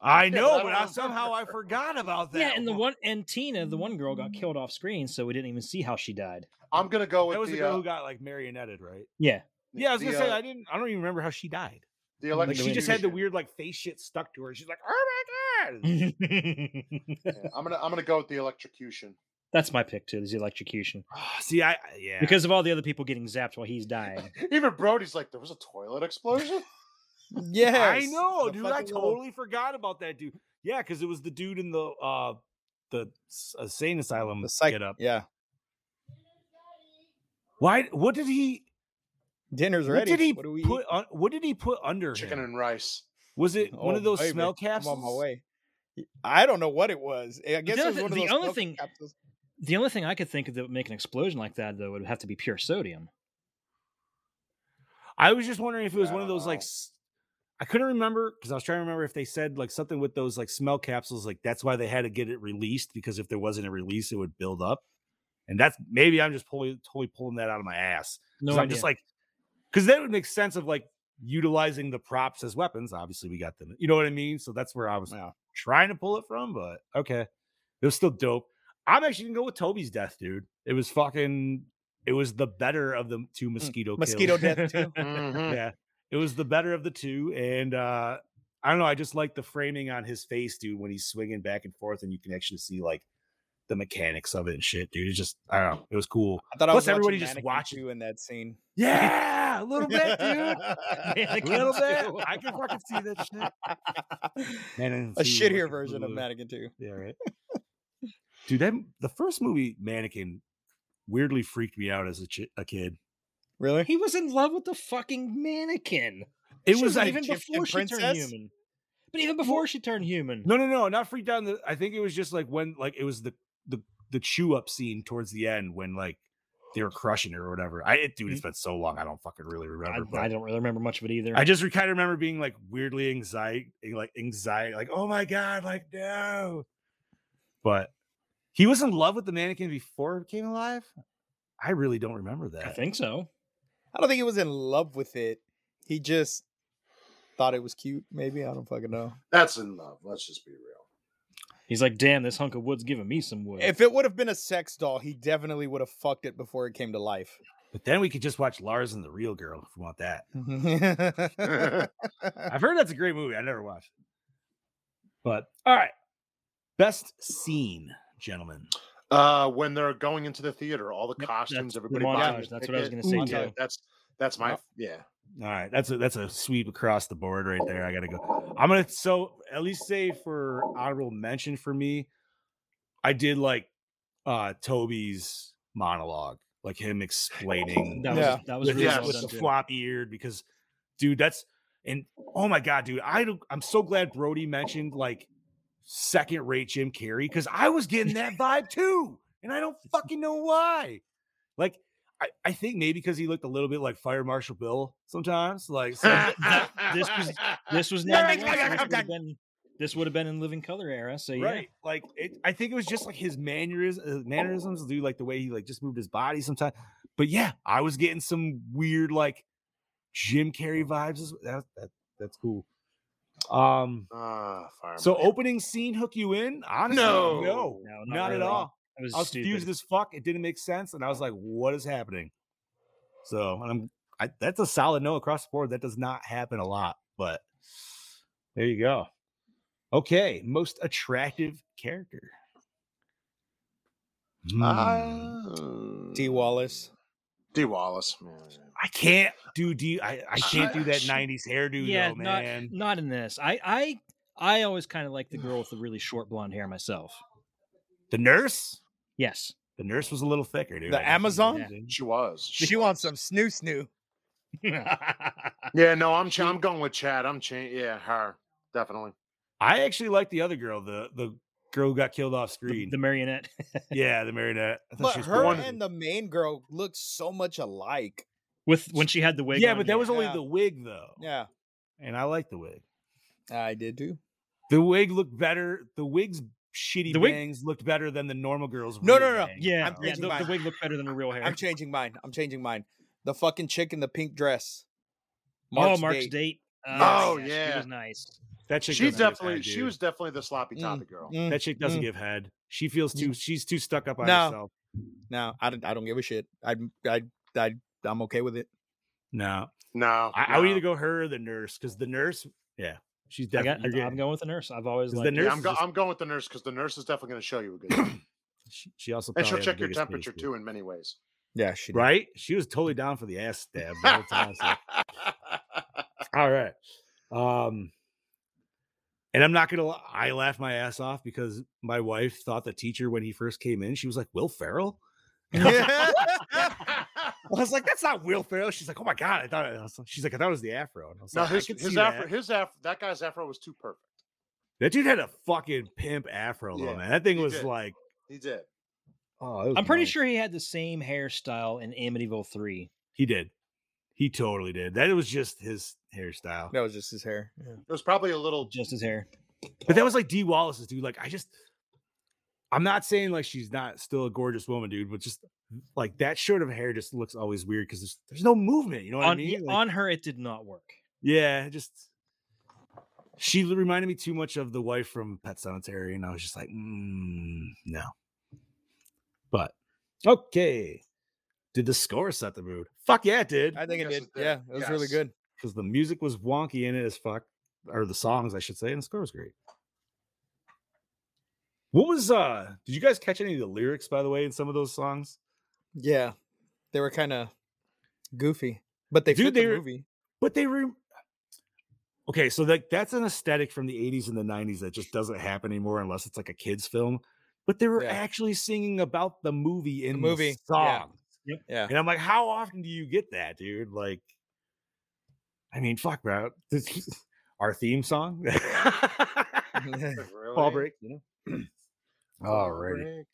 Speaker 3: I
Speaker 5: Yeah, but I
Speaker 3: know, but
Speaker 5: don't
Speaker 3: I,
Speaker 5: remember.
Speaker 3: somehow I forgot about that.
Speaker 4: Yeah, and the
Speaker 3: one.
Speaker 4: one and Tina, the one girl, got killed off screen, so we didn't even see how she died.
Speaker 5: I'm gonna go with
Speaker 3: That was
Speaker 5: the
Speaker 3: the, girl
Speaker 5: uh,
Speaker 3: who got like marionetted, right?
Speaker 4: Yeah, (laughs)
Speaker 3: Yeah, I was
Speaker 5: the,
Speaker 3: gonna say
Speaker 5: uh,
Speaker 3: I didn't. I don't even remember how she died.
Speaker 5: the
Speaker 3: Like
Speaker 4: Like,
Speaker 5: electrocution.
Speaker 3: she just had the weird like face shit stuck to her. She's like, oh my god.
Speaker 6: (laughs)
Speaker 4: that's
Speaker 5: Yeah, I'm gonna I'm gonna go with the electrocution.
Speaker 4: my pick too. Is the electrocution
Speaker 3: Ah, See, I I- yeah.
Speaker 4: because of all the other people getting zapped while he's dying.
Speaker 3: (laughs)
Speaker 5: Even Brody's like, there was a toilet explosion.
Speaker 6: Yes.
Speaker 3: I know,
Speaker 6: The
Speaker 3: dude. I
Speaker 6: fucking little-
Speaker 3: totally forgot about that dude. Yeah, because it was the dude in the uh the s- insane asylum
Speaker 6: The psych-
Speaker 3: get up.
Speaker 6: Yeah.
Speaker 3: Why? What did he?
Speaker 6: Dinner's
Speaker 3: What
Speaker 6: ready.
Speaker 3: did he
Speaker 6: What do we
Speaker 3: put?
Speaker 6: eat?
Speaker 3: Un, what did he put under
Speaker 5: Chicken
Speaker 3: him?
Speaker 5: and rice.
Speaker 3: Was it one of
Speaker 6: Oh,
Speaker 3: those
Speaker 6: baby,
Speaker 3: smell caps?
Speaker 6: I'm on my way. I don't know what it was. Eh, I guess it
Speaker 4: other
Speaker 6: was
Speaker 4: thi-
Speaker 6: one of
Speaker 4: the
Speaker 6: those
Speaker 4: only
Speaker 6: smoke
Speaker 4: thing-
Speaker 6: capsules.
Speaker 4: The only thing I could think of that would make an explosion like that, though, would have to be pure sodium.
Speaker 3: I was just wondering if it was one of those like.
Speaker 6: Wow.
Speaker 3: s- I couldn't remember because I was trying to remember if they said like something with those like smell capsules. Like that's why they had to get it released because if there wasn't a release, it would build up. And that's maybe I'm just pulling totally pulling that out of my ass.
Speaker 4: No,
Speaker 3: 'Cause I'm
Speaker 4: idea.
Speaker 3: just like, because that would make sense of like utilizing the props as weapons. Obviously, we got them. You know what I mean? So that's where I was
Speaker 6: Yeah.
Speaker 3: trying to pull it from, but okay. It was still dope. I'm actually gonna go with Toby's death, dude. It was fucking. It was the better of the two mosquito
Speaker 6: Mm, Mosquito
Speaker 3: kills. (laughs)
Speaker 6: death too.
Speaker 5: Mhm.
Speaker 3: yeah, it was the better of the two, and uh I don't know. I just like the framing on his face, dude, when he's swinging back and forth, and you can actually see like the mechanics of it and shit, dude. It's just I don't know. It was cool.
Speaker 6: I thought I
Speaker 3: Plus,
Speaker 6: was watching
Speaker 3: everybody just
Speaker 6: Mannequin
Speaker 3: watching.
Speaker 6: 2 in that scene.
Speaker 3: Yeah, a little bit, dude. (laughs)
Speaker 6: (laughs)
Speaker 3: A little bit. I can fucking see that shit. Mannequin
Speaker 6: a
Speaker 3: Two
Speaker 6: shittier
Speaker 3: looking
Speaker 6: version of
Speaker 3: blue.
Speaker 6: Mannequin 2.
Speaker 3: Yeah, right. Dude, that the first movie Mannequin weirdly freaked me out as a, chi- a kid.
Speaker 6: Really?
Speaker 4: he was in love with the fucking mannequin.
Speaker 3: It
Speaker 4: She
Speaker 3: was like
Speaker 4: even
Speaker 6: Egyptian
Speaker 4: before she turned
Speaker 6: princess?
Speaker 4: human. But even before she turned human,
Speaker 3: no, no, no, not freaked out. in the- I think it was just like when like it was the the the chew up scene towards the end when like they were crushing her or whatever. I it, dude, it's been so long, I don't fucking really
Speaker 4: Mm. I,
Speaker 3: remember. but
Speaker 4: I don't really remember much of it either.
Speaker 3: I just kind of remember being like weirdly anxiety, like anxiety, like oh my god, like no. But he was in love with the mannequin before it came alive. I really don't remember that.
Speaker 4: I think so.
Speaker 6: I don't think he was in love with it. He just thought it was cute, maybe. I don't fucking know.
Speaker 5: That's in love. Let's just be real.
Speaker 4: He's like, damn, this hunk of wood's giving me some wood.
Speaker 6: If it would have been a sex doll, he definitely would have fucked it before it came to life.
Speaker 3: But then we could just watch Lars and the Real Girl if we want that.
Speaker 6: I've
Speaker 3: I've heard that's a great movie. I never watched. it. But all right, best scene, gentlemen.
Speaker 5: Uh, when they're going into the theater, all the
Speaker 4: Yep, that's
Speaker 5: costumes,
Speaker 4: the
Speaker 5: everybody.
Speaker 4: montage,
Speaker 5: buying the
Speaker 4: that's what I was
Speaker 5: ticket,
Speaker 4: gonna
Speaker 3: say,
Speaker 5: montage,
Speaker 4: too.
Speaker 5: That's that's my
Speaker 6: Yep.
Speaker 5: yeah.
Speaker 3: All right, that's a that's a sweep across the board right there. I gotta go. I'm gonna so at least say for honorable mention for me, I did like uh Toby's monologue, like him explaining
Speaker 4: that
Speaker 6: Yeah.
Speaker 4: was that was
Speaker 3: with,
Speaker 4: really
Speaker 3: his-
Speaker 5: yes.
Speaker 4: well
Speaker 3: with
Speaker 4: done,
Speaker 3: the
Speaker 4: too.
Speaker 3: flop eared because, dude, that's and oh my god, dude, I don't- I'm so glad Brody mentioned like second rate Jim Carrey because I was
Speaker 4: (laughs)
Speaker 3: getting that vibe too, and I don't fucking know why. Like, I, I think maybe because he looked a little bit like Fire Marshal Bill sometimes. Like,
Speaker 4: (laughs)
Speaker 3: so-
Speaker 4: this (laughs) was-
Speaker 3: (laughs)
Speaker 4: This was
Speaker 3: Yeah,
Speaker 4: ninety
Speaker 3: yeah, yeah,
Speaker 4: one. This
Speaker 3: yeah,
Speaker 4: would have been, this would have been in Living Color era. So yeah,
Speaker 3: right like it, i think it was just like his manneris- uh, mannerisms do like the way he like just moved his body sometimes but yeah i was getting some weird like jim carrey vibes as- that, that, that's cool um
Speaker 5: Ah, fire.
Speaker 3: so
Speaker 5: marshal.
Speaker 3: opening scene hook you in honestly
Speaker 5: No.
Speaker 3: no,
Speaker 4: No, not
Speaker 3: not, at
Speaker 4: really.
Speaker 3: all
Speaker 4: it was
Speaker 3: i was
Speaker 4: stupid.
Speaker 3: confused as fuck it didn't make sense and i was like what is happening so and i'm I, that's a solid no across the board that does not happen a lot but there you go okay most attractive character Hmm,
Speaker 5: Ah.
Speaker 6: D. Wallace.
Speaker 5: D. Wallace. Man.
Speaker 3: I can't do D. I, I can't do that
Speaker 5: Shit.
Speaker 3: '90s hairdo
Speaker 4: yeah,
Speaker 3: though,
Speaker 4: not
Speaker 3: man.
Speaker 4: not in this. I I I always kind of like the girl with the really short blonde hair myself.
Speaker 3: the nurse,
Speaker 4: Yes,
Speaker 3: the nurse was a little thicker, dude.
Speaker 6: The
Speaker 3: I guess she's
Speaker 6: Amazon?
Speaker 3: amazing.
Speaker 5: (laughs) She was.
Speaker 6: She wants some snoo snoo.
Speaker 5: Yeah, no, I'm ch- I'm going with Chad. I'm cha- yeah, her definitely.
Speaker 3: I actually like the other girl, the the girl who got killed off
Speaker 4: the,
Speaker 3: screen.
Speaker 4: the marionette.
Speaker 3: yeah, the marionette. I thought
Speaker 6: But
Speaker 3: she was
Speaker 6: her
Speaker 3: born-
Speaker 6: and the main girl look so much alike.
Speaker 4: (laughs) With when she had the wig.
Speaker 3: yeah,
Speaker 4: on,
Speaker 3: but that was only
Speaker 6: Yeah.
Speaker 3: the wig though.
Speaker 6: Yeah,
Speaker 3: and I like the wig.
Speaker 6: I did too.
Speaker 3: The wig looked better. The wig's shitty
Speaker 4: The wig-
Speaker 3: bangs looked better than the normal girl's.
Speaker 6: No,
Speaker 3: real
Speaker 6: no, no,
Speaker 3: bangs,
Speaker 4: Yeah,
Speaker 3: though.
Speaker 6: I'm
Speaker 4: yeah.
Speaker 6: changing
Speaker 4: The, the
Speaker 6: mine.
Speaker 4: wig looked better than the real hair.
Speaker 6: I'm changing mine. I'm changing mine. The fucking chick in the pink dress.
Speaker 4: oh, Mark's date.
Speaker 5: Oh,
Speaker 4: she
Speaker 5: yeah.
Speaker 4: was nice.
Speaker 3: that chick.
Speaker 5: She
Speaker 3: doesn't give head,
Speaker 5: definitely she
Speaker 3: dude.
Speaker 5: was definitely the sloppy toppy girl.
Speaker 6: Mm,
Speaker 3: That chick doesn't
Speaker 6: mm.
Speaker 3: give head. She feels too. She's too stuck up on
Speaker 6: No.
Speaker 3: herself.
Speaker 6: No, I don't. I don't give a shit. I, I, I, I'm okay with it.
Speaker 3: No,
Speaker 5: No,
Speaker 3: I, I would
Speaker 5: no.
Speaker 3: either go her or the nurse because the nurse. Yeah, she's
Speaker 4: I got,
Speaker 3: definitely. you're
Speaker 4: I'm
Speaker 3: getting-
Speaker 4: going with the nurse. I've always
Speaker 3: Is the
Speaker 4: liked
Speaker 3: nurse
Speaker 5: Yeah, I'm,
Speaker 3: is
Speaker 5: go-
Speaker 3: just-
Speaker 5: I'm going with the nurse because the nurse is definitely going to show you a
Speaker 3: (coughs)
Speaker 5: good time.
Speaker 3: she, she also
Speaker 5: and she'll
Speaker 3: probably had the
Speaker 5: check your
Speaker 3: biggest face,
Speaker 5: temperature
Speaker 3: dude.
Speaker 5: too in many ways.
Speaker 6: Yeah, she.
Speaker 5: (laughs)
Speaker 3: (laughs)
Speaker 6: did.
Speaker 3: Right? She was totally down for the ass stab the whole time. so- All right. Um, and I'm not gonna. li- I laughed my ass off because my wife thought the teacher when he first came in, she was like, "Will Ferrell." And I was like-
Speaker 5: (laughs)
Speaker 3: I was like, "That's not Will Ferrell." She's like, "Oh my god!" I thought it was. She's like, "I thought it was the afro." And I was
Speaker 5: No,
Speaker 3: like, I
Speaker 5: his
Speaker 3: can
Speaker 5: his
Speaker 3: see
Speaker 5: afro,
Speaker 3: that.
Speaker 5: his afro, that guy's afro was too perfect.
Speaker 3: That dude had a fucking pimp afro, though,
Speaker 5: Yeah,
Speaker 3: man. That thing
Speaker 5: he
Speaker 3: was
Speaker 5: did.
Speaker 3: like,
Speaker 5: He did.
Speaker 3: oh, it was
Speaker 4: I'm pretty
Speaker 3: nice.
Speaker 4: sure he had the same hairstyle in Amityville 3.
Speaker 3: he did. He totally did. That was just his hairstyle.
Speaker 6: that was just his hair. Yeah.
Speaker 5: It was probably a little. (laughs)
Speaker 4: Just his hair.
Speaker 3: But that was like D Wallace's dude. Like I just, I'm not saying like she's not still a gorgeous woman, dude, but just like that short of hair just looks always weird because there's there's no movement. You know what I
Speaker 4: On,
Speaker 3: mean? Like,
Speaker 4: on her, it did not work.
Speaker 3: yeah, just she l- reminded me too much of the wife from Pet Cemetery, and I was just like, mm, no. But okay, did the score set the mood? Fuck yeah, it did.
Speaker 6: I think it
Speaker 5: Yes,
Speaker 6: did.
Speaker 5: it did.
Speaker 6: Yeah, it was really
Speaker 5: Yes.
Speaker 6: good.
Speaker 3: Because the music was wonky in it as fuck, or the songs, I should say, and the score was great. What was uh did you guys catch any of the lyrics by the way in some of those songs?
Speaker 6: Yeah, they were kind of goofy, but they
Speaker 3: Dude,
Speaker 6: fit
Speaker 3: they
Speaker 6: the
Speaker 3: were-
Speaker 6: movie.
Speaker 3: But they were Okay, so like that's an aesthetic from the 80s and the 90s that just doesn't happen anymore unless it's like a kids film. But they were
Speaker 6: Yeah.
Speaker 3: actually singing about the movie in the,
Speaker 6: movie, yeah.
Speaker 3: song.
Speaker 6: Yeah,
Speaker 3: And I'm like, how often do you get that, dude? Like, I mean, fuck, bro. This- (laughs) our theme song? (laughs)
Speaker 5: Really?
Speaker 3: Paul break, you
Speaker 5: (clears throat)
Speaker 3: know. Alrighty.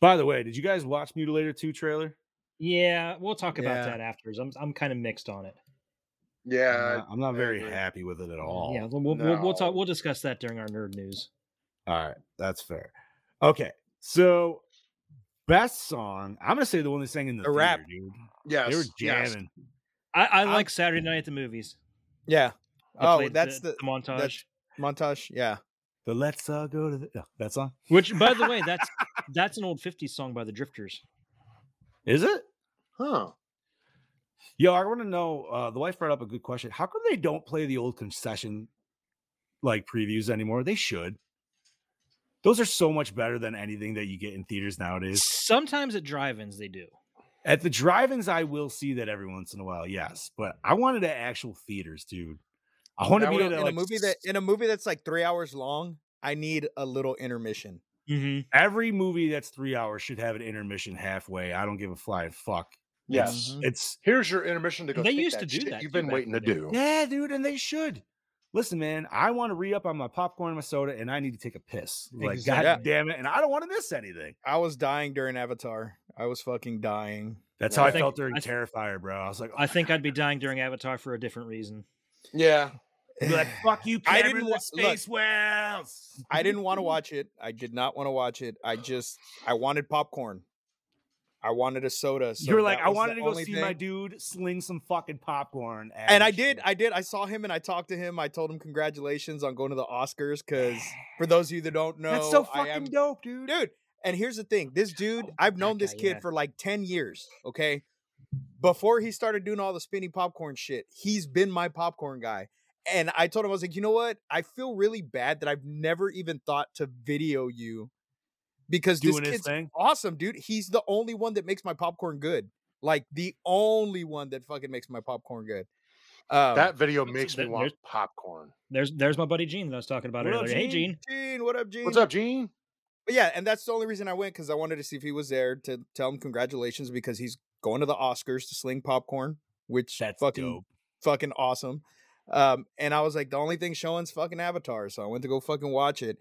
Speaker 3: By the way, did you guys watch Mutilator 2 trailer?
Speaker 4: Yeah, we'll talk about
Speaker 6: Yeah.
Speaker 4: that afterwards. I'm, I'm kind of mixed on it.
Speaker 3: I'm
Speaker 5: Yeah.
Speaker 3: not, I'm not
Speaker 5: I
Speaker 3: very
Speaker 5: agree.
Speaker 3: happy with it at all.
Speaker 4: Yeah, we'll, we'll, we'll,
Speaker 5: No.
Speaker 4: we'll talk. We'll discuss that during our nerd news.
Speaker 3: All right, that's fair. Okay, so best song, I'm gonna say the one they sang in the,
Speaker 6: The rap.
Speaker 3: theater, dude.
Speaker 5: Yes.
Speaker 3: they were
Speaker 5: yes.
Speaker 3: jamming.
Speaker 4: I, I
Speaker 6: I'm-
Speaker 4: like Saturday Night at the movies.
Speaker 6: (laughs) yeah.
Speaker 4: I
Speaker 6: Oh,
Speaker 4: played
Speaker 6: that's the,
Speaker 4: montage.
Speaker 6: montage. Yeah,
Speaker 3: The Let's uh, Go to the no, that song
Speaker 4: Which, by the way, (laughs) that's that's an old '50s song by the Drifters.
Speaker 3: is it? Mm-hmm.
Speaker 5: Huh.
Speaker 3: Yo, I want to know. Uh, the wife brought up a good question. How come they don't play the old concession like previews anymore? They should. Those are so much better than anything that you get in theaters nowadays.
Speaker 4: Sometimes at drive-ins they do.
Speaker 3: At the drive-ins, I will see that every once in a while, yes. But I wanted at actual theaters, dude. I want
Speaker 5: Now
Speaker 3: to be
Speaker 5: we-
Speaker 3: able to
Speaker 6: in
Speaker 3: like
Speaker 6: a movie that in a movie that's like three hours long, I need a little intermission.
Speaker 4: Mm-hmm.
Speaker 3: every movie that's three hours should have an intermission halfway. I don't give a flying fuck.
Speaker 5: Yes.
Speaker 6: Mhm.
Speaker 3: It's
Speaker 5: Here's your intermission to go.
Speaker 4: They
Speaker 5: take
Speaker 4: used to do
Speaker 5: shit
Speaker 4: that
Speaker 5: You've
Speaker 4: too
Speaker 5: been
Speaker 4: back
Speaker 5: waiting to
Speaker 4: in the day.
Speaker 5: do.
Speaker 3: yeah, dude, and they should. Listen, man, I want to re up on my popcorn and my soda, and I need to take a piss. Like,
Speaker 4: Exactly.
Speaker 3: god damn it, and I don't want to miss anything.
Speaker 6: I was dying during Avatar. I was fucking dying.
Speaker 3: That's
Speaker 5: Yeah,
Speaker 3: how
Speaker 5: I
Speaker 3: I,
Speaker 4: think-
Speaker 3: felt during
Speaker 4: I th-
Speaker 3: Terrifier, bro. I was like,
Speaker 4: I think I'd be dying during Avatar for a different reason.
Speaker 6: (sighs)
Speaker 5: Yeah.
Speaker 3: Be (laughs) like fuck you, Cameron,
Speaker 6: I
Speaker 3: I
Speaker 6: didn't
Speaker 3: didn't
Speaker 6: wa- look.
Speaker 3: space whales.
Speaker 6: I didn't want to watch it. I did not want to watch it. I just I wanted popcorn. I wanted a soda. So
Speaker 3: You're like, I
Speaker 6: that was the
Speaker 3: wanted to go
Speaker 6: only
Speaker 3: see my
Speaker 6: thing.
Speaker 3: dude sling some fucking popcorn. at
Speaker 6: And I
Speaker 3: his
Speaker 6: did,
Speaker 3: shit.
Speaker 6: I did. I saw him and I talked to him. I told him congratulations on going to the Oscars. Because for those of you that don't know,
Speaker 3: That's so
Speaker 6: I
Speaker 3: fucking
Speaker 6: am
Speaker 3: dope, dude.
Speaker 6: dude. And here's the thing: this dude,
Speaker 4: Oh,
Speaker 6: I've
Speaker 4: that
Speaker 6: known this
Speaker 4: guy,
Speaker 6: kid
Speaker 4: yeah.
Speaker 6: for like ten years. Okay, before he started doing all the spinning popcorn shit, he's been my popcorn guy. And I told him, I was like, you know what? I feel really bad that I've never even thought to video you because
Speaker 3: doing
Speaker 6: this
Speaker 3: his
Speaker 6: kid's
Speaker 3: thing.
Speaker 6: awesome, dude. He's the only one that makes my popcorn good. Like the only one that fucking makes my popcorn good. Um,
Speaker 5: That video
Speaker 4: so
Speaker 5: makes me
Speaker 4: that-
Speaker 5: want
Speaker 4: there's-
Speaker 5: popcorn.
Speaker 4: There's there's my buddy Gene that I was talking about
Speaker 3: What up,
Speaker 4: earlier. Hey
Speaker 3: Gene?
Speaker 4: Gene,
Speaker 6: Gene, what up, Gene?
Speaker 5: What's up, Gene?
Speaker 6: But yeah, and that's the only reason I went because I wanted to see if he was there to tell him congratulations because he's going to the Oscars to sling popcorn, which
Speaker 3: That's
Speaker 6: fucking
Speaker 3: dope.
Speaker 6: fucking awesome. Um, and I was like, the only thing showing's fucking Avatar, so I went to go fucking watch it.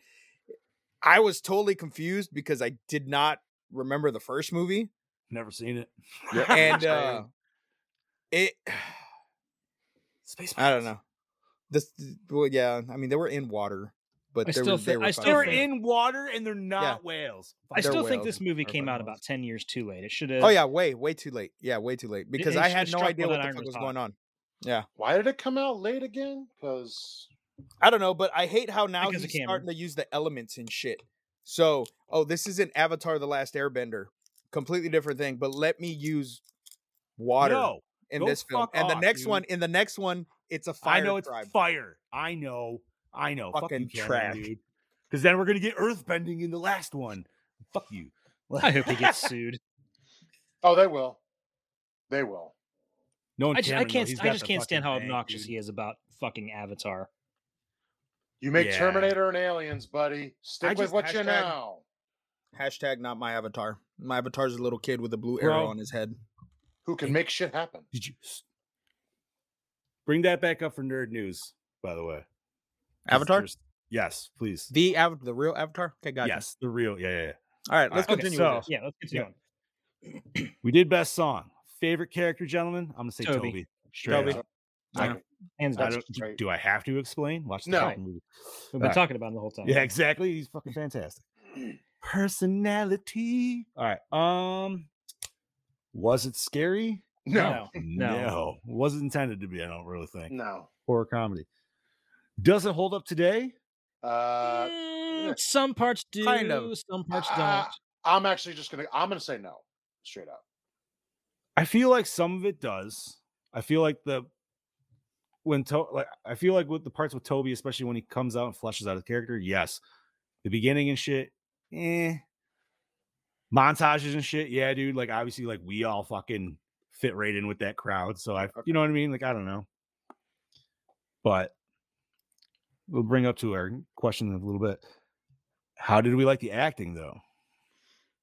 Speaker 6: I was totally confused because I did not remember the first movie,
Speaker 3: Never seen it.
Speaker 5: Yeah,
Speaker 6: and
Speaker 5: same.
Speaker 6: uh, it
Speaker 3: Space.
Speaker 6: I don't
Speaker 3: Mountains.
Speaker 6: know. This well, yeah, I mean they were in water, but
Speaker 4: I
Speaker 6: they
Speaker 4: still
Speaker 6: were,
Speaker 4: thi-
Speaker 6: they were
Speaker 4: I
Speaker 3: They
Speaker 6: fucking
Speaker 4: still
Speaker 3: were
Speaker 6: whales.
Speaker 4: think-
Speaker 3: in water and they're not whales.
Speaker 4: I
Speaker 6: They're
Speaker 4: still think
Speaker 6: whales.
Speaker 4: this movie
Speaker 6: They're
Speaker 4: came
Speaker 6: fucking
Speaker 4: out about
Speaker 6: whales.
Speaker 4: ten years too late. It should have.
Speaker 6: Oh
Speaker 4: (laughs)
Speaker 6: yeah, way way too late. Yeah, way too late because
Speaker 4: it
Speaker 6: I
Speaker 4: sh- it
Speaker 6: had no
Speaker 4: struck
Speaker 6: idea
Speaker 4: while
Speaker 6: what
Speaker 4: that
Speaker 6: the
Speaker 4: iron
Speaker 6: fuck
Speaker 4: was
Speaker 6: was
Speaker 4: hot.
Speaker 6: going on.
Speaker 5: Why did it come out late again? Because
Speaker 6: I don't know, but I hate how now
Speaker 4: Because of
Speaker 6: he's
Speaker 4: Cameron.
Speaker 6: starting to use the elements and shit. So, oh, this isn't Avatar: The Last Airbender, completely different thing. But let me use water
Speaker 3: No,
Speaker 6: in
Speaker 3: go
Speaker 6: this film,
Speaker 3: fuck
Speaker 6: and the
Speaker 3: off,
Speaker 6: next one,
Speaker 3: dude.
Speaker 6: in the next one, it's a fire
Speaker 3: I know it's
Speaker 6: tribe.
Speaker 3: fire. I know. I know.
Speaker 6: Fucking
Speaker 3: Fuck you, Cameron,
Speaker 6: trash.
Speaker 3: dude. Because then we're gonna get earthbending in the last one. Fuck you. (laughs)
Speaker 4: (laughs) I hope he gets sued.
Speaker 5: oh, they will. They will.
Speaker 3: No,
Speaker 4: I just, I can't. I just can't stand how obnoxious he is about fucking Avatar.
Speaker 5: You make
Speaker 3: Yeah.
Speaker 5: Terminator and Aliens, buddy. Stick
Speaker 6: I
Speaker 5: with
Speaker 6: just
Speaker 5: what you
Speaker 6: hashtag-
Speaker 5: know.
Speaker 6: Hashtag not my avatar. My avatar's a little kid with a blue arrow
Speaker 3: Bro.
Speaker 6: on his head.
Speaker 5: Who can make shit happen?
Speaker 3: Did you bring that back up for nerd news? By the way, 'Cause
Speaker 6: Avatar?
Speaker 3: there's- Yes, please.
Speaker 6: The av- the real avatar? Okay, gotcha.
Speaker 3: Yes, the real. Yeah, yeah.
Speaker 6: All right, let's
Speaker 3: All right,
Speaker 6: continue
Speaker 3: so-
Speaker 6: with this.
Speaker 4: Yeah, let's continue
Speaker 3: Yeah.
Speaker 4: on.
Speaker 3: yeah. We did best song. Favorite character, gentlemen. I'm gonna say
Speaker 4: Toby.
Speaker 3: Toby. Straight
Speaker 6: Toby.
Speaker 3: up.
Speaker 6: Yeah.
Speaker 3: Like,
Speaker 4: Hands
Speaker 3: I
Speaker 4: down.
Speaker 3: don't,
Speaker 5: straight.
Speaker 3: do I have to explain? Watch the
Speaker 5: No.
Speaker 3: fucking movie.
Speaker 4: We've been
Speaker 3: Alright.
Speaker 4: talking about him the whole time.
Speaker 3: Yeah, exactly. He's fucking fantastic. Personality. All right. Um, was it scary?
Speaker 5: (laughs) No,
Speaker 4: No.
Speaker 3: no. Wasn't intended to be. I don't really think
Speaker 5: no.
Speaker 3: horror comedy. Does it hold up today?
Speaker 5: Uh,
Speaker 4: Mm,
Speaker 5: yeah.
Speaker 4: some parts do,
Speaker 6: Kind of.
Speaker 4: some parts
Speaker 5: Uh,
Speaker 4: don't.
Speaker 5: I'm actually just gonna. I'm gonna say no, straight up.
Speaker 3: I feel like some of it does. I feel like the when to like I feel like with the parts with Toby, especially when he comes out and fleshes out his character, yes. The beginning and shit, eh. Montages and shit, yeah, dude. Like obviously, like we all fucking fit right in with that crowd. So I, you know what I mean. Like I don't know, but we'll bring up to our question in a little bit. How did we like the acting though?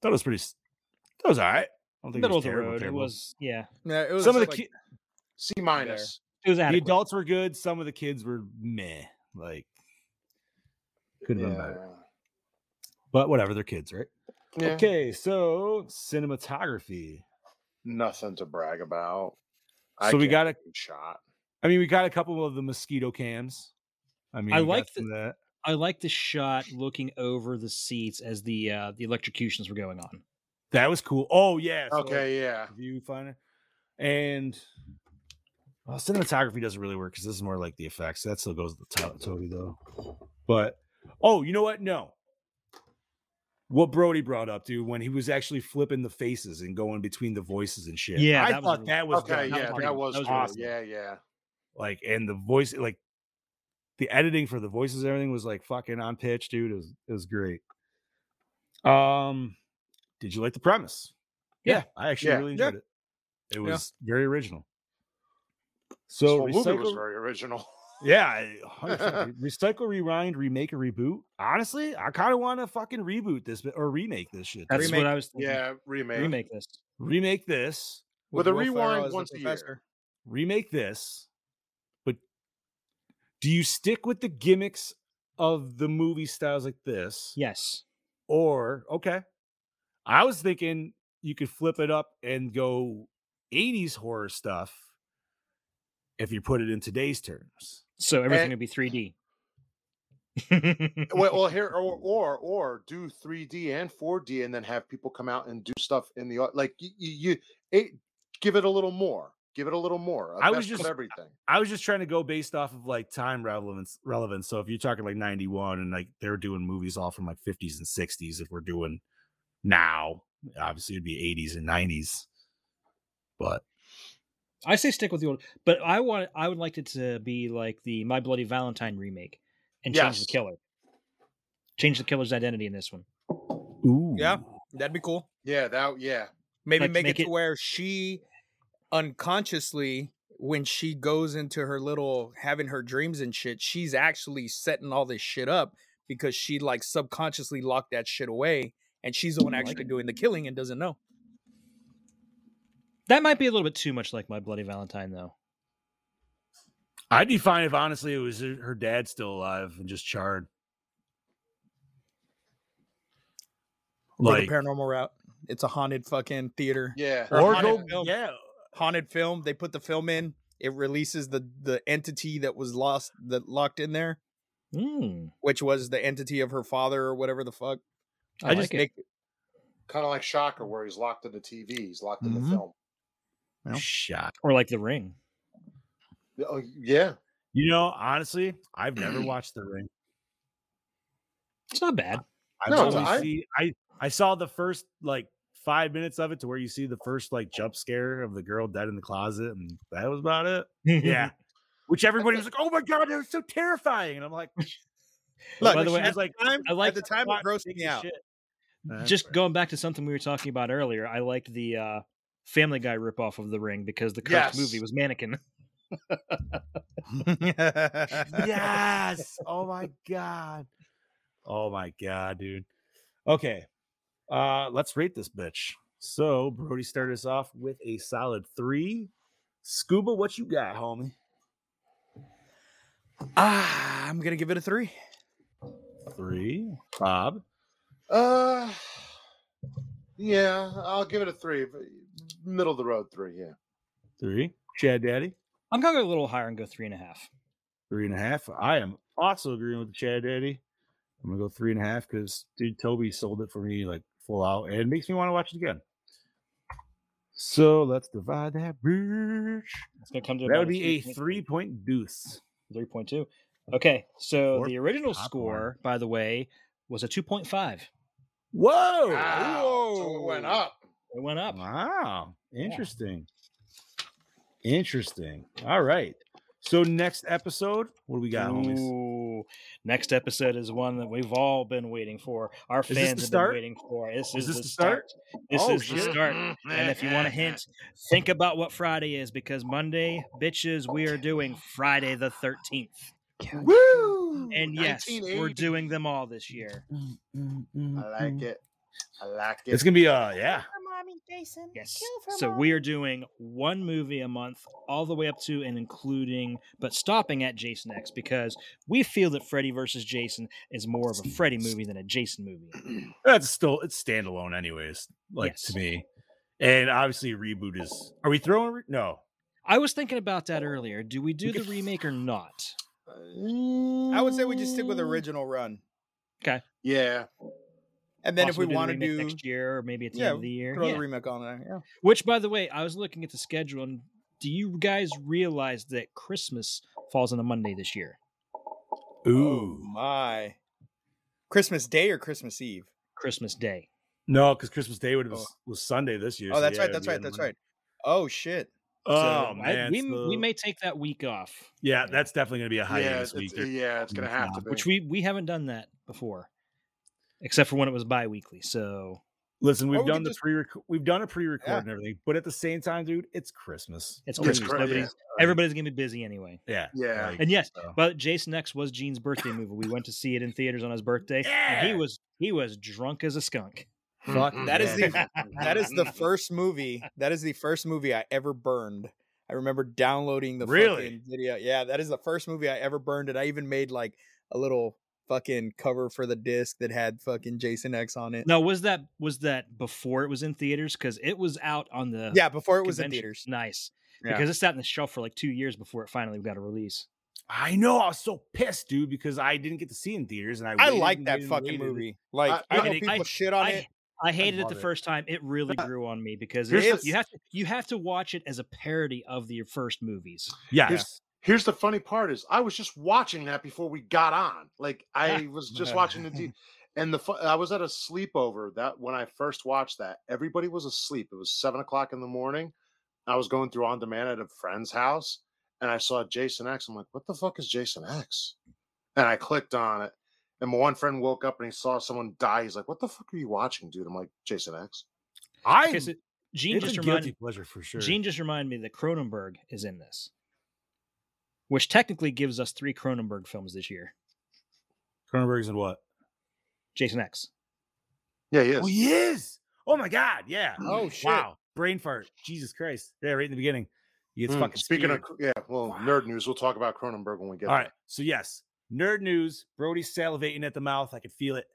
Speaker 3: Thought it was pretty. s- That was all right. I don't think
Speaker 4: Middle
Speaker 3: it
Speaker 4: of
Speaker 3: was
Speaker 4: the
Speaker 3: terrible.
Speaker 4: road.
Speaker 3: terrible.
Speaker 4: It was yeah.
Speaker 6: Yeah, it was
Speaker 3: Some of the
Speaker 6: like-
Speaker 3: ki-
Speaker 5: C minus.
Speaker 4: It was
Speaker 3: the
Speaker 4: adequate.
Speaker 3: adults were good. Some of the kids were meh. Like could have been
Speaker 5: Yeah.
Speaker 3: better, but whatever. They're kids, right?
Speaker 5: Yeah.
Speaker 3: Okay, so cinematography.
Speaker 5: Nothing to brag about.
Speaker 3: So we
Speaker 5: can't
Speaker 3: gotta-
Speaker 5: get shot.
Speaker 3: I mean, we got a couple of the mosquito cams. I mean,
Speaker 4: I
Speaker 3: we got
Speaker 4: like
Speaker 3: some of that.
Speaker 4: I like the shot looking over the seats as the uh, the electrocutions were going on.
Speaker 3: That was cool. Oh yeah. so, like,
Speaker 5: Okay, yeah.
Speaker 3: viewfinder, and well, cinematography doesn't really work because this is more like the effects. That still goes to the top, Toby though. But oh, you know what? No. What Brody brought up, dude, when he was actually flipping the faces and going between the voices and shit.
Speaker 4: Yeah,
Speaker 3: I
Speaker 4: that was
Speaker 3: thought
Speaker 4: really-
Speaker 3: that was
Speaker 5: Okay,
Speaker 3: done.
Speaker 5: yeah,
Speaker 4: fucking-
Speaker 5: that was,
Speaker 4: that was
Speaker 5: cool.
Speaker 3: awesome.
Speaker 5: Yeah, yeah.
Speaker 3: Like, and the voice, like, the editing for the voices, and everything was like fucking on pitch, dude. It was it was great. Um, did you like the premise?
Speaker 4: Yeah.
Speaker 3: I actually
Speaker 5: Yeah.
Speaker 3: really
Speaker 6: Yeah.
Speaker 3: enjoyed it. It
Speaker 6: Yeah.
Speaker 3: was very original.
Speaker 5: This
Speaker 3: So
Speaker 5: whole movie was
Speaker 3: recycle-
Speaker 5: very original.
Speaker 3: yeah, I- 100%. Re- recycle, rewind, remake, or reboot. Honestly, I kind of want to fucking reboot this bit or remake this shit.
Speaker 4: That's
Speaker 3: dude.
Speaker 6: Remake.
Speaker 4: what I was thinking.
Speaker 5: yeah, remake.
Speaker 4: Mm-hmm. Remake this.
Speaker 3: remake this,
Speaker 5: With a
Speaker 6: Will Ferrell
Speaker 5: rewind
Speaker 6: as the
Speaker 5: once a year.
Speaker 6: professor.
Speaker 3: remake this. But do you stick with the gimmicks of the movie styles like this?
Speaker 4: Yes.
Speaker 3: Or okay, I was thinking you could flip it up and go '80s horror stuff if you put it in today's terms.
Speaker 4: So everything
Speaker 5: And-
Speaker 3: Eh
Speaker 4: would be 3D.
Speaker 5: well, well, here or, or or do 3D and 4D, and then have people come out and do stuff in the au- like you you, you it, give it a little more, give it a little more. a
Speaker 3: I was
Speaker 5: best of
Speaker 3: just-
Speaker 5: everything.
Speaker 3: I was just trying to go based off of like time relevance. Relevance. So if you're talking like '91 and like they're doing movies all from like '50s and '60s, if we're doing now, obviously it'd be '80s and '90s. But
Speaker 4: I say stick with the old, but I want I would like it to be like the My Bloody Valentine remake and change
Speaker 5: Yes.
Speaker 4: the killer. Change the killer's identity in this one.
Speaker 3: ooh,
Speaker 6: Yeah. That'd be cool.
Speaker 5: Yeah, that yeah.
Speaker 6: Maybe
Speaker 4: Like,
Speaker 6: make,
Speaker 4: make
Speaker 6: it,
Speaker 4: it-
Speaker 6: to where she unconsciously, when she goes into her little having her dreams and shit, she's actually setting all this shit up because she like subconsciously locked that shit away and she's the one
Speaker 4: I like
Speaker 6: actually
Speaker 4: it.
Speaker 6: doing the killing and doesn't know.
Speaker 4: That might be a little bit too much like My Bloody Valentine though.
Speaker 3: I'd be fine if honestly it was her her dad still alive and just charred.
Speaker 6: Go the
Speaker 3: Like,
Speaker 6: paranormal route. It's a haunted fucking theater.
Speaker 5: Yeah.
Speaker 6: or
Speaker 3: or
Speaker 6: haunted
Speaker 3: go,
Speaker 6: film.
Speaker 3: yeah,
Speaker 6: Haunted film. They put the film in. It releases the the entity that was lost that locked in there,
Speaker 4: Mm,
Speaker 6: which was the entity of her father or whatever the fuck.
Speaker 4: I,
Speaker 3: I
Speaker 4: like
Speaker 3: just
Speaker 4: it.
Speaker 6: Make-
Speaker 5: Kind of like Shocker, where he's locked in the TV, he's locked in
Speaker 6: Mhm.
Speaker 5: the film.
Speaker 6: Well.
Speaker 3: shot.
Speaker 4: or like The Ring.
Speaker 5: Yeah, Oh, yeah.
Speaker 3: You know, honestly, I've never watched The Ring.
Speaker 4: It's not bad.
Speaker 3: I've
Speaker 5: No,
Speaker 3: only
Speaker 5: I-
Speaker 3: see- I I saw the first like five minutes of it to where you see the first like jump scare of the girl dead in the closet, and that was about it.
Speaker 4: (laughs)
Speaker 3: Yeah, (laughs) which everybody was like, "Oh my god, that was so terrifying," and I'm like,
Speaker 6: Look,
Speaker 4: By the way,
Speaker 3: I was like,
Speaker 6: time,
Speaker 4: I like
Speaker 6: at the time it
Speaker 3: "What?
Speaker 6: grossed
Speaker 3: Take
Speaker 6: me
Speaker 3: a
Speaker 6: out.
Speaker 3: shit." That's
Speaker 4: just
Speaker 3: fair.
Speaker 4: going back to something we were talking about earlier i liked the uh Family Guy ripoff of The Ring because the
Speaker 5: Yes.
Speaker 4: cursed movie was Mannequin.
Speaker 3: yes. Oh my god. Oh my god, dude. Okay. Uh let's rate this bitch. So Brody started us off with a solid three. Scuba, what you got, homie?
Speaker 6: (laughs) Ah, I'm gonna give it a three.
Speaker 3: Three. Bob.
Speaker 5: Uh, yeah, I'll give it a three. but Middle of the road three. Yeah.
Speaker 3: Three. Chad Daddy.
Speaker 4: I'm gonna go a little higher and go three and a half.
Speaker 3: Three and a half. I am also agreeing with Chad Daddy. I'm gonna go three and a half because dude Toby sold it for me like full out and it makes me want to watch it again. So let's divide that bitch.
Speaker 4: It's gonna come to
Speaker 3: That
Speaker 4: about
Speaker 3: would be a
Speaker 4: 3.2.
Speaker 3: three point deuce.
Speaker 4: 3.2. Okay, so
Speaker 3: Four
Speaker 4: the original
Speaker 3: popcorn.
Speaker 4: score, by the way, was a 2.5.
Speaker 3: Whoa!
Speaker 5: Wow, so it went up.
Speaker 4: It went up.
Speaker 3: Wow. Interesting. Interesting. All right. So next episode, what do we got, homies?
Speaker 4: Ooh. Next episode is one that we've all been waiting for. Our
Speaker 3: this the
Speaker 4: fans have
Speaker 3: start?
Speaker 4: been waiting for. This
Speaker 3: Is
Speaker 4: is,
Speaker 3: this
Speaker 4: the
Speaker 3: the start?
Speaker 4: start. This
Speaker 3: Oh,
Speaker 4: is the
Speaker 3: shit.
Speaker 4: start. And if you want a hint, think about what Friday is because Monday, bitches, we are doing Friday the 13th.
Speaker 5: Woo!
Speaker 4: And yes, we're
Speaker 5: 1980.
Speaker 4: doing them all this year.
Speaker 5: I
Speaker 2: mm-hmm.
Speaker 5: like it. I like it.
Speaker 3: It's gonna be uh yeah.
Speaker 4: Yes. So we are doing one movie a month, all the way up to and including, but stopping at Jason X because we feel that Freddy versus Jason is more of a Freddy movie than a Jason movie.
Speaker 6: (clears throat)
Speaker 3: That's still it's standalone, anyways. Like
Speaker 4: Yes.
Speaker 3: to me, and obviously reboot is. Are we throwing? Re- no,
Speaker 4: I was thinking about that earlier. Do we do
Speaker 3: We
Speaker 4: the
Speaker 3: could-
Speaker 4: remake or not?
Speaker 6: I would say we just stick with
Speaker 4: (gasps)
Speaker 6: original run,
Speaker 5: Mm, Yeah.
Speaker 6: and then if we
Speaker 4: Possibly do the
Speaker 6: want to
Speaker 4: remake
Speaker 6: do,
Speaker 4: next year or maybe at the
Speaker 6: yeah,
Speaker 4: end of the year.
Speaker 6: throw
Speaker 4: Yeah.
Speaker 6: the remake on there. Yeah.
Speaker 4: Which, by the way, I was looking at the schedule and do you guys realize that Christmas falls on a Monday this year?
Speaker 3: ooh,
Speaker 6: Oh, my. Christmas Day or Christmas Eve?
Speaker 4: Christmas Day.
Speaker 3: no, because Christmas Day would have
Speaker 6: Oh.
Speaker 3: was Sunday this year.
Speaker 6: Oh,
Speaker 3: so
Speaker 6: that's
Speaker 3: yeah,
Speaker 6: right.
Speaker 3: it'd
Speaker 6: That's
Speaker 3: be
Speaker 6: right.
Speaker 3: on
Speaker 6: That's
Speaker 3: Monday.
Speaker 6: right. Oh shit.
Speaker 3: Oh
Speaker 4: So, I-
Speaker 3: man,
Speaker 4: we, we
Speaker 3: so-
Speaker 4: may take that week off.
Speaker 3: Yeah, that's definitely gonna be a
Speaker 5: Yeah.
Speaker 3: hiatus
Speaker 5: It's,
Speaker 3: week.
Speaker 6: uh,
Speaker 3: or-
Speaker 5: yeah. It's gonna
Speaker 3: Yeah.
Speaker 5: have to be.
Speaker 4: Mm, Uh, which we we haven't done that before except for when it was bi-weekly so
Speaker 3: Listen, we've
Speaker 6: we
Speaker 3: done
Speaker 6: could
Speaker 3: the
Speaker 6: just-
Speaker 3: pre we've done a pre-record
Speaker 6: Yeah.
Speaker 3: and everything, but at the same time, dude, it's Christmas.
Speaker 4: it's
Speaker 5: Oh, it's
Speaker 4: christmas
Speaker 5: cra- yeah.
Speaker 4: nobody's everybody's gonna be busy anyway
Speaker 3: Yeah.
Speaker 5: Yeah.
Speaker 3: like,
Speaker 4: and yes
Speaker 3: so.
Speaker 4: but jason x was gene's birthday movie we went to see it in theaters on his birthday and he
Speaker 3: Yeah.
Speaker 4: was he was drunk as a skunk
Speaker 3: fuck
Speaker 4: Mm.
Speaker 6: That is
Speaker 3: yeah.
Speaker 6: the that is (laughs) the first movie. That is the first movie I ever burned. I remember downloading the
Speaker 3: Really?
Speaker 6: fucking video. Yeah, that is the first movie I ever burned, and I even made like a little fucking cover for the disc that had fucking Jason X on it.
Speaker 4: now was that was that before it was in theaters because it was out on the
Speaker 6: Yeah, before it was in
Speaker 4: convention-
Speaker 6: theaters.
Speaker 4: nice
Speaker 6: Yeah.
Speaker 4: because it sat on the shelf for like two years before it finally got a release
Speaker 3: I know. I was so pissed, dude, because I didn't get to see it in theaters, and I
Speaker 6: I
Speaker 3: waited
Speaker 6: like
Speaker 3: and
Speaker 6: that
Speaker 3: waited and
Speaker 6: fucking
Speaker 3: waited.
Speaker 6: movie. Like
Speaker 3: I-
Speaker 6: I, know
Speaker 3: I-
Speaker 6: people
Speaker 4: I-
Speaker 6: shit on
Speaker 4: I-
Speaker 6: it.
Speaker 4: I hated it
Speaker 3: love
Speaker 4: the
Speaker 3: it.
Speaker 4: first time. It really
Speaker 6: Yeah.
Speaker 4: grew on me because
Speaker 5: Here's
Speaker 4: it,
Speaker 5: the-
Speaker 4: you have to you have to watch it as a parody of the first movies.
Speaker 3: Yes.
Speaker 5: Here's the funny part: is I was just watching that before we got on. Like I
Speaker 4: (laughs)
Speaker 5: was just watching the, D- and the fu- I was at a sleepover that when I first watched that, everybody was asleep. It was seven o'clock in the morning. I was going through on demand at a friend's house, and I saw Jason X. I'm like, what the fuck is Jason X? And I clicked on it, and my one friend woke up and he saw someone die. He's like, what the fuck are you watching, dude? I'm like, Jason X.
Speaker 3: I.
Speaker 4: Okay, so Gene
Speaker 3: it's
Speaker 4: just
Speaker 3: a guilty
Speaker 4: reminded
Speaker 3: pleasure for sure.
Speaker 4: Gene just reminded me that Cronenberg is in this, which technically gives us three Cronenberg films this year.
Speaker 3: Cronenberg's in what?
Speaker 4: Jason X.
Speaker 5: Yeah, he
Speaker 3: Oh,
Speaker 5: is.
Speaker 3: he is. Oh my god. Yeah.
Speaker 6: Oh
Speaker 5: Mm,
Speaker 6: shit.
Speaker 3: Wow. Brain fart. Jesus Christ. Yeah. Right in the beginning. He gets
Speaker 5: Mm,
Speaker 3: fucking
Speaker 5: Speaking
Speaker 3: speared.
Speaker 5: of, cr- yeah, well, nerd news. We'll talk about Cronenberg when we get
Speaker 3: All
Speaker 5: there.
Speaker 3: right. So yes, nerd news. Brody's salivating at the mouth. I can feel it.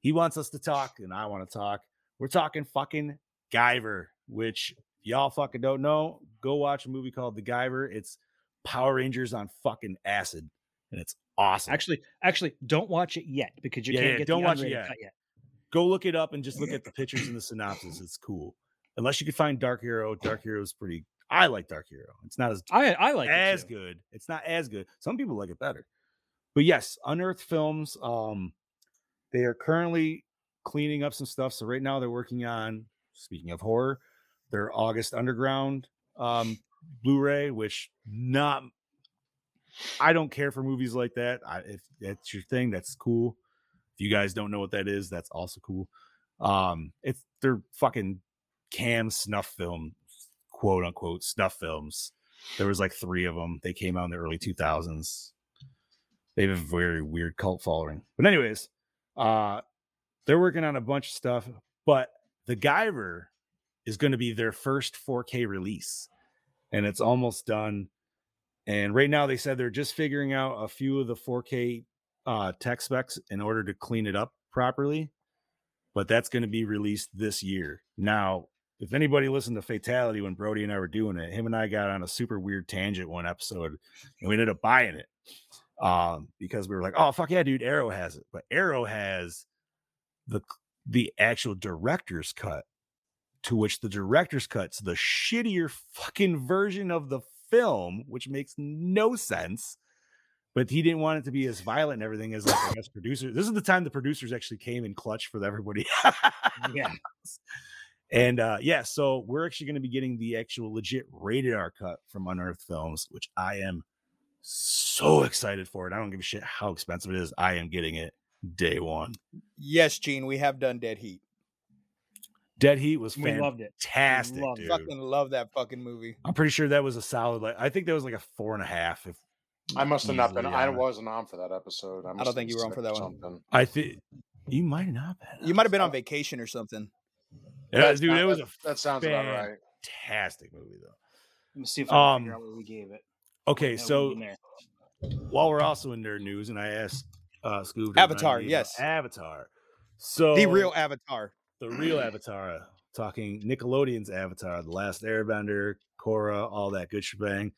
Speaker 3: He wants us to talk, and I want to talk. We're talking fucking Guyver, which y'all fucking don't know. Go watch a movie called The Guyver. It's Power Rangers on fucking acid, and it's awesome.
Speaker 4: Actually, actually, don't watch it yet because you
Speaker 3: Yeah,
Speaker 4: can't
Speaker 3: yeah,
Speaker 4: get
Speaker 3: don't
Speaker 4: the
Speaker 3: watch it
Speaker 4: unrated
Speaker 3: yet.
Speaker 4: cut yet.
Speaker 3: go look it up and just look at the pictures and the synopsis. It's cool. Unless you could find Dark Hero. Dark Hero is pretty. I like Dark Hero. It's not as
Speaker 4: I I like
Speaker 3: as
Speaker 4: it too.
Speaker 3: good. It's not as good. Some people like it better. But yes, Unearth Films, um, they are currently cleaning up some stuff. So right now they're working on, speaking of horror, their August Underground um Blu-ray, which not I don't care for movies like that. I, if that's your thing, that's cool. If you guys don't know what that is, that's also cool. Um, it's they're fucking cam snuff film, quote unquote snuff films. There was like three of them. They came out in the early 2000s. They have a very weird cult following. But anyways, uh, they're working on a bunch of stuff. But the Guyver is going to be their first 4K release, and it's almost done. And right now, they said they're just figuring out a few of the 4K uh, tech specs in order to clean it up properly. But that's going to be released this year. Now, if anybody listened to Fatality when Brody and I were doing it, him and I got on a super weird tangent one episode, and we ended up buying it um, because we were like, "Oh fuck yeah, dude, Arrow has it." But Arrow has the c- the actual director's cut, to which the director's cut's the shittier fucking version of the film, which makes no sense. But he didn't want it to be as violent and everything as like I guess producers. This is the time the producers actually came in clutch for everybody. (laughs)
Speaker 4: Yeah.
Speaker 3: And uh yeah, so we're actually going to be getting the actual legit rated R cut from Unearthed Films, which I am so excited for it. I don't give a shit how expensive it is. I am getting it day one.
Speaker 6: Yes, Gene, we have done Dead Heat.
Speaker 3: Dead Heat was
Speaker 4: We loved it.
Speaker 3: fantastic,
Speaker 4: loved it.
Speaker 3: dude.
Speaker 6: Fucking love that fucking movie.
Speaker 3: I'm pretty sure that was a solid. Like I think that was like a four and a half. If
Speaker 5: I must have not been.
Speaker 3: easily,
Speaker 5: I
Speaker 3: uh,
Speaker 5: wasn't on for that episode. I, must have
Speaker 6: think
Speaker 5: been
Speaker 6: you were on
Speaker 5: sick
Speaker 6: for
Speaker 5: or
Speaker 6: that one.
Speaker 5: Something.
Speaker 3: I think you might not have been.
Speaker 6: You might have been on vacation or something.
Speaker 3: Yeah,
Speaker 5: That's
Speaker 3: dude,
Speaker 5: not-
Speaker 3: it was
Speaker 5: that,
Speaker 3: a
Speaker 5: that sounds about right.
Speaker 3: fantastic movie though.
Speaker 4: Let me see if I can
Speaker 3: Um,
Speaker 4: figure out what we gave it.
Speaker 3: Okay,
Speaker 4: That would've
Speaker 3: so
Speaker 4: been there.
Speaker 3: while we're also in nerd news, and I asked uh, Scoob to
Speaker 6: Avatar,
Speaker 3: remind me about
Speaker 6: yes.
Speaker 3: Avatar. So
Speaker 6: The real Avatar.
Speaker 3: the
Speaker 6: (clears throat)
Speaker 3: real Avatar, talking Nickelodeon's Avatar, The Last Airbender, Korra, all that good shebang.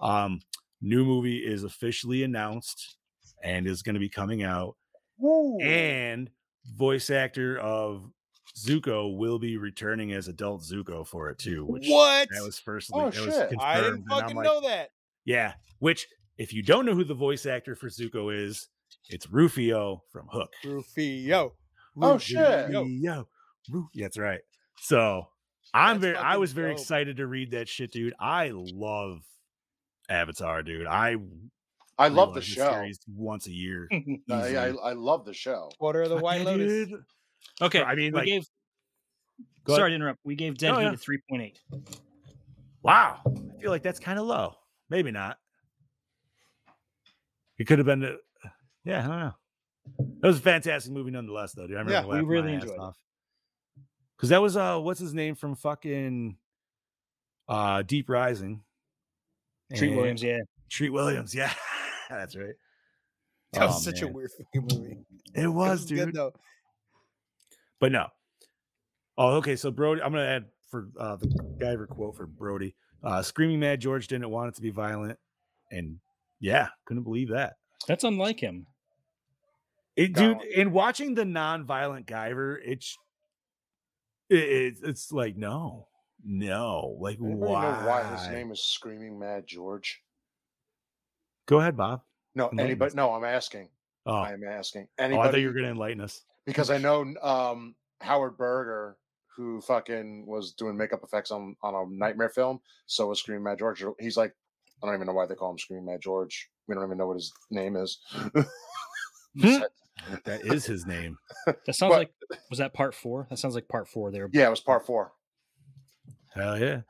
Speaker 3: Um, new movie is officially announced and is going to be coming out. And voice actor of Zuko will be returning as adult Zuko for it too, which
Speaker 6: What?
Speaker 3: that was first.
Speaker 5: Oh,
Speaker 3: that was
Speaker 5: shit.
Speaker 3: confirmed.
Speaker 6: I didn't
Speaker 3: and I'm
Speaker 6: fucking
Speaker 3: like,
Speaker 6: know that.
Speaker 3: Yeah, which if you don't know who the voice actor for Zuko is, it's Rufio from Hook.
Speaker 6: Rufio.
Speaker 5: Oh
Speaker 3: Rufio,
Speaker 5: shit!
Speaker 6: yo.
Speaker 3: Yo, Ru- That's right. So I'm
Speaker 6: That's
Speaker 3: very I
Speaker 6: fucking
Speaker 3: was very
Speaker 6: dope.
Speaker 3: excited to read that shit, dude. I love Avatar, dude. I
Speaker 5: I love the
Speaker 3: rewatch
Speaker 5: show.
Speaker 3: series once a year.
Speaker 5: (laughs) I, I,
Speaker 3: easily.
Speaker 5: I love the show.
Speaker 6: What are the
Speaker 3: Fuck (laughs)
Speaker 6: White
Speaker 3: yeah,
Speaker 6: Lotus?
Speaker 3: dude.
Speaker 4: okay,
Speaker 3: I mean,
Speaker 4: we
Speaker 3: like-
Speaker 4: gave.
Speaker 3: Go ahead.
Speaker 4: sorry to interrupt. We gave Dead
Speaker 3: No,
Speaker 4: Heat
Speaker 3: yeah.
Speaker 4: a three point eight.
Speaker 3: Wow. I feel like that's kind of low. Maybe not. It could have been the yeah, I don't know. That was a fantastic movie nonetheless, though, dude. I remember
Speaker 6: Yeah,
Speaker 3: yeah,
Speaker 6: we
Speaker 3: laughing
Speaker 4: really
Speaker 3: my ass
Speaker 4: enjoyed it.
Speaker 3: off. Cause that was uh what's his name from fucking uh Deep Rising.
Speaker 4: Treat
Speaker 3: And-
Speaker 4: Williams, yeah.
Speaker 3: Treat Williams, (laughs) yeah. That's right.
Speaker 6: That was
Speaker 3: Oh,
Speaker 6: such a
Speaker 3: man.
Speaker 6: weird (laughs) fucking movie.
Speaker 3: It was,
Speaker 6: good
Speaker 3: dude.
Speaker 6: though.
Speaker 3: But no. Oh, okay. So Brody, I'm gonna add for uh, the Guyver quote for Brody. Uh, Screaming mad George didn't want it to be violent, and yeah, couldn't believe that.
Speaker 4: That's unlike him.
Speaker 3: It, dude,
Speaker 5: Don't.
Speaker 3: in watching the non-violent Guyver, it's it, it's it's like no, no, like
Speaker 5: Anybody
Speaker 3: why?
Speaker 5: know why his name is Screaming Mad George?
Speaker 3: Go ahead, Bob.
Speaker 5: No,
Speaker 3: Enlighten us.
Speaker 5: anybody. No, I'm asking.
Speaker 3: Oh,
Speaker 5: I am asking.
Speaker 3: oh, I thought
Speaker 5: Anybody?
Speaker 3: you were gonna enlighten us.
Speaker 5: Because I know um, Howard Berger, who fucking was doing makeup effects on on a nightmare film, so was Screaming Mad George. He's like, I don't even know why they call him Screaming Mad George. We don't even know what his name is. (laughs)
Speaker 3: (laughs) That is his name.
Speaker 4: That sounds
Speaker 5: But-
Speaker 4: like was that part four? That sounds like part four there.
Speaker 5: yeah, it was part four.
Speaker 3: Hell yeah!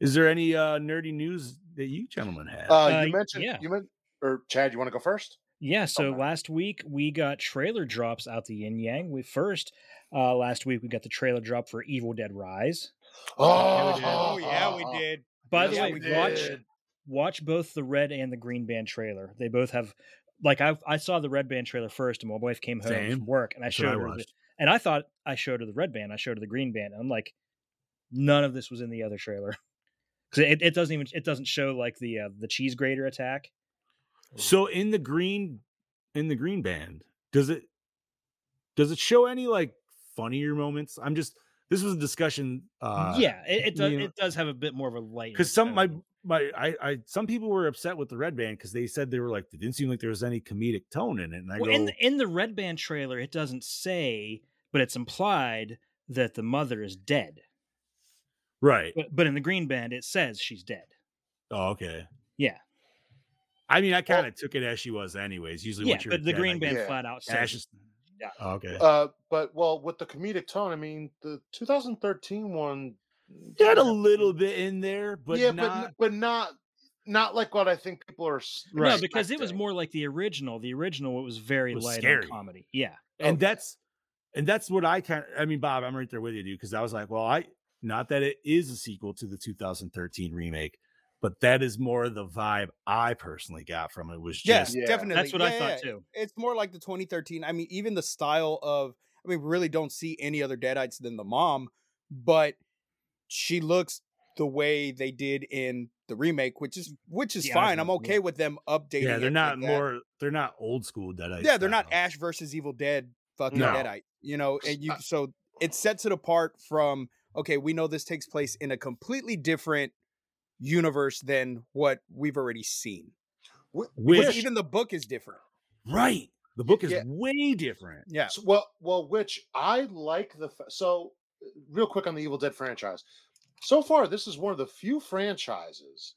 Speaker 3: Is there any uh, nerdy news that you gentlemen have?
Speaker 5: Uh,
Speaker 4: Uh,
Speaker 5: you mentioned
Speaker 4: yeah.
Speaker 5: you meant or Chad, you want to go first?
Speaker 4: Yeah, so
Speaker 5: man.
Speaker 4: last week we got trailer drops out the yin yang. We first uh last week we got the trailer drop for Evil Dead Rise.
Speaker 5: (laughs)
Speaker 6: Oh, yeah, we did.
Speaker 4: By
Speaker 6: Yeah,
Speaker 4: the
Speaker 6: we
Speaker 4: way,
Speaker 6: did.
Speaker 4: watch watch both the red and the green band trailer. They both have like I I saw the red band trailer first and my wife came home
Speaker 3: Same.
Speaker 4: from work and I
Speaker 3: That's what
Speaker 4: showed
Speaker 3: I
Speaker 4: her the,
Speaker 3: watched.
Speaker 4: and I thought I showed her the red band, I showed her the green band, and I'm like, none of this was in the other trailer. (laughs) Because it, it doesn't even it doesn't show like the uh, the cheese grater attack.
Speaker 3: So in the green, in the green band, does it does it show any like funnier moments? I'm just this was a discussion. Uh,
Speaker 4: yeah, it, it does
Speaker 3: you know-
Speaker 4: it does have a bit more of a light.
Speaker 3: because some my
Speaker 4: tone.
Speaker 3: my I, I some people were upset with the red band because they said they were like it didn't seem like there was any comedic tone in it, and I
Speaker 4: well,
Speaker 3: go
Speaker 4: in the, in the red band trailer it doesn't say but it's implied that the mother is dead
Speaker 3: right.
Speaker 4: but, but in the green band it says she's dead
Speaker 3: Oh, okay.
Speaker 4: Yeah.
Speaker 3: I mean, I kind of took it as she was, anyways. Usually,
Speaker 4: yeah
Speaker 3: once you're
Speaker 4: but the
Speaker 3: dead,
Speaker 4: green
Speaker 3: like,
Speaker 4: band
Speaker 5: Yeah.
Speaker 4: flat out says
Speaker 3: ashes.
Speaker 4: Yeah.
Speaker 3: Oh, okay.
Speaker 5: Uh, but well, with the comedic tone, I mean, the 2013 one
Speaker 3: They had a little bit in there, but
Speaker 5: yeah, but
Speaker 3: not.
Speaker 5: n- but not not like what I think people are. s-
Speaker 4: No, because it was
Speaker 5: expecting.
Speaker 4: more like the original. The original it was very
Speaker 3: It was
Speaker 4: light
Speaker 3: scary.
Speaker 4: on comedy. Yeah.
Speaker 3: and
Speaker 5: Oh,
Speaker 3: that's and that's what I kind of I mean, Bob, I'm right there with you, dude, because I was like, well, I not that it is a sequel to the 2013 remake, but that is more the vibe I personally got from it was
Speaker 6: Yeah,
Speaker 3: just
Speaker 5: Yeah.
Speaker 6: definitely.
Speaker 4: That's what I
Speaker 6: Yeah,
Speaker 4: thought
Speaker 6: yeah.
Speaker 4: too.
Speaker 6: It's more like the 2013. I mean, even the style of I mean, we really don't see any other Deadites than the mom, but she looks the way they did in the remake, which is which is
Speaker 4: The
Speaker 6: fine. I'm
Speaker 4: original, yeah.
Speaker 6: okay with them updating.
Speaker 3: yeah,
Speaker 6: it
Speaker 3: they're
Speaker 6: like
Speaker 3: not
Speaker 6: that.
Speaker 3: more they're not old school that I
Speaker 6: Yeah, they're not Ash versus Evil Dead fucking
Speaker 3: No.
Speaker 6: Deadite. You know, and you
Speaker 5: Uh,
Speaker 6: so it sets it apart from okay, we know this takes place in a completely different universe than what we've already seen.
Speaker 3: which
Speaker 6: Because even the book is different.
Speaker 3: right. The book is
Speaker 5: Yeah.
Speaker 3: way different.
Speaker 6: Yeah.
Speaker 5: So- well, well, which I like the fa- so uh, real quick on the Evil Dead franchise. So far, this is one of the few franchises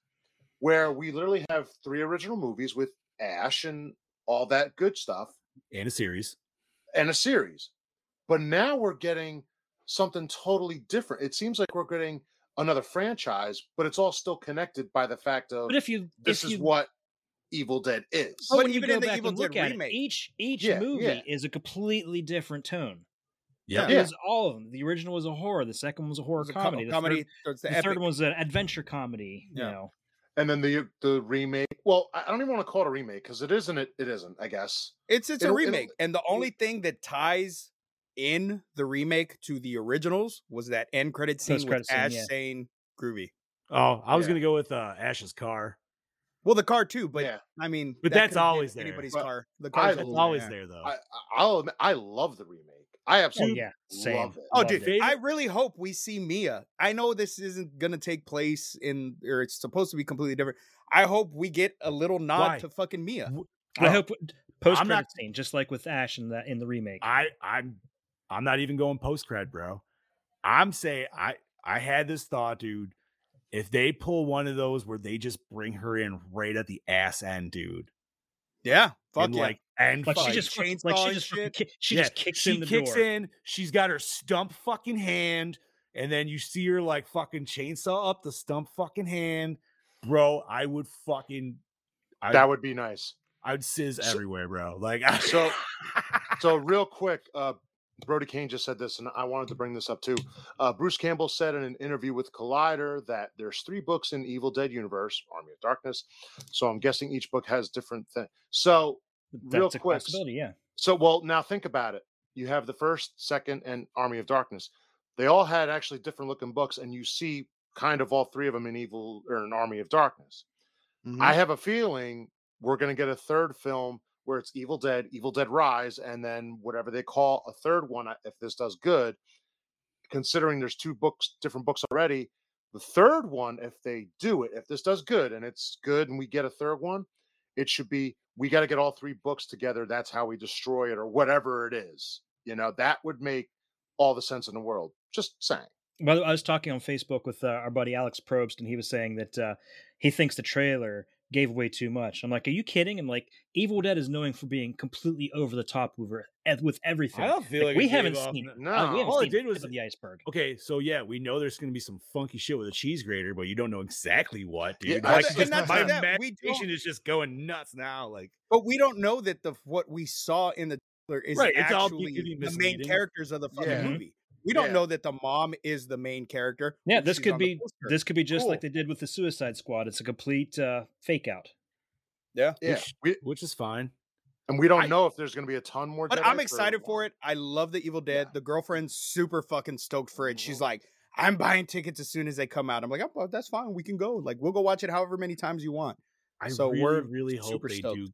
Speaker 5: where we literally have three original movies with Ash and all that good stuff
Speaker 3: And a series.
Speaker 5: and a series. But now we're getting something totally different. It seems like we're getting another franchise, but it's all still connected by the fact of
Speaker 4: But if you
Speaker 5: this
Speaker 4: if
Speaker 5: is
Speaker 4: you,
Speaker 5: what Evil Dead is.
Speaker 6: But
Speaker 4: but when you
Speaker 6: even
Speaker 4: go
Speaker 6: in the
Speaker 4: back
Speaker 6: Evil
Speaker 4: and
Speaker 6: Dead
Speaker 4: look at
Speaker 6: remake.
Speaker 4: it, each each
Speaker 5: Yeah,
Speaker 4: movie
Speaker 5: yeah.
Speaker 4: is a completely different tone.
Speaker 3: Yeah.
Speaker 4: It was all of them. The original was a horror. The second one was a horror
Speaker 6: It's a co-
Speaker 4: comedy. the
Speaker 6: comedy.
Speaker 4: Third,
Speaker 6: so it's
Speaker 4: the
Speaker 6: the epic.
Speaker 4: third one was an adventure comedy.
Speaker 6: Yeah.
Speaker 4: You know,
Speaker 5: and then the the remake. Well, I I don't even want to call it a remake because it isn't. It, it isn't. I guess.
Speaker 6: It's it's a
Speaker 5: It'll- it'll-
Speaker 6: remake, and the only thing that ties in the remake to the originals was that end credit scene
Speaker 4: Post-credit
Speaker 6: with
Speaker 4: scene,
Speaker 6: Ash
Speaker 4: yeah.
Speaker 6: saying "groovy."
Speaker 3: Oh, I was
Speaker 5: Yeah.
Speaker 3: gonna go with uh, Ash's car.
Speaker 6: Well, the car too, but
Speaker 5: yeah,
Speaker 6: I mean,
Speaker 3: But
Speaker 6: that
Speaker 3: that's
Speaker 6: could've been
Speaker 3: always there.
Speaker 6: anybody's
Speaker 5: But
Speaker 6: car. The
Speaker 5: I
Speaker 6: car's
Speaker 3: It's
Speaker 5: love
Speaker 3: always
Speaker 6: yeah.
Speaker 3: there though.
Speaker 5: I, I- I'll admit, I love the remake. I
Speaker 4: oh,
Speaker 5: absolutely
Speaker 4: yeah, same.
Speaker 5: it.
Speaker 6: Oh,
Speaker 4: Loved
Speaker 6: dude,
Speaker 4: it.
Speaker 3: Favorite-
Speaker 6: I really hope we see Mia. I know this isn't gonna take place in, or it's supposed to be completely different. I hope we get a little nod
Speaker 3: Why?
Speaker 6: to fucking Mia.
Speaker 3: W-
Speaker 4: I
Speaker 3: Well,
Speaker 4: hope post
Speaker 3: I'm not-
Speaker 4: credit scene, just like with Ash in the in the remake.
Speaker 3: I I'm I'm not even going post grad, bro. I'm saying I I had this thought, dude. If they pull one of those where they just bring her in right at the ass end, dude,
Speaker 6: Yeah, fuck
Speaker 3: and
Speaker 6: yeah.
Speaker 3: like and
Speaker 4: like she
Speaker 6: fucking
Speaker 4: just fucking- like
Speaker 6: chainsaw
Speaker 4: she
Speaker 6: and
Speaker 4: just
Speaker 6: shit.
Speaker 4: fucking ki- she just kicks
Speaker 3: she
Speaker 4: in the
Speaker 3: kicks
Speaker 4: door.
Speaker 3: in. She's got her stump fucking hand, and then you see her like fucking chainsaw up the stump fucking hand, bro. I would fucking I,
Speaker 5: That would be nice.
Speaker 3: I would sizz
Speaker 5: So-
Speaker 3: everywhere, bro. Like (laughs) I,
Speaker 5: So- So real quick, uh, Brody Kane just said this, and I wanted to bring this up too. Uh, Bruce Campbell said in an interview with Collider that there's three books in Evil Dead universe, Army of Darkness. So I'm guessing each book has different things. So
Speaker 4: That's
Speaker 5: real
Speaker 4: a
Speaker 5: quick,
Speaker 4: possibility. Yeah.
Speaker 5: So, well, now think about it. You have the first, second, and Army of Darkness. They all had actually different looking books, and you see kind of all three of them in Evil or an Army of Darkness.
Speaker 4: Mm-hmm.
Speaker 5: I
Speaker 6: Mm-hmm.
Speaker 5: have a feeling we're going to get a third film where it's Evil Dead, Evil Dead Rise, and then whatever they call a third one. uh, If this does good, considering there's two books, different books already, the third one, if they do it, if this does good and it's good, and we get a third one, it should be we got to get all three books together. That's how we destroy it, or whatever it is. You know, that would make all the sense in the world. Just saying.
Speaker 4: Well, I was talking on Facebook with uh, our buddy Alex Probst, and he was saying that uh, he thinks the trailer gave away too much. I'm like, are you kidding? I'm like, Evil Dead is known for being completely over the top over ev- with everything.
Speaker 3: I don't feel
Speaker 4: Like,
Speaker 3: like
Speaker 4: we
Speaker 3: it gave
Speaker 4: haven't
Speaker 3: off
Speaker 4: seen
Speaker 3: n-
Speaker 5: No,
Speaker 4: Uh, we haven't
Speaker 3: all it
Speaker 4: seen the
Speaker 3: did was-
Speaker 4: tip of the iceberg.
Speaker 3: Okay, so yeah, we know there's going to be some funky shit with a cheese grater, but you don't know exactly what, dude.
Speaker 5: Yeah,
Speaker 3: Like,
Speaker 5: and-
Speaker 3: it's
Speaker 5: and
Speaker 3: just-
Speaker 5: not
Speaker 3: my
Speaker 5: only
Speaker 6: that, we
Speaker 3: imagination is just going nuts now. Like,
Speaker 6: But we don't know that the what we saw in the trailer is
Speaker 3: Right, it's all- it
Speaker 6: actually
Speaker 3: could be
Speaker 6: the main
Speaker 3: misleading.
Speaker 6: characters of the fucking
Speaker 5: Yeah.
Speaker 6: movie. We don't
Speaker 5: Yeah.
Speaker 6: know that the mom is the main character.
Speaker 4: Yeah,
Speaker 6: when
Speaker 4: this
Speaker 6: she's
Speaker 4: could
Speaker 6: on the
Speaker 4: be
Speaker 6: poster.
Speaker 4: this could be just like
Speaker 5: Cool.
Speaker 4: they did with the Suicide Squad. It's a complete uh, fake out.
Speaker 5: Yeah,
Speaker 3: Which-
Speaker 5: we,
Speaker 3: which is fine.
Speaker 5: and we don't
Speaker 6: I-
Speaker 5: know if there's going to be a ton more.
Speaker 6: But
Speaker 5: Deadites
Speaker 6: I'm
Speaker 5: or
Speaker 6: excited
Speaker 5: one.
Speaker 6: for it. I love the Evil Dead.
Speaker 5: Yeah.
Speaker 6: The girlfriend's super fucking stoked for it. She's like, I'm buying tickets as soon as they come out. I'm like, oh, well, that's fine. We can go. Like, we'll go watch it however many times you want.
Speaker 3: I
Speaker 6: So
Speaker 3: really,
Speaker 6: we're
Speaker 3: really hope
Speaker 6: super
Speaker 3: they
Speaker 6: stoked.
Speaker 3: do.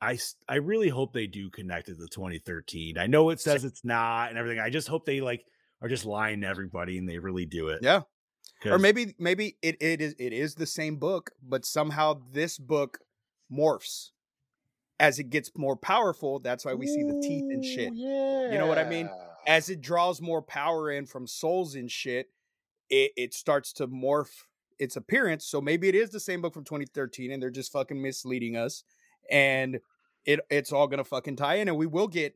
Speaker 3: I s- I really hope they do connect it to 2013. I know it says it's not and everything. I just hope they like are just lying to everybody and they really do it.
Speaker 6: Yeah. Or
Speaker 3: 'cause-
Speaker 6: maybe, maybe it, it is it is the same book, but somehow this book morphs as it gets more powerful. That's why we see the teeth and
Speaker 5: Ooh,
Speaker 6: shit.
Speaker 5: Yeah.
Speaker 6: know what I mean? As it draws more power in from souls and shit, it, it starts to morph its appearance. So maybe it is the same book from 2013 and they're just fucking misleading us. And it it's all gonna fucking tie in, and we will get,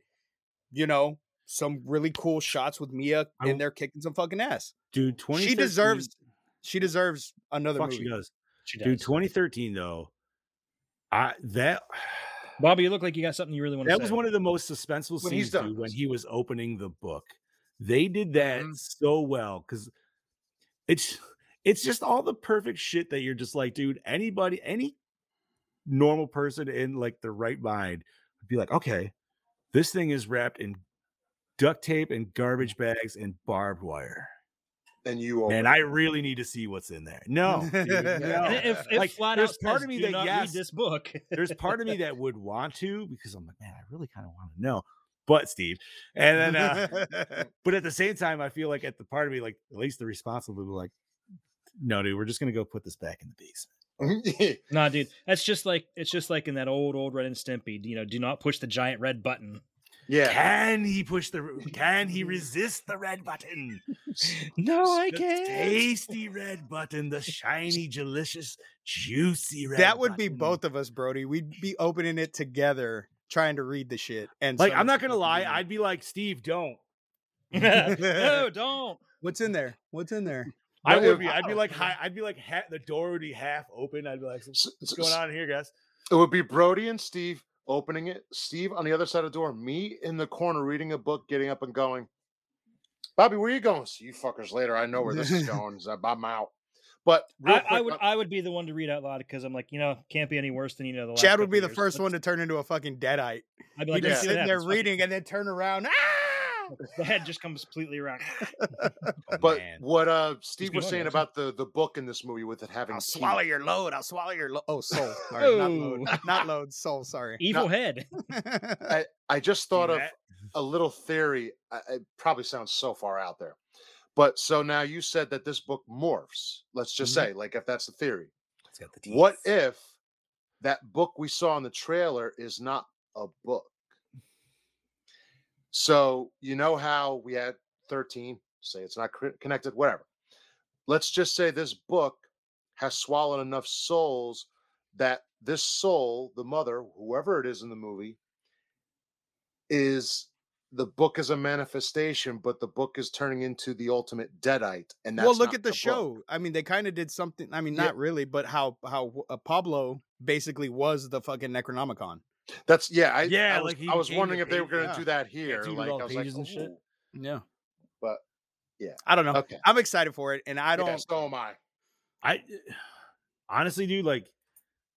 Speaker 6: you know, some really cool shots with Mia
Speaker 3: I
Speaker 6: in
Speaker 3: w-
Speaker 6: there kicking some fucking ass.
Speaker 3: Dude, twenty.
Speaker 6: She deserves she deserves another
Speaker 3: Fuck,
Speaker 6: movie.
Speaker 3: she does.
Speaker 4: She does.
Speaker 3: Dude, 2013 though. I that
Speaker 4: Bobby, you look like you got something you really want to
Speaker 3: that
Speaker 4: say.
Speaker 3: was one of the most suspenseful
Speaker 5: When he's
Speaker 3: scenes
Speaker 5: done.
Speaker 3: dude, when he was opening the book. They did that
Speaker 5: Mhm.
Speaker 3: so well because it's it's just all the perfect shit that you're just like, dude. Anybody, any normal person in like the right mind would be like, okay, this thing is wrapped in duct tape and garbage
Speaker 5: Mm-hmm.
Speaker 3: bags and barbed wire,
Speaker 5: And you open
Speaker 3: and I really need to see what's in there. No, dude,
Speaker 5: (laughs)
Speaker 3: no.
Speaker 4: And if, if
Speaker 3: Like,
Speaker 4: flat
Speaker 3: there's
Speaker 4: out
Speaker 3: part
Speaker 4: says,
Speaker 3: of me
Speaker 4: "Do
Speaker 3: that,
Speaker 4: not
Speaker 3: yes,
Speaker 4: read this book.
Speaker 3: there's part of me that would want to because I'm like, man, I really kind of want to know. But Steve, and then, uh,
Speaker 6: (laughs)
Speaker 3: but at the same time, I feel like at the part of me, like at least the responsible, like, no, dude, we're just gonna go put this back in the basement.
Speaker 5: (laughs) it.
Speaker 4: (laughs) Nah, dude, that's just like it's just like in that old old Red and Stimpy. You know, do not push the giant red button. (laughs)
Speaker 5: yeah.
Speaker 3: Can he push the? r- Can
Speaker 6: (laughs)
Speaker 3: he resist the red button?
Speaker 4: No, I
Speaker 3: The
Speaker 4: can't.
Speaker 3: Tasty red button, the shiny, delicious, juicy red.
Speaker 6: That would be
Speaker 3: button.
Speaker 6: both of us, Brody. We'd be opening it together, trying to read the shit. And
Speaker 3: Like,
Speaker 6: some
Speaker 3: I'm
Speaker 6: of us
Speaker 3: not gonna
Speaker 6: would be
Speaker 3: lie,
Speaker 6: reading.
Speaker 3: I'd be like, Steve,
Speaker 6: (laughs)
Speaker 3: don't. (laughs)
Speaker 4: no, don't.
Speaker 6: What's in there? What's in there?
Speaker 3: I
Speaker 5: But
Speaker 3: would
Speaker 5: if-
Speaker 3: be. I'd be
Speaker 5: oh,
Speaker 3: like, hi, I'd be like, ha- the door would be half open. I'd be like,
Speaker 5: S- s-
Speaker 3: what's going
Speaker 5: s-
Speaker 3: on here, guys?
Speaker 5: It would be Brody and Steve opening it, Steve on the other side of the door, me in the corner reading a book, getting up and going, Bobby, where you going? See you fuckers later. I know where (laughs) this is going. so I'm out. But real
Speaker 4: I, I
Speaker 5: quick,
Speaker 4: would
Speaker 5: uh,
Speaker 4: I would be the one to read out loud because I'm like, you know, can't be any worse than you know. The last
Speaker 6: Chad would
Speaker 4: couple
Speaker 6: be the
Speaker 4: years.
Speaker 6: 1st
Speaker 4: Let's-
Speaker 6: one to turn into a fucking deadite.
Speaker 4: I'd be
Speaker 6: He'd
Speaker 4: like,
Speaker 6: be
Speaker 4: "Let's see what
Speaker 6: sitting there
Speaker 4: happens. Fuck it."
Speaker 6: reading and then turn around. Ah!
Speaker 4: (laughs) The head just comes completely around.
Speaker 3: (laughs) Oh,
Speaker 5: but
Speaker 3: man.
Speaker 5: what uh Steve
Speaker 4: been
Speaker 5: was
Speaker 4: on
Speaker 5: saying
Speaker 4: it,
Speaker 5: about the the book in this movie with it having
Speaker 6: I'll
Speaker 5: teeth.
Speaker 6: swallow your load. I'll swallow your load.
Speaker 4: (laughs)
Speaker 6: Oh, soul. Sorry, not load.
Speaker 4: Oh.
Speaker 6: (laughs) Not load.
Speaker 4: (laughs)
Speaker 6: Soul. Sorry. (laughs)
Speaker 4: Evil head.
Speaker 5: I, I just thought of
Speaker 3: that-
Speaker 5: a little theory. I, it probably sounds so far out there, but so now you said that this book morphs. Let's just say, like, if that's the theory,
Speaker 3: It's got the
Speaker 5: what
Speaker 3: teeth.
Speaker 5: if that book we saw in the trailer is not a book? So you know how we had thirteen. Say it's not cr- connected. Whatever. Let's just say this book has swallowed enough souls that this soul, the mother, whoever it is in the movie, is the book is a manifestation, but the book is turning into the ultimate deadite. And that's
Speaker 6: well, look
Speaker 5: not
Speaker 6: at the,
Speaker 5: book.
Speaker 6: show. I mean, they kind of did something. I mean,
Speaker 5: Yeah.
Speaker 6: not really, but how how uh, Pablo basically was the fucking Necronomicon.
Speaker 5: That's yeah. I,
Speaker 3: Yeah,
Speaker 5: I was,
Speaker 3: like he
Speaker 5: I was
Speaker 3: became the
Speaker 5: wondering if they were
Speaker 3: page-
Speaker 5: going to
Speaker 6: yeah.
Speaker 5: do that here.
Speaker 3: dude, with
Speaker 5: like
Speaker 3: all the
Speaker 5: I was like,
Speaker 3: pages and shit.
Speaker 5: "Ooh."
Speaker 6: Yeah.
Speaker 5: But, yeah.
Speaker 6: I don't know.
Speaker 5: okay.
Speaker 6: I'm excited for it, and I don't.
Speaker 5: Yeah, so am I.
Speaker 3: I eh, honestly, dude, like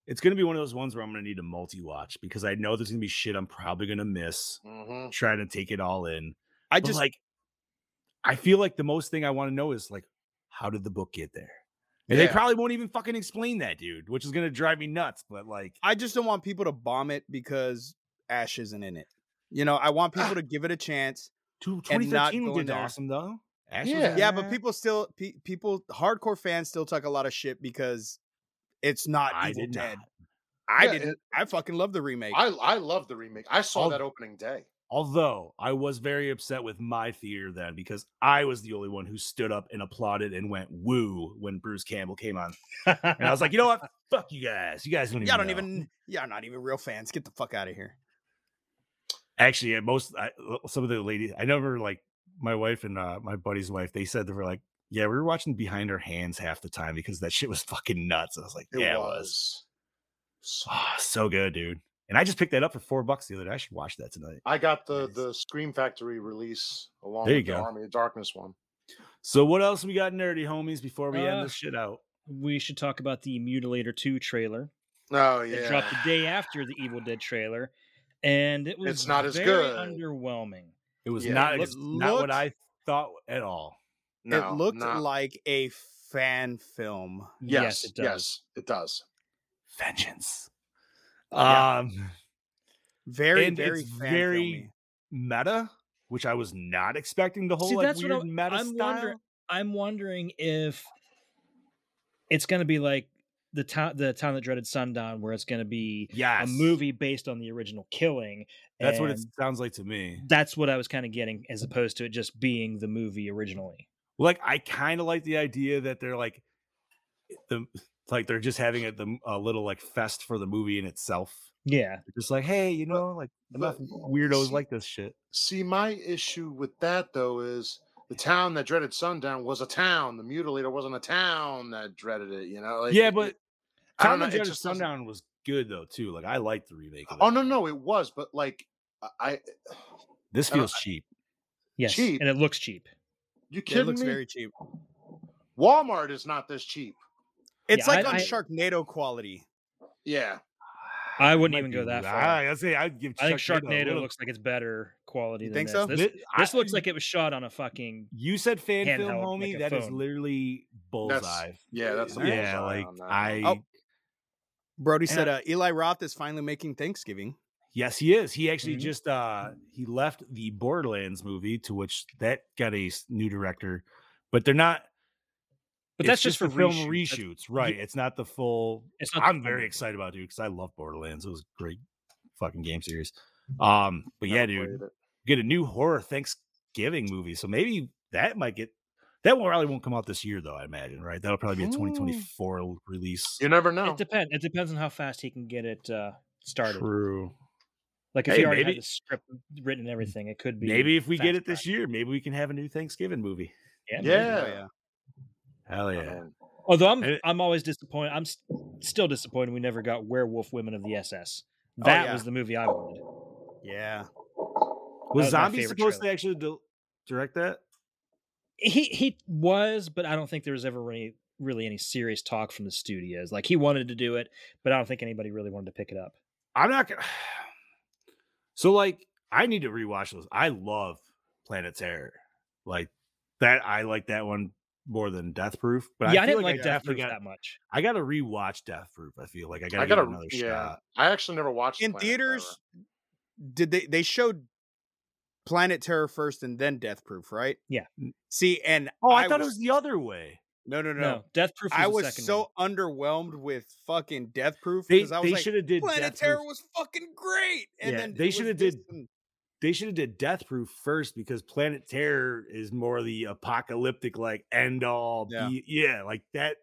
Speaker 3: it's gonna be one of those ones where I'm gonna need to multi-watch because I know there's gonna be shit I'm probably gonna miss.
Speaker 6: Mm.
Speaker 5: Mhm.
Speaker 3: Trying to take it all in.
Speaker 6: I
Speaker 3: I
Speaker 6: just
Speaker 3: just like I feel like the most thing I want to know is like, how did the book get there? And they
Speaker 5: Yeah.
Speaker 3: probably won't even fucking explain that, dude, which is gonna drive me nuts. But like,
Speaker 6: I just don't want people to bomb it because Ash isn't in it. You know, I want Ah.
Speaker 4: (laughs)
Speaker 6: people to give it a chance.
Speaker 3: two-
Speaker 6: And not
Speaker 3: 2013 we
Speaker 6: going
Speaker 3: did
Speaker 6: there.
Speaker 3: awesome though. Ash was
Speaker 5: Yeah.
Speaker 3: in
Speaker 6: Yeah, but
Speaker 3: that.
Speaker 6: people still pe- people hardcore fans still talk a lot of shit because it's not
Speaker 3: I
Speaker 6: Evil
Speaker 3: did
Speaker 6: Dead.
Speaker 3: not.
Speaker 6: I
Speaker 5: Yeah,
Speaker 6: didn't.
Speaker 5: it-
Speaker 6: I fucking love the remake.
Speaker 5: I I love the remake. I saw
Speaker 3: All-
Speaker 5: that opening day.
Speaker 3: Although I was very upset with my theater then because I was the only one who stood up and applauded and went woo when Bruce Campbell came on. And I was like, you know what? Fuck you guys. You guys don't even.
Speaker 6: y'all don't
Speaker 3: know."
Speaker 6: even. Y'all not even real fans. Get the fuck out of here.
Speaker 3: Actually, at most, I, some of the ladies, I never like my wife and uh, my buddy's wife, they said they were like, yeah, we were watching Behind Our Hands half the time because that shit was (laughs) fucking nuts. I was like,
Speaker 5: It
Speaker 3: yeah,
Speaker 5: was.
Speaker 3: it was. Ah, so good, dude. And I just picked that up for four bucks the other day. I should watch that tonight.
Speaker 5: I got the
Speaker 3: Nice.
Speaker 5: the Scream Factory release along
Speaker 3: There
Speaker 5: with
Speaker 3: you
Speaker 5: the
Speaker 3: go.
Speaker 5: Army of Darkness one.
Speaker 3: So, what else we got, nerdy homies, before we
Speaker 4: Uh,
Speaker 3: end this shit out?
Speaker 4: (laughs) we should talk about the Mutilator 2 trailer.
Speaker 5: Oh
Speaker 4: It
Speaker 5: yeah.
Speaker 4: dropped the day after the Evil Dead trailer, and it was
Speaker 5: not as
Speaker 4: very
Speaker 5: good.
Speaker 4: underwhelming.
Speaker 3: It was
Speaker 5: Yeah,
Speaker 3: not,
Speaker 6: it
Speaker 3: it's
Speaker 6: looked-
Speaker 3: not what
Speaker 6: looked-
Speaker 3: I thought at all.
Speaker 5: No,
Speaker 6: it looked
Speaker 5: not-
Speaker 6: like a fan film.
Speaker 5: yes,
Speaker 4: it does.
Speaker 5: yes, it does.
Speaker 3: Vengeance.
Speaker 6: Yeah.
Speaker 3: Um,
Speaker 6: Very,
Speaker 3: And
Speaker 6: very,
Speaker 3: it's
Speaker 6: fan
Speaker 3: very
Speaker 6: very.
Speaker 3: meta, which I was not expecting the whole
Speaker 4: See,
Speaker 3: like
Speaker 4: that's what
Speaker 3: weird
Speaker 4: I'm-
Speaker 3: meta
Speaker 4: I'm
Speaker 3: style.
Speaker 4: wondering- I'm wondering if it's going to be like the town, the town that dreaded sundown, where it's going to be
Speaker 3: Yes,
Speaker 4: a movie based on the original killing.
Speaker 3: That's what it
Speaker 4: and
Speaker 3: sounds like to me.
Speaker 4: That's what I was kind of getting, as opposed to it just being the movie originally.
Speaker 3: Like I kind of like the idea that they're like eh, the like they're just having a, the, a little like fest for the movie in itself.
Speaker 4: Yeah,
Speaker 3: They're just like, hey, you
Speaker 5: But-
Speaker 3: know, like
Speaker 5: but
Speaker 3: enough weirdos
Speaker 5: see-
Speaker 3: like this shit.
Speaker 5: See, my issue with that though is The town that dreaded sundown was a town. The mutilator wasn't a town that dreaded it. You know, like,
Speaker 3: yeah,
Speaker 5: it-
Speaker 3: but
Speaker 5: I don't
Speaker 3: Town
Speaker 5: know,
Speaker 3: of
Speaker 5: it
Speaker 3: Dreaded
Speaker 5: just doesn't-
Speaker 3: Sundown was good though too. Like I liked the remake. Of
Speaker 5: oh
Speaker 3: it.
Speaker 5: no, no, it was, but like I,
Speaker 3: this
Speaker 5: I don't-
Speaker 3: feels cheap.
Speaker 4: Yes,
Speaker 5: Cheap.
Speaker 4: and it looks cheap.
Speaker 5: you
Speaker 6: Yeah, it
Speaker 5: kidding
Speaker 6: looks
Speaker 5: me?
Speaker 6: very cheap.
Speaker 5: Walmart is not this cheap.
Speaker 6: It's
Speaker 4: Yeah,
Speaker 6: like
Speaker 4: I-
Speaker 6: on
Speaker 4: I-
Speaker 6: Sharknado quality.
Speaker 5: Yeah,
Speaker 4: I
Speaker 3: It
Speaker 4: wouldn't
Speaker 3: might
Speaker 4: even go
Speaker 3: be-
Speaker 4: that far.
Speaker 3: I, I'd say I'd give.
Speaker 4: I think
Speaker 3: Sharknado a
Speaker 4: Sharknado
Speaker 3: little-
Speaker 4: looks like it's better quality
Speaker 6: You
Speaker 4: than
Speaker 6: think
Speaker 4: this.
Speaker 6: so?
Speaker 4: This,
Speaker 3: Thi- I-
Speaker 4: this looks like it was shot on a fucking.
Speaker 3: You said fan film,
Speaker 4: handheld, like
Speaker 3: homie.
Speaker 4: a
Speaker 3: That is
Speaker 4: phone.
Speaker 3: literally bullseye.
Speaker 5: yeah, that's a
Speaker 3: yeah,
Speaker 5: bullseye
Speaker 3: like
Speaker 5: on that.
Speaker 3: I.
Speaker 6: Oh. Brody
Speaker 4: And
Speaker 6: said
Speaker 4: I-
Speaker 6: uh, Eli Roth is finally making Thanksgiving.
Speaker 3: Yes, he is. He actually
Speaker 4: Mhm.
Speaker 3: just uh he left the Borderlands movie, to which that got a s- new director, but they're not.
Speaker 4: But
Speaker 3: it's
Speaker 4: that's just, for
Speaker 3: the film
Speaker 4: reshoots.
Speaker 3: reshoots,
Speaker 4: That's-
Speaker 3: right? It's not the full.
Speaker 4: It's not the
Speaker 3: I'm
Speaker 4: full
Speaker 3: very
Speaker 4: movie.
Speaker 3: excited about it because I love Borderlands. It was a great fucking game series. Um, but yeah,
Speaker 5: never
Speaker 3: dude,
Speaker 5: played it.
Speaker 3: get a new horror Thanksgiving movie. So maybe that might get that one probably won't come out this year though. I imagine, right? That'll probably be a
Speaker 4: Mm.
Speaker 3: 2024 l- release.
Speaker 5: You never know.
Speaker 4: It depends. It depends on how fast he can get it uh, started.
Speaker 3: True.
Speaker 4: Like if
Speaker 3: Hey,
Speaker 4: he already
Speaker 3: maybe-
Speaker 4: had the script written and everything, it could be.
Speaker 3: Maybe if we get
Speaker 4: fast
Speaker 3: it this year, maybe we can have a new Thanksgiving movie.
Speaker 4: tracked. Yeah. maybe.
Speaker 5: yeah.
Speaker 6: Oh, yeah.
Speaker 3: Hell
Speaker 5: I
Speaker 3: yeah!
Speaker 5: mean,
Speaker 4: Although I'm,
Speaker 3: And it-
Speaker 4: I'm always disappointed. I'm s- still disappointed we never got Werewolf Women of the SS. That
Speaker 6: yeah.
Speaker 4: was the movie I wanted.
Speaker 6: Yeah.
Speaker 3: Was
Speaker 4: Oh, was my
Speaker 3: Zombie
Speaker 4: favorite
Speaker 3: supposed
Speaker 4: trailer.
Speaker 3: to actually di- direct that?
Speaker 4: he he was, but I don't think there was ever really really any serious talk from the studios. Like he wanted to do it, but I don't think anybody really wanted to pick it up.
Speaker 3: I'm not gonna. (sighs) So like, I need to rewatch those. I love Planet Terror. Like that, I like that one more than Death Proof. But
Speaker 4: yeah, I,
Speaker 3: I, feel
Speaker 4: didn't like,
Speaker 3: I
Speaker 4: Death
Speaker 3: definitely
Speaker 4: Proof
Speaker 3: got-
Speaker 4: that much.
Speaker 3: I gotta rewatch Death Proof. I feel like I gotta,
Speaker 5: I gotta.
Speaker 3: give it another
Speaker 5: yeah,
Speaker 3: shot.
Speaker 5: I actually never watched
Speaker 6: in
Speaker 5: Planet Terror.
Speaker 6: theaters did they they showed planet terror first and then death proof right
Speaker 4: Yeah.
Speaker 3: N-
Speaker 6: see and
Speaker 3: Oh, I, thought it was the other way.
Speaker 6: no no no,
Speaker 4: No, Death Proof. Was
Speaker 6: i
Speaker 4: the
Speaker 6: was
Speaker 4: second
Speaker 6: so
Speaker 4: one.
Speaker 6: underwhelmed with fucking death proof
Speaker 3: They,
Speaker 6: because i was
Speaker 3: they
Speaker 6: like
Speaker 3: should have did
Speaker 6: planet
Speaker 3: Death
Speaker 6: terror
Speaker 3: Proof.
Speaker 6: was fucking great and
Speaker 3: Yeah,
Speaker 6: then
Speaker 3: they
Speaker 6: it was
Speaker 3: shoulda
Speaker 6: this
Speaker 3: did-
Speaker 6: and-
Speaker 3: They should have did Death Proof first because Planet Terror is more the apocalyptic, like end all.
Speaker 6: Yeah.
Speaker 3: be- yeah like that.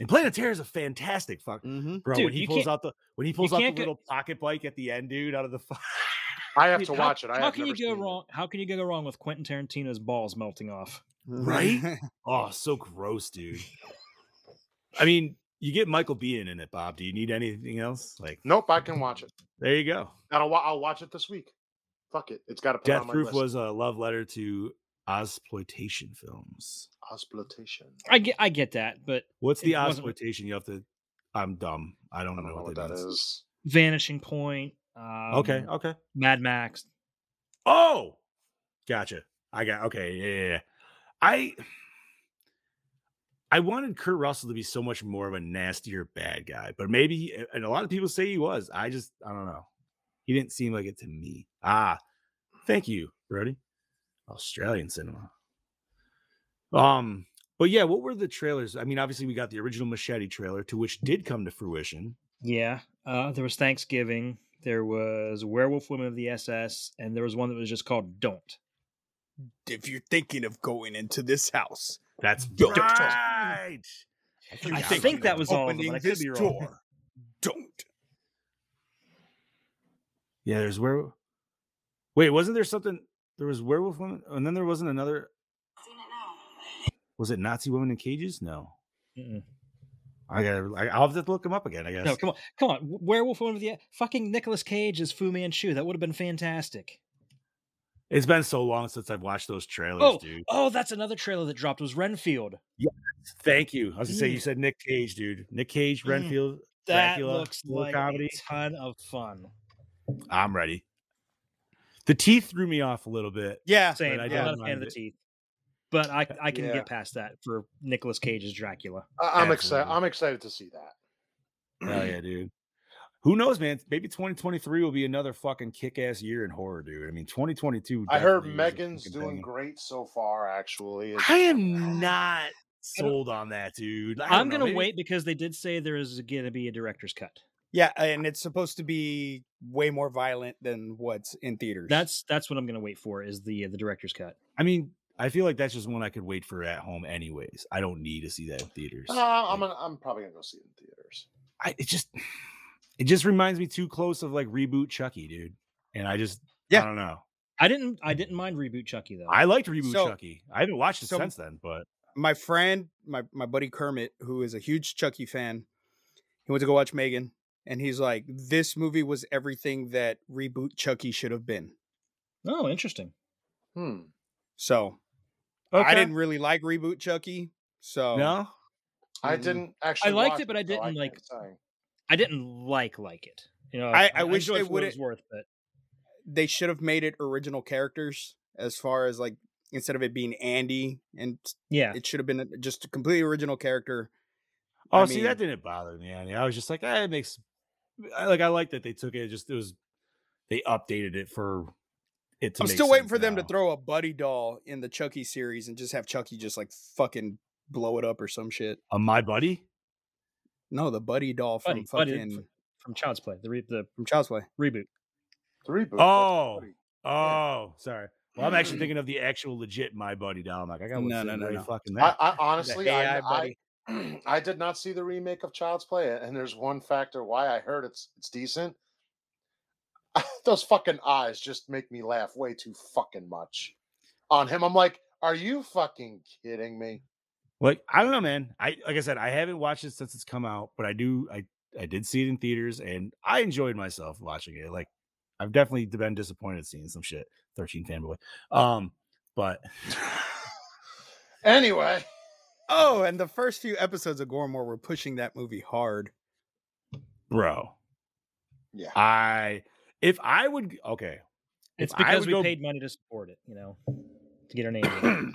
Speaker 3: And Planet Terror is a fantastic fuck.
Speaker 6: Mhm.
Speaker 3: Bro,
Speaker 4: Dude,
Speaker 3: when he
Speaker 4: you
Speaker 3: pulls
Speaker 4: can't-
Speaker 3: out the when he pulls out the
Speaker 4: can't go-
Speaker 3: little pocket bike at the end, dude, out of the fu- (laughs)
Speaker 5: I have
Speaker 4: Dude,
Speaker 5: to
Speaker 4: how-
Speaker 5: watch it. I
Speaker 4: how
Speaker 5: have
Speaker 4: can you
Speaker 5: never
Speaker 4: go
Speaker 5: seen it.
Speaker 4: wrong? How can you go wrong with Quentin Tarantino's balls melting off?
Speaker 6: mm-hmm.
Speaker 3: Right? Oh, so gross, dude. I mean, you get Michael Biehn in it, Bob. Do you need anything else? Like,
Speaker 5: Nope, I can watch it.
Speaker 3: there you go.
Speaker 5: And I'll, wa- I'll watch it this week. Fuck it, it's got to put
Speaker 3: Death
Speaker 5: on my
Speaker 3: Proof
Speaker 5: list.
Speaker 3: was a love letter to Ozploitation films.
Speaker 5: exploitation.
Speaker 4: I get I get that, but
Speaker 3: What's the
Speaker 4: It wasn't-
Speaker 3: Ozploitation? You have to. I'm dumb. I
Speaker 5: I
Speaker 3: don't,
Speaker 5: don't
Speaker 3: know, what,
Speaker 5: that
Speaker 3: means.
Speaker 5: is.
Speaker 4: Vanishing Point. Um,
Speaker 3: Okay. Okay.
Speaker 4: Mad Max.
Speaker 3: Oh, gotcha. I got okay. Yeah, yeah, yeah. I I wanted Kurt Russell to be so much more of a nastier bad guy, but maybe and a lot of people say he was. I just I don't know. He didn't seem like it to me. Ah, thank you, Brody. Australian cinema. Um, but yeah, what were the trailers? I mean, obviously we got the original Machete trailer, to which did come to fruition.
Speaker 4: Yeah. Uh, there was Thanksgiving. There was Werewolf Women of the SS, and there was one that was just called Don't.
Speaker 6: (laughs) if you're thinking of going into this house
Speaker 3: That's
Speaker 6: Don't.
Speaker 3: right.
Speaker 6: you
Speaker 4: I
Speaker 3: forgot
Speaker 4: think
Speaker 3: about
Speaker 4: that was all of them,
Speaker 6: opening
Speaker 4: but I could
Speaker 6: this
Speaker 4: be wrong.
Speaker 6: door
Speaker 4: (laughs)
Speaker 6: don't
Speaker 3: Yeah, there's where. Wait, wasn't there something? There was werewolf woman, and then there wasn't another. Was it Nazi women in cages? No,
Speaker 4: Mm-mm.
Speaker 3: I gotta. I- I'll have to look them up again. I guess.
Speaker 4: No, come on, come on. W- Werewolf Woman of the fucking Nicolas Cage is Fu Manchu. That would have been fantastic.
Speaker 3: It's been so long since I've watched those trailers, dude.
Speaker 4: Oh, that's another trailer that dropped was Renfield.
Speaker 3: Thank you. I was gonna say you
Speaker 4: Mm.
Speaker 3: said Nick Cage, dude. Nick Cage,
Speaker 4: Mm.
Speaker 3: Renfield.
Speaker 4: That
Speaker 3: Dracula,
Speaker 4: looks
Speaker 3: little
Speaker 4: like
Speaker 3: comedy.
Speaker 4: a ton of fun.
Speaker 3: I'm ready. The teeth threw me off a little bit.
Speaker 6: yeah
Speaker 4: Same.
Speaker 3: I
Speaker 4: I'm
Speaker 3: don't
Speaker 4: not a fan
Speaker 3: mind
Speaker 4: of the
Speaker 3: it.
Speaker 4: teeth, but I I can
Speaker 5: Yeah.
Speaker 4: get past that for Nicolas Cage's Dracula.
Speaker 5: I- I'm excited.
Speaker 3: Absolutely.
Speaker 5: I'm excited to see that.
Speaker 3: Hell Oh, yeah, dude. Who knows, man? Maybe 2023 will be another fucking kick-ass year in horror, dude. I mean, 2022.
Speaker 5: I heard
Speaker 3: definitely was a
Speaker 5: Megan's
Speaker 3: fucking
Speaker 5: doing
Speaker 3: banger.
Speaker 5: great so far. Actually, It's-
Speaker 3: I am not
Speaker 4: don't-
Speaker 3: sold on that, dude. I
Speaker 4: I'm
Speaker 3: don't know,
Speaker 4: gonna
Speaker 3: maybe-
Speaker 4: wait because they did say there is gonna be a director's cut.
Speaker 6: yeah and it's supposed to be way more violent than what's in theaters
Speaker 4: That's that's what I'm gonna wait for is the the director's cut.
Speaker 3: I mean, I feel like that's just one I could wait for at home, anyways. I don't need to see that in theaters.
Speaker 5: Uh, I'm
Speaker 3: Like,
Speaker 5: gonna, I'm probably gonna go see it in theaters.
Speaker 3: I, it just (sighs) it just reminds me too close of like reboot Chucky, dude. And I just
Speaker 6: Yeah.
Speaker 3: I don't know.
Speaker 4: I didn't. I didn't mind reboot Chucky though.
Speaker 3: I liked Reboot
Speaker 6: So-
Speaker 3: Chucky. I haven't watched it
Speaker 6: so-
Speaker 3: since then, but
Speaker 6: my friend, my my buddy Kermit, who is a huge Chucky fan, he went to go watch Megan, and he's like, "This movie was everything that reboot Chucky should have been."
Speaker 4: oh, interesting.
Speaker 5: Hmm.
Speaker 6: So I
Speaker 3: Okay.
Speaker 6: didn't really like reboot Chucky. So
Speaker 3: no.
Speaker 5: I
Speaker 6: Mhm.
Speaker 5: didn't actually.
Speaker 4: liked
Speaker 5: watch
Speaker 4: it, but I
Speaker 5: so
Speaker 4: didn't,
Speaker 5: can't
Speaker 4: like-
Speaker 5: say.
Speaker 4: I didn't like like it. You know,
Speaker 6: I- I wish
Speaker 4: enjoyed
Speaker 6: they
Speaker 4: for what it was
Speaker 6: would've-
Speaker 4: worth, but
Speaker 6: they should have made it original characters as far as like instead of it being Andy and
Speaker 4: yeah,
Speaker 6: it should have been just a completely original character.
Speaker 3: Oh,
Speaker 6: I
Speaker 3: see, that
Speaker 6: mean-
Speaker 3: didn't bother me any. I was just like, eh, it makes. I, like I like that they took it. Just it was, they updated it for it to.
Speaker 6: I'm
Speaker 3: make
Speaker 6: still waiting
Speaker 3: sense
Speaker 6: for them to
Speaker 3: now.
Speaker 6: throw a buddy doll in the Chucky series and just have Chucky just like fucking blow it up or some shit.
Speaker 3: Uh, my buddy.
Speaker 6: No, the buddy doll from
Speaker 4: Buddy- buddy
Speaker 6: fucking
Speaker 4: from- from Child's Play, the re- the
Speaker 6: from Child's Play.
Speaker 4: reboot.
Speaker 5: The reboot. that's
Speaker 3: Oh,
Speaker 5: pretty-
Speaker 3: oh, sorry. Well, I'm actually thinking of the actual legit my buddy doll. I'm like, I got
Speaker 6: No, no, no,
Speaker 3: no,
Speaker 6: no.
Speaker 3: fucking
Speaker 5: I,
Speaker 3: that.
Speaker 5: I
Speaker 6: The
Speaker 5: honestly, I,
Speaker 6: AI
Speaker 5: I,
Speaker 6: buddy.
Speaker 5: (clears throat) I did not see the remake of Child's Play, and there's one factor why I heard it's it's decent. (laughs) Those fucking eyes just make me laugh way too fucking much. On him, I'm like, are you fucking kidding me?
Speaker 3: like I don't know, man. I like I said, I haven't watched it since it's come out, but I do. I I did see it in theaters, and I enjoyed myself watching it. Like I've definitely been disappointed seeing some shit. Thirteen fanboy. Um, but
Speaker 5: Anyway,
Speaker 6: Oh, and the first few episodes of Gormore were pushing that movie hard.
Speaker 3: bro,
Speaker 5: yeah,
Speaker 3: I if I would okay,
Speaker 4: It's
Speaker 3: I
Speaker 4: because
Speaker 3: would
Speaker 4: we
Speaker 3: go-
Speaker 4: paid money to support it, you know, to get our name. in it.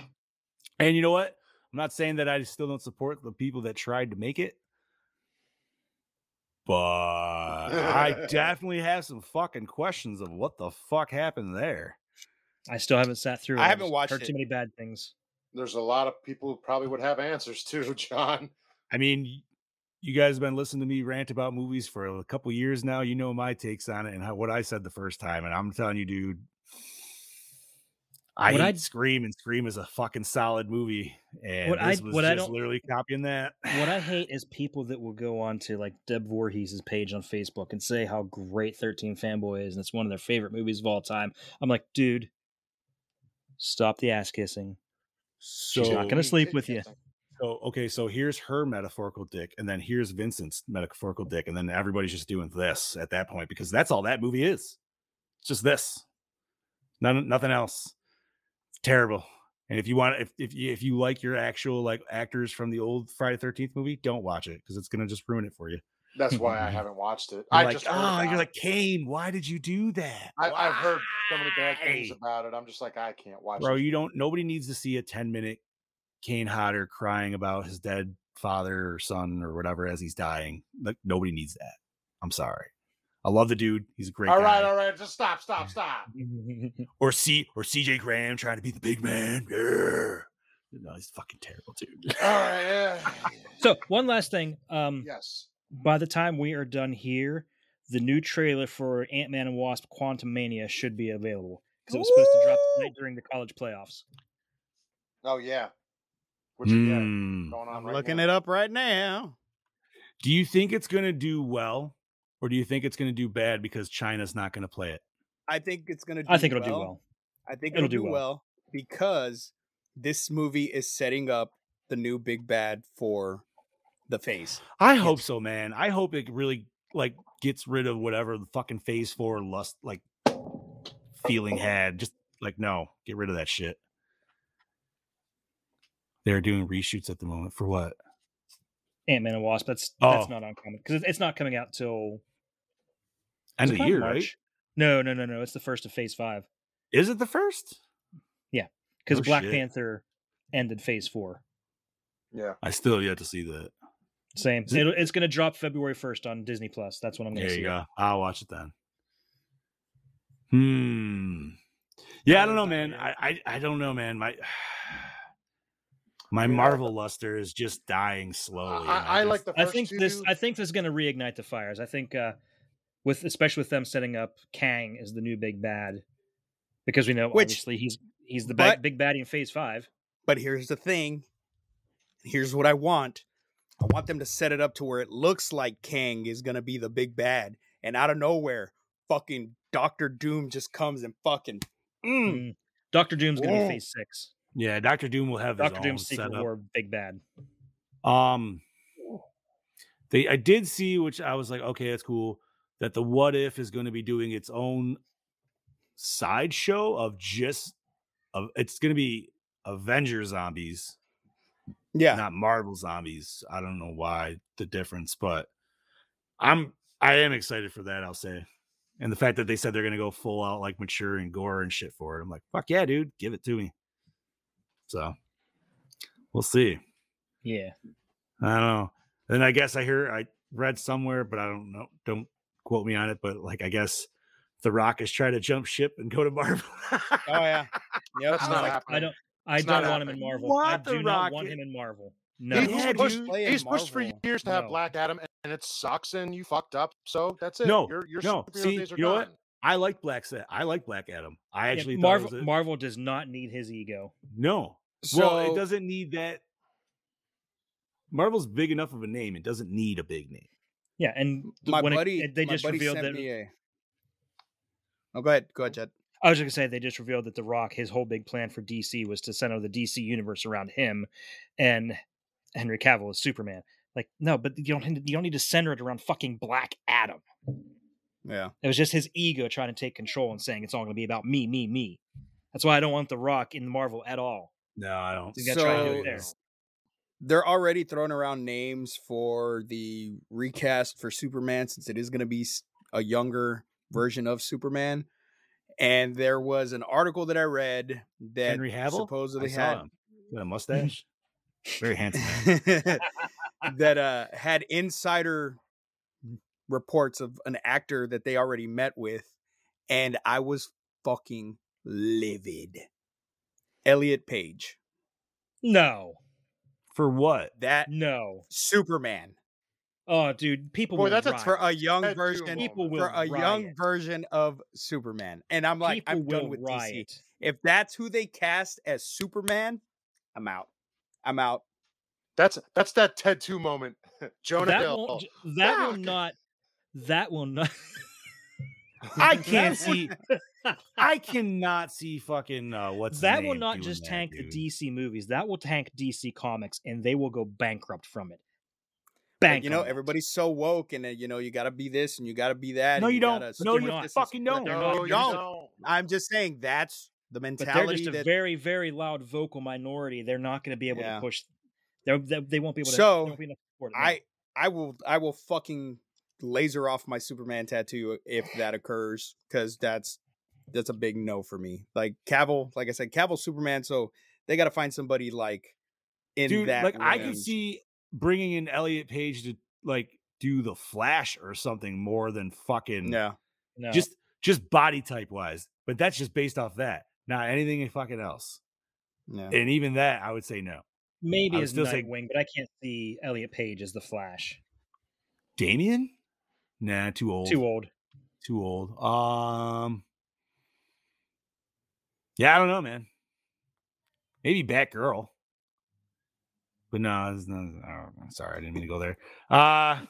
Speaker 3: and you know what? I'm not saying that I still don't support the people that tried to make it, but
Speaker 4: (laughs)
Speaker 3: I definitely have some fucking questions of what the fuck happened there.
Speaker 4: I still haven't sat through.
Speaker 6: I
Speaker 4: I've
Speaker 6: haven't
Speaker 4: just
Speaker 6: watched
Speaker 4: heard
Speaker 6: it.
Speaker 4: too many bad things.
Speaker 5: there's a lot of people who probably would have answers too, (laughs) John.
Speaker 3: I mean, y- you guys have been listening to me rant about movies for a couple years now. You know my takes on it and how, what I said the first time, and I'm telling you, dude. I
Speaker 4: What
Speaker 3: hate
Speaker 4: I-
Speaker 3: Scream, and Scream is a fucking solid movie, and
Speaker 4: What I-
Speaker 3: this was
Speaker 4: what I
Speaker 3: just
Speaker 4: don't-
Speaker 3: literally copying that.
Speaker 4: What I
Speaker 3: (sighs)
Speaker 4: hate is people that will go on to like Deb Voorhees' page on Facebook and say how great 13 Fanboy is and it's one of their favorite movies of all time. I'm like, dude, stop the
Speaker 3: (laughs)
Speaker 4: ass kissing.
Speaker 3: so
Speaker 4: not gonna sleep with you.
Speaker 3: So okay, so here's her metaphorical dick, and then here's Vincent's metaphorical dick, and then everybody's just doing this at that point because that's all that movie is. It's just this, none, nothing else. It's terrible. And if you want, if if you, if you like your actual like actors from the old Friday Thirteenth movie, don't watch it because it's gonna just ruin it for you.
Speaker 5: That's why I haven't watched it.
Speaker 3: Mm-hmm. You're
Speaker 5: I
Speaker 3: like,
Speaker 5: just heard
Speaker 3: oh,
Speaker 5: about
Speaker 3: you're
Speaker 5: it.
Speaker 3: like Kane. Why did you do that?
Speaker 5: I, I've heard so many bad
Speaker 3: Why?"
Speaker 5: things about it. I'm just like, I can't watch
Speaker 3: bro
Speaker 5: it.
Speaker 3: you don't nobody needs to see a 10 minute kane hodder crying about his dead father or son or whatever as he's dying like nobody needs that i'm sorry i love the dude he's a great
Speaker 5: All
Speaker 3: guy
Speaker 5: right, all right, just stop, stop, stop.
Speaker 3: or c or cj graham trying to be the big man yeah. no he's fucking terrible
Speaker 5: (laughs)
Speaker 3: dude
Speaker 5: All right,
Speaker 3: (laughs)
Speaker 5: yeah.
Speaker 4: so, one last thing. Um,
Speaker 5: (laughs) yes.
Speaker 4: By the time we are done here, the new trailer for Ant Man and Wasp Quantum Mania should be available because it was supposed to drop tonight during the college playoffs.
Speaker 5: Oh yeah. Which yeah,
Speaker 3: Mm.
Speaker 5: going on
Speaker 6: I'm
Speaker 5: right
Speaker 6: looking
Speaker 5: now.
Speaker 6: it up right now.
Speaker 3: do you think it's gonna do well or do you think it's gonna do bad because china's not gonna play it
Speaker 6: I think it's gonna. Do
Speaker 4: I think it'll do well.
Speaker 6: I think
Speaker 4: It'll
Speaker 6: it'll,
Speaker 4: do
Speaker 6: do,
Speaker 4: well.
Speaker 6: well. because this movie is setting up the new big bad for the phase.
Speaker 3: I hope so, man. I hope it really like gets rid of whatever the fucking phase four lust like feeling had. Just like no, get rid of that shit. They're doing reshoots at the moment for what?
Speaker 4: Ant Man and Wasp. That's
Speaker 3: Oh.
Speaker 4: that's not uncommon because it's not coming out till
Speaker 3: End of
Speaker 4: is it
Speaker 3: the
Speaker 4: not
Speaker 3: year, right?
Speaker 4: March? No, no, no, no. It's the first of Phase Five
Speaker 3: Is it the first?
Speaker 4: because
Speaker 3: Oh,
Speaker 4: Black
Speaker 3: shit.
Speaker 4: Panther ended Phase Four.
Speaker 5: Yeah.
Speaker 3: I still have yet to see that.
Speaker 4: Same.
Speaker 3: Is it-
Speaker 4: It'll, it's going to drop February first on Disney Plus. That's when I'm going
Speaker 3: There
Speaker 4: to see.
Speaker 3: you
Speaker 4: it.
Speaker 3: go. I'll watch it then. Hmm. Yeah, I don't know, man. I I, I don't know, man. My (sighs) my
Speaker 5: mean, I-
Speaker 3: Marvel luster is just dying slowly. and
Speaker 5: I, I
Speaker 3: Oh, just-
Speaker 5: like the
Speaker 4: I
Speaker 5: first
Speaker 4: think
Speaker 5: two.
Speaker 4: this. I think this is going to reignite the fires. I think, uh, with especially with them setting up Kang as the new big bad, because we know
Speaker 6: Which-
Speaker 4: obviously he's he's the big
Speaker 6: but-
Speaker 4: big baddie in Phase Five.
Speaker 6: But here's the thing. Here's what I want. I want them to set it up to where it looks like Kang is gonna be the big bad, and out of nowhere, fucking Doctor Doom just comes and fucking
Speaker 3: Mm.
Speaker 4: Mm-hmm. Doctor Doom's gonna
Speaker 3: Whoa.
Speaker 4: be phase six.
Speaker 3: Yeah, Doctor Doom will have
Speaker 4: Doctor
Speaker 3: his
Speaker 4: Doom's
Speaker 3: own
Speaker 4: secret
Speaker 3: setup.
Speaker 4: war, big bad.
Speaker 3: Um, they I did see, which I was like, okay, that's cool. That the What If is going to be doing its own sideshow of just of it's going to be Avenger zombies,
Speaker 6: Yeah.
Speaker 3: not Marvel zombies. I don't know why the difference, but I'm I am excited for that. I'll say, and the fact that they said they're going to go full out like mature and gore and shit for it, I'm like, fuck yeah, dude, give it to me. So we'll see.
Speaker 4: Yeah.
Speaker 3: I don't know. Then I guess I hear I read somewhere, but I don't know. Don't quote me on it. But like, I guess The Rock is trying to jump ship and go to (laughs) Marvel.
Speaker 6: Oh yeah. Yep.
Speaker 5: That's
Speaker 4: I
Speaker 5: not
Speaker 4: like-
Speaker 5: happening.
Speaker 4: I don't. I
Speaker 5: It's
Speaker 4: don't
Speaker 5: not
Speaker 4: want him in
Speaker 5: happening.
Speaker 4: Marvel.
Speaker 3: What
Speaker 4: I
Speaker 3: the
Speaker 4: do not want
Speaker 3: Rocket?
Speaker 4: him in Marvel.
Speaker 5: (laughs)
Speaker 4: No.
Speaker 5: He's
Speaker 3: Yeah,
Speaker 5: pushed,
Speaker 3: dude.
Speaker 6: Play in
Speaker 5: he's pushed for
Speaker 6: Marvel.
Speaker 5: years to have
Speaker 4: No.
Speaker 5: Black Adam, and it sucks, and you fucked up. So that's it.
Speaker 3: No,
Speaker 5: your, your
Speaker 3: no.
Speaker 5: superhero
Speaker 3: See,
Speaker 5: days are
Speaker 3: you know what?
Speaker 5: done.
Speaker 3: I like Black Set. I like Black Adam. I
Speaker 4: Yeah,
Speaker 3: actually thought it
Speaker 4: Marvel.
Speaker 3: was a-
Speaker 4: Marvel does not need his ego.
Speaker 3: no.
Speaker 6: So
Speaker 3: well, it doesn't need that. Marvel's big enough of a name. It doesn't need a big name.
Speaker 4: Yeah, and th-
Speaker 6: my
Speaker 4: when it-
Speaker 6: buddy,
Speaker 4: it- they
Speaker 6: my
Speaker 4: just
Speaker 6: buddy
Speaker 4: revealed
Speaker 6: sent
Speaker 4: that.
Speaker 6: me a. Oh, go ahead. Go ahead, Jed.
Speaker 4: I was just gonna say they just revealed that The Rock, his whole big plan for DC was to center the DC universe around him, and Henry Cavill is Superman. Like, no, but you don't you don't need to center it around fucking Black Adam.
Speaker 6: Yeah.
Speaker 4: It was just his ego trying to take control and saying it's all gonna be about me, me, me. That's why I don't want The Rock in Marvel at all.
Speaker 3: No, I don't.
Speaker 4: He's gotta try and do
Speaker 6: So-
Speaker 4: it there.
Speaker 6: They're already throwing around names for the recast for Superman since it is going to be s- a younger version of Superman. And there was an article that I read that
Speaker 3: Henry Cavill.
Speaker 6: supposedly
Speaker 3: I saw
Speaker 6: had
Speaker 3: him. Got a (laughs) mustache. Very handsome. man.
Speaker 6: (laughs) that uh had insider reports of an actor that they already met with and I was fucking livid. Elliot Page.
Speaker 4: No,
Speaker 3: For what?
Speaker 6: That
Speaker 4: no.
Speaker 6: Superman
Speaker 4: Oh, dude, people.
Speaker 5: Boy,
Speaker 4: will
Speaker 5: that's a
Speaker 4: riot.
Speaker 6: for a young
Speaker 5: That
Speaker 6: version
Speaker 5: dude
Speaker 4: People
Speaker 5: moment.
Speaker 4: will
Speaker 6: for a young
Speaker 4: riot.
Speaker 6: version of Superman. And I'm like
Speaker 4: People
Speaker 6: I'm done
Speaker 4: will
Speaker 6: with DC.
Speaker 4: riot.
Speaker 6: If that's who they cast as Superman, I'm out. I'm out.
Speaker 5: That's that's that Ted Two moment. (laughs) Jonah
Speaker 4: that
Speaker 5: Hill.
Speaker 4: won't, j- that will
Speaker 5: Fuck.
Speaker 4: not. That will not. (laughs)
Speaker 6: (laughs)
Speaker 3: I can't see. I cannot see fucking uh, what's his
Speaker 4: that will
Speaker 3: name
Speaker 4: not
Speaker 3: doing
Speaker 4: just
Speaker 3: that,
Speaker 4: tank
Speaker 3: dude.
Speaker 4: the DC movies. That will tank DC comics, and they will go bankrupt from it.
Speaker 6: But,
Speaker 4: Bankrupt.
Speaker 6: you know, everybody's so woke, and uh, you know, you got to be this and you got to be that.
Speaker 3: No,
Speaker 6: and
Speaker 3: you don't.
Speaker 6: gotta
Speaker 3: No,
Speaker 6: stick
Speaker 3: you
Speaker 6: with
Speaker 4: don't.
Speaker 6: this and
Speaker 3: Fucking
Speaker 6: stick with
Speaker 3: don't.
Speaker 6: that.
Speaker 5: no,
Speaker 6: you
Speaker 5: you
Speaker 6: don't.
Speaker 5: don't.
Speaker 6: I'm just saying that's the
Speaker 4: but they're
Speaker 6: mentality
Speaker 4: just a
Speaker 6: that.
Speaker 4: very, very loud vocal minority. They're not going to be able
Speaker 6: Yeah.
Speaker 4: to push. They're, they they won't be able to.
Speaker 6: So,
Speaker 4: there won't be enough support, no.
Speaker 6: I I will I will fucking laser off my Superman tattoo if that occurs because that's that's a big no for me. Like Cavill, like I said, Cavill Superman. So they got to find somebody like in
Speaker 3: dude.
Speaker 6: that.
Speaker 3: Like I could
Speaker 6: range.
Speaker 3: see bringing in Elliot Page to like do the Flash or something more than fucking
Speaker 6: Yeah,
Speaker 4: no.
Speaker 3: just just body type wise. But that's just based off that, not anything fucking else.
Speaker 6: yeah.
Speaker 3: And even that, I would say no. I
Speaker 4: maybe
Speaker 3: would
Speaker 4: as
Speaker 3: still
Speaker 4: Nightwing,
Speaker 3: say-
Speaker 4: but I can't see Elliot Page as the Flash.
Speaker 3: Damien? Nah, too old.
Speaker 4: Too old.
Speaker 3: Too old. Um. Yeah, I don't know, man. Maybe Batgirl. But no, it's not, I don't know. sorry, I didn't mean to go there. Uh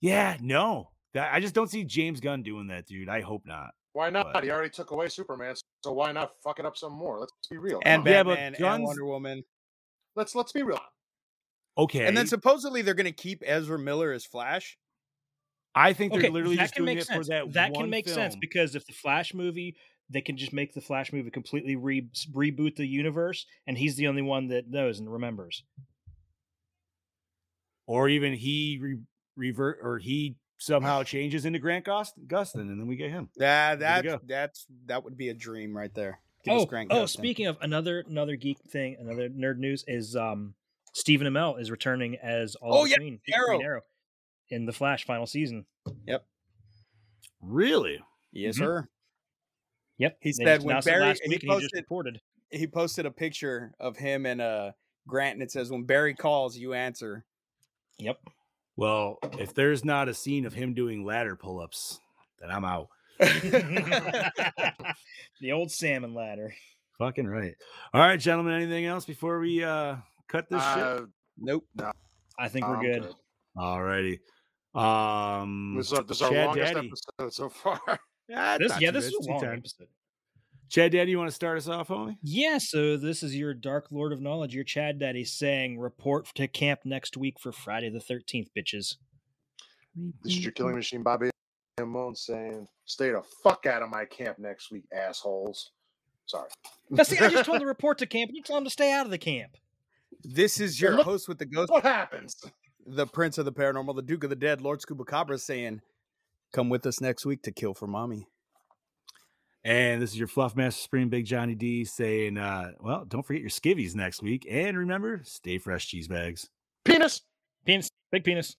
Speaker 3: yeah, no. That, I just don't see James Gunn doing that, dude. I hope not.
Speaker 5: Why not?
Speaker 3: But-
Speaker 5: He already took away Superman, so why not fuck it up some more? Let's be real.
Speaker 6: And
Speaker 5: Come on.
Speaker 3: Yeah, but
Speaker 6: Batman and
Speaker 3: guns-
Speaker 6: Wonder Woman,
Speaker 5: let's let's be real.
Speaker 3: Okay.
Speaker 6: and then supposedly they're gonna keep Ezra Miller as Flash.
Speaker 3: I think they're
Speaker 4: Okay,
Speaker 3: literally
Speaker 4: that
Speaker 3: just
Speaker 4: can
Speaker 3: doing
Speaker 4: make
Speaker 3: it for
Speaker 4: sense.
Speaker 3: that. one
Speaker 4: can make sense
Speaker 3: film.
Speaker 4: because if the Flash movie, they can just make the Flash movie completely re- reboot the universe, and he's the only one that knows and remembers.
Speaker 3: or even he re- revert or he
Speaker 4: (sighs)
Speaker 3: somehow changes into Grant Gost- Gustin and then we get him. There
Speaker 6: Yeah,
Speaker 3: we
Speaker 6: that's
Speaker 3: go.
Speaker 6: that's that would be a dream right there.
Speaker 4: oh,
Speaker 6: Grant
Speaker 4: oh
Speaker 6: Gustin.
Speaker 4: speaking of another another geek thing, another nerd news is um Stephen Amell is returning as Oliver
Speaker 6: Oh, yeah,
Speaker 4: Queen, Green
Speaker 6: Arrow.
Speaker 4: Arrow in the Flash final season.
Speaker 3: Really?
Speaker 6: yes,
Speaker 4: Mhm.
Speaker 6: sir.
Speaker 4: Yep,
Speaker 6: He
Speaker 4: they
Speaker 6: said
Speaker 4: just
Speaker 6: when
Speaker 4: announced it
Speaker 6: Barry-
Speaker 4: last
Speaker 6: he
Speaker 4: week and he just
Speaker 6: posted-
Speaker 4: reported.
Speaker 6: he posted a picture of him and uh Grant, and it says, "When Barry calls, you answer."
Speaker 4: Yep,
Speaker 3: Well, if there's not a scene of him doing ladder pull-ups, then I'm out.
Speaker 4: (laughs) the old salmon ladder.
Speaker 3: Fucking right. All right, gentlemen. Anything else before we uh cut this shit?
Speaker 5: Uh,
Speaker 6: Nope.
Speaker 4: I think we're
Speaker 5: I'm
Speaker 4: good.
Speaker 3: All righty. Um
Speaker 5: This is, our- this is our
Speaker 3: Chad
Speaker 5: longest
Speaker 3: Daddy.
Speaker 5: episode so far. (laughs)
Speaker 3: Ah, it's
Speaker 4: This,
Speaker 3: not
Speaker 4: yeah,
Speaker 3: too
Speaker 4: this
Speaker 3: bad.
Speaker 4: is
Speaker 3: It's
Speaker 4: a
Speaker 3: two
Speaker 4: long
Speaker 3: times.
Speaker 4: episode.
Speaker 3: Chad Daddy, you want to start us off, homie?
Speaker 4: Yeah, so this is your Dark Lord of Knowledge, your Chad Daddy saying, report to camp next week for Friday the 13th, bitches.
Speaker 5: This is your killing machine, Bobby Moan saying, "Stay the fuck out of my camp next week, assholes." Sorry.
Speaker 4: Now, see,
Speaker 5: (laughs)
Speaker 4: I just told them to report to camp, and you tell them to stay out of the camp.
Speaker 6: This is your
Speaker 5: look-
Speaker 6: host with the ghost,
Speaker 5: what happens.
Speaker 6: the Prince of the Paranormal, the Duke of the Dead, Lord Scuba Cobra, saying, "Come with us next week to kill for mommy."
Speaker 3: And this is your Fluff Master Supreme Big Johnny D saying, uh, well, don't forget your skivvies next week. And remember, stay fresh, cheese bags.
Speaker 5: Penis.
Speaker 4: Penis, big penis.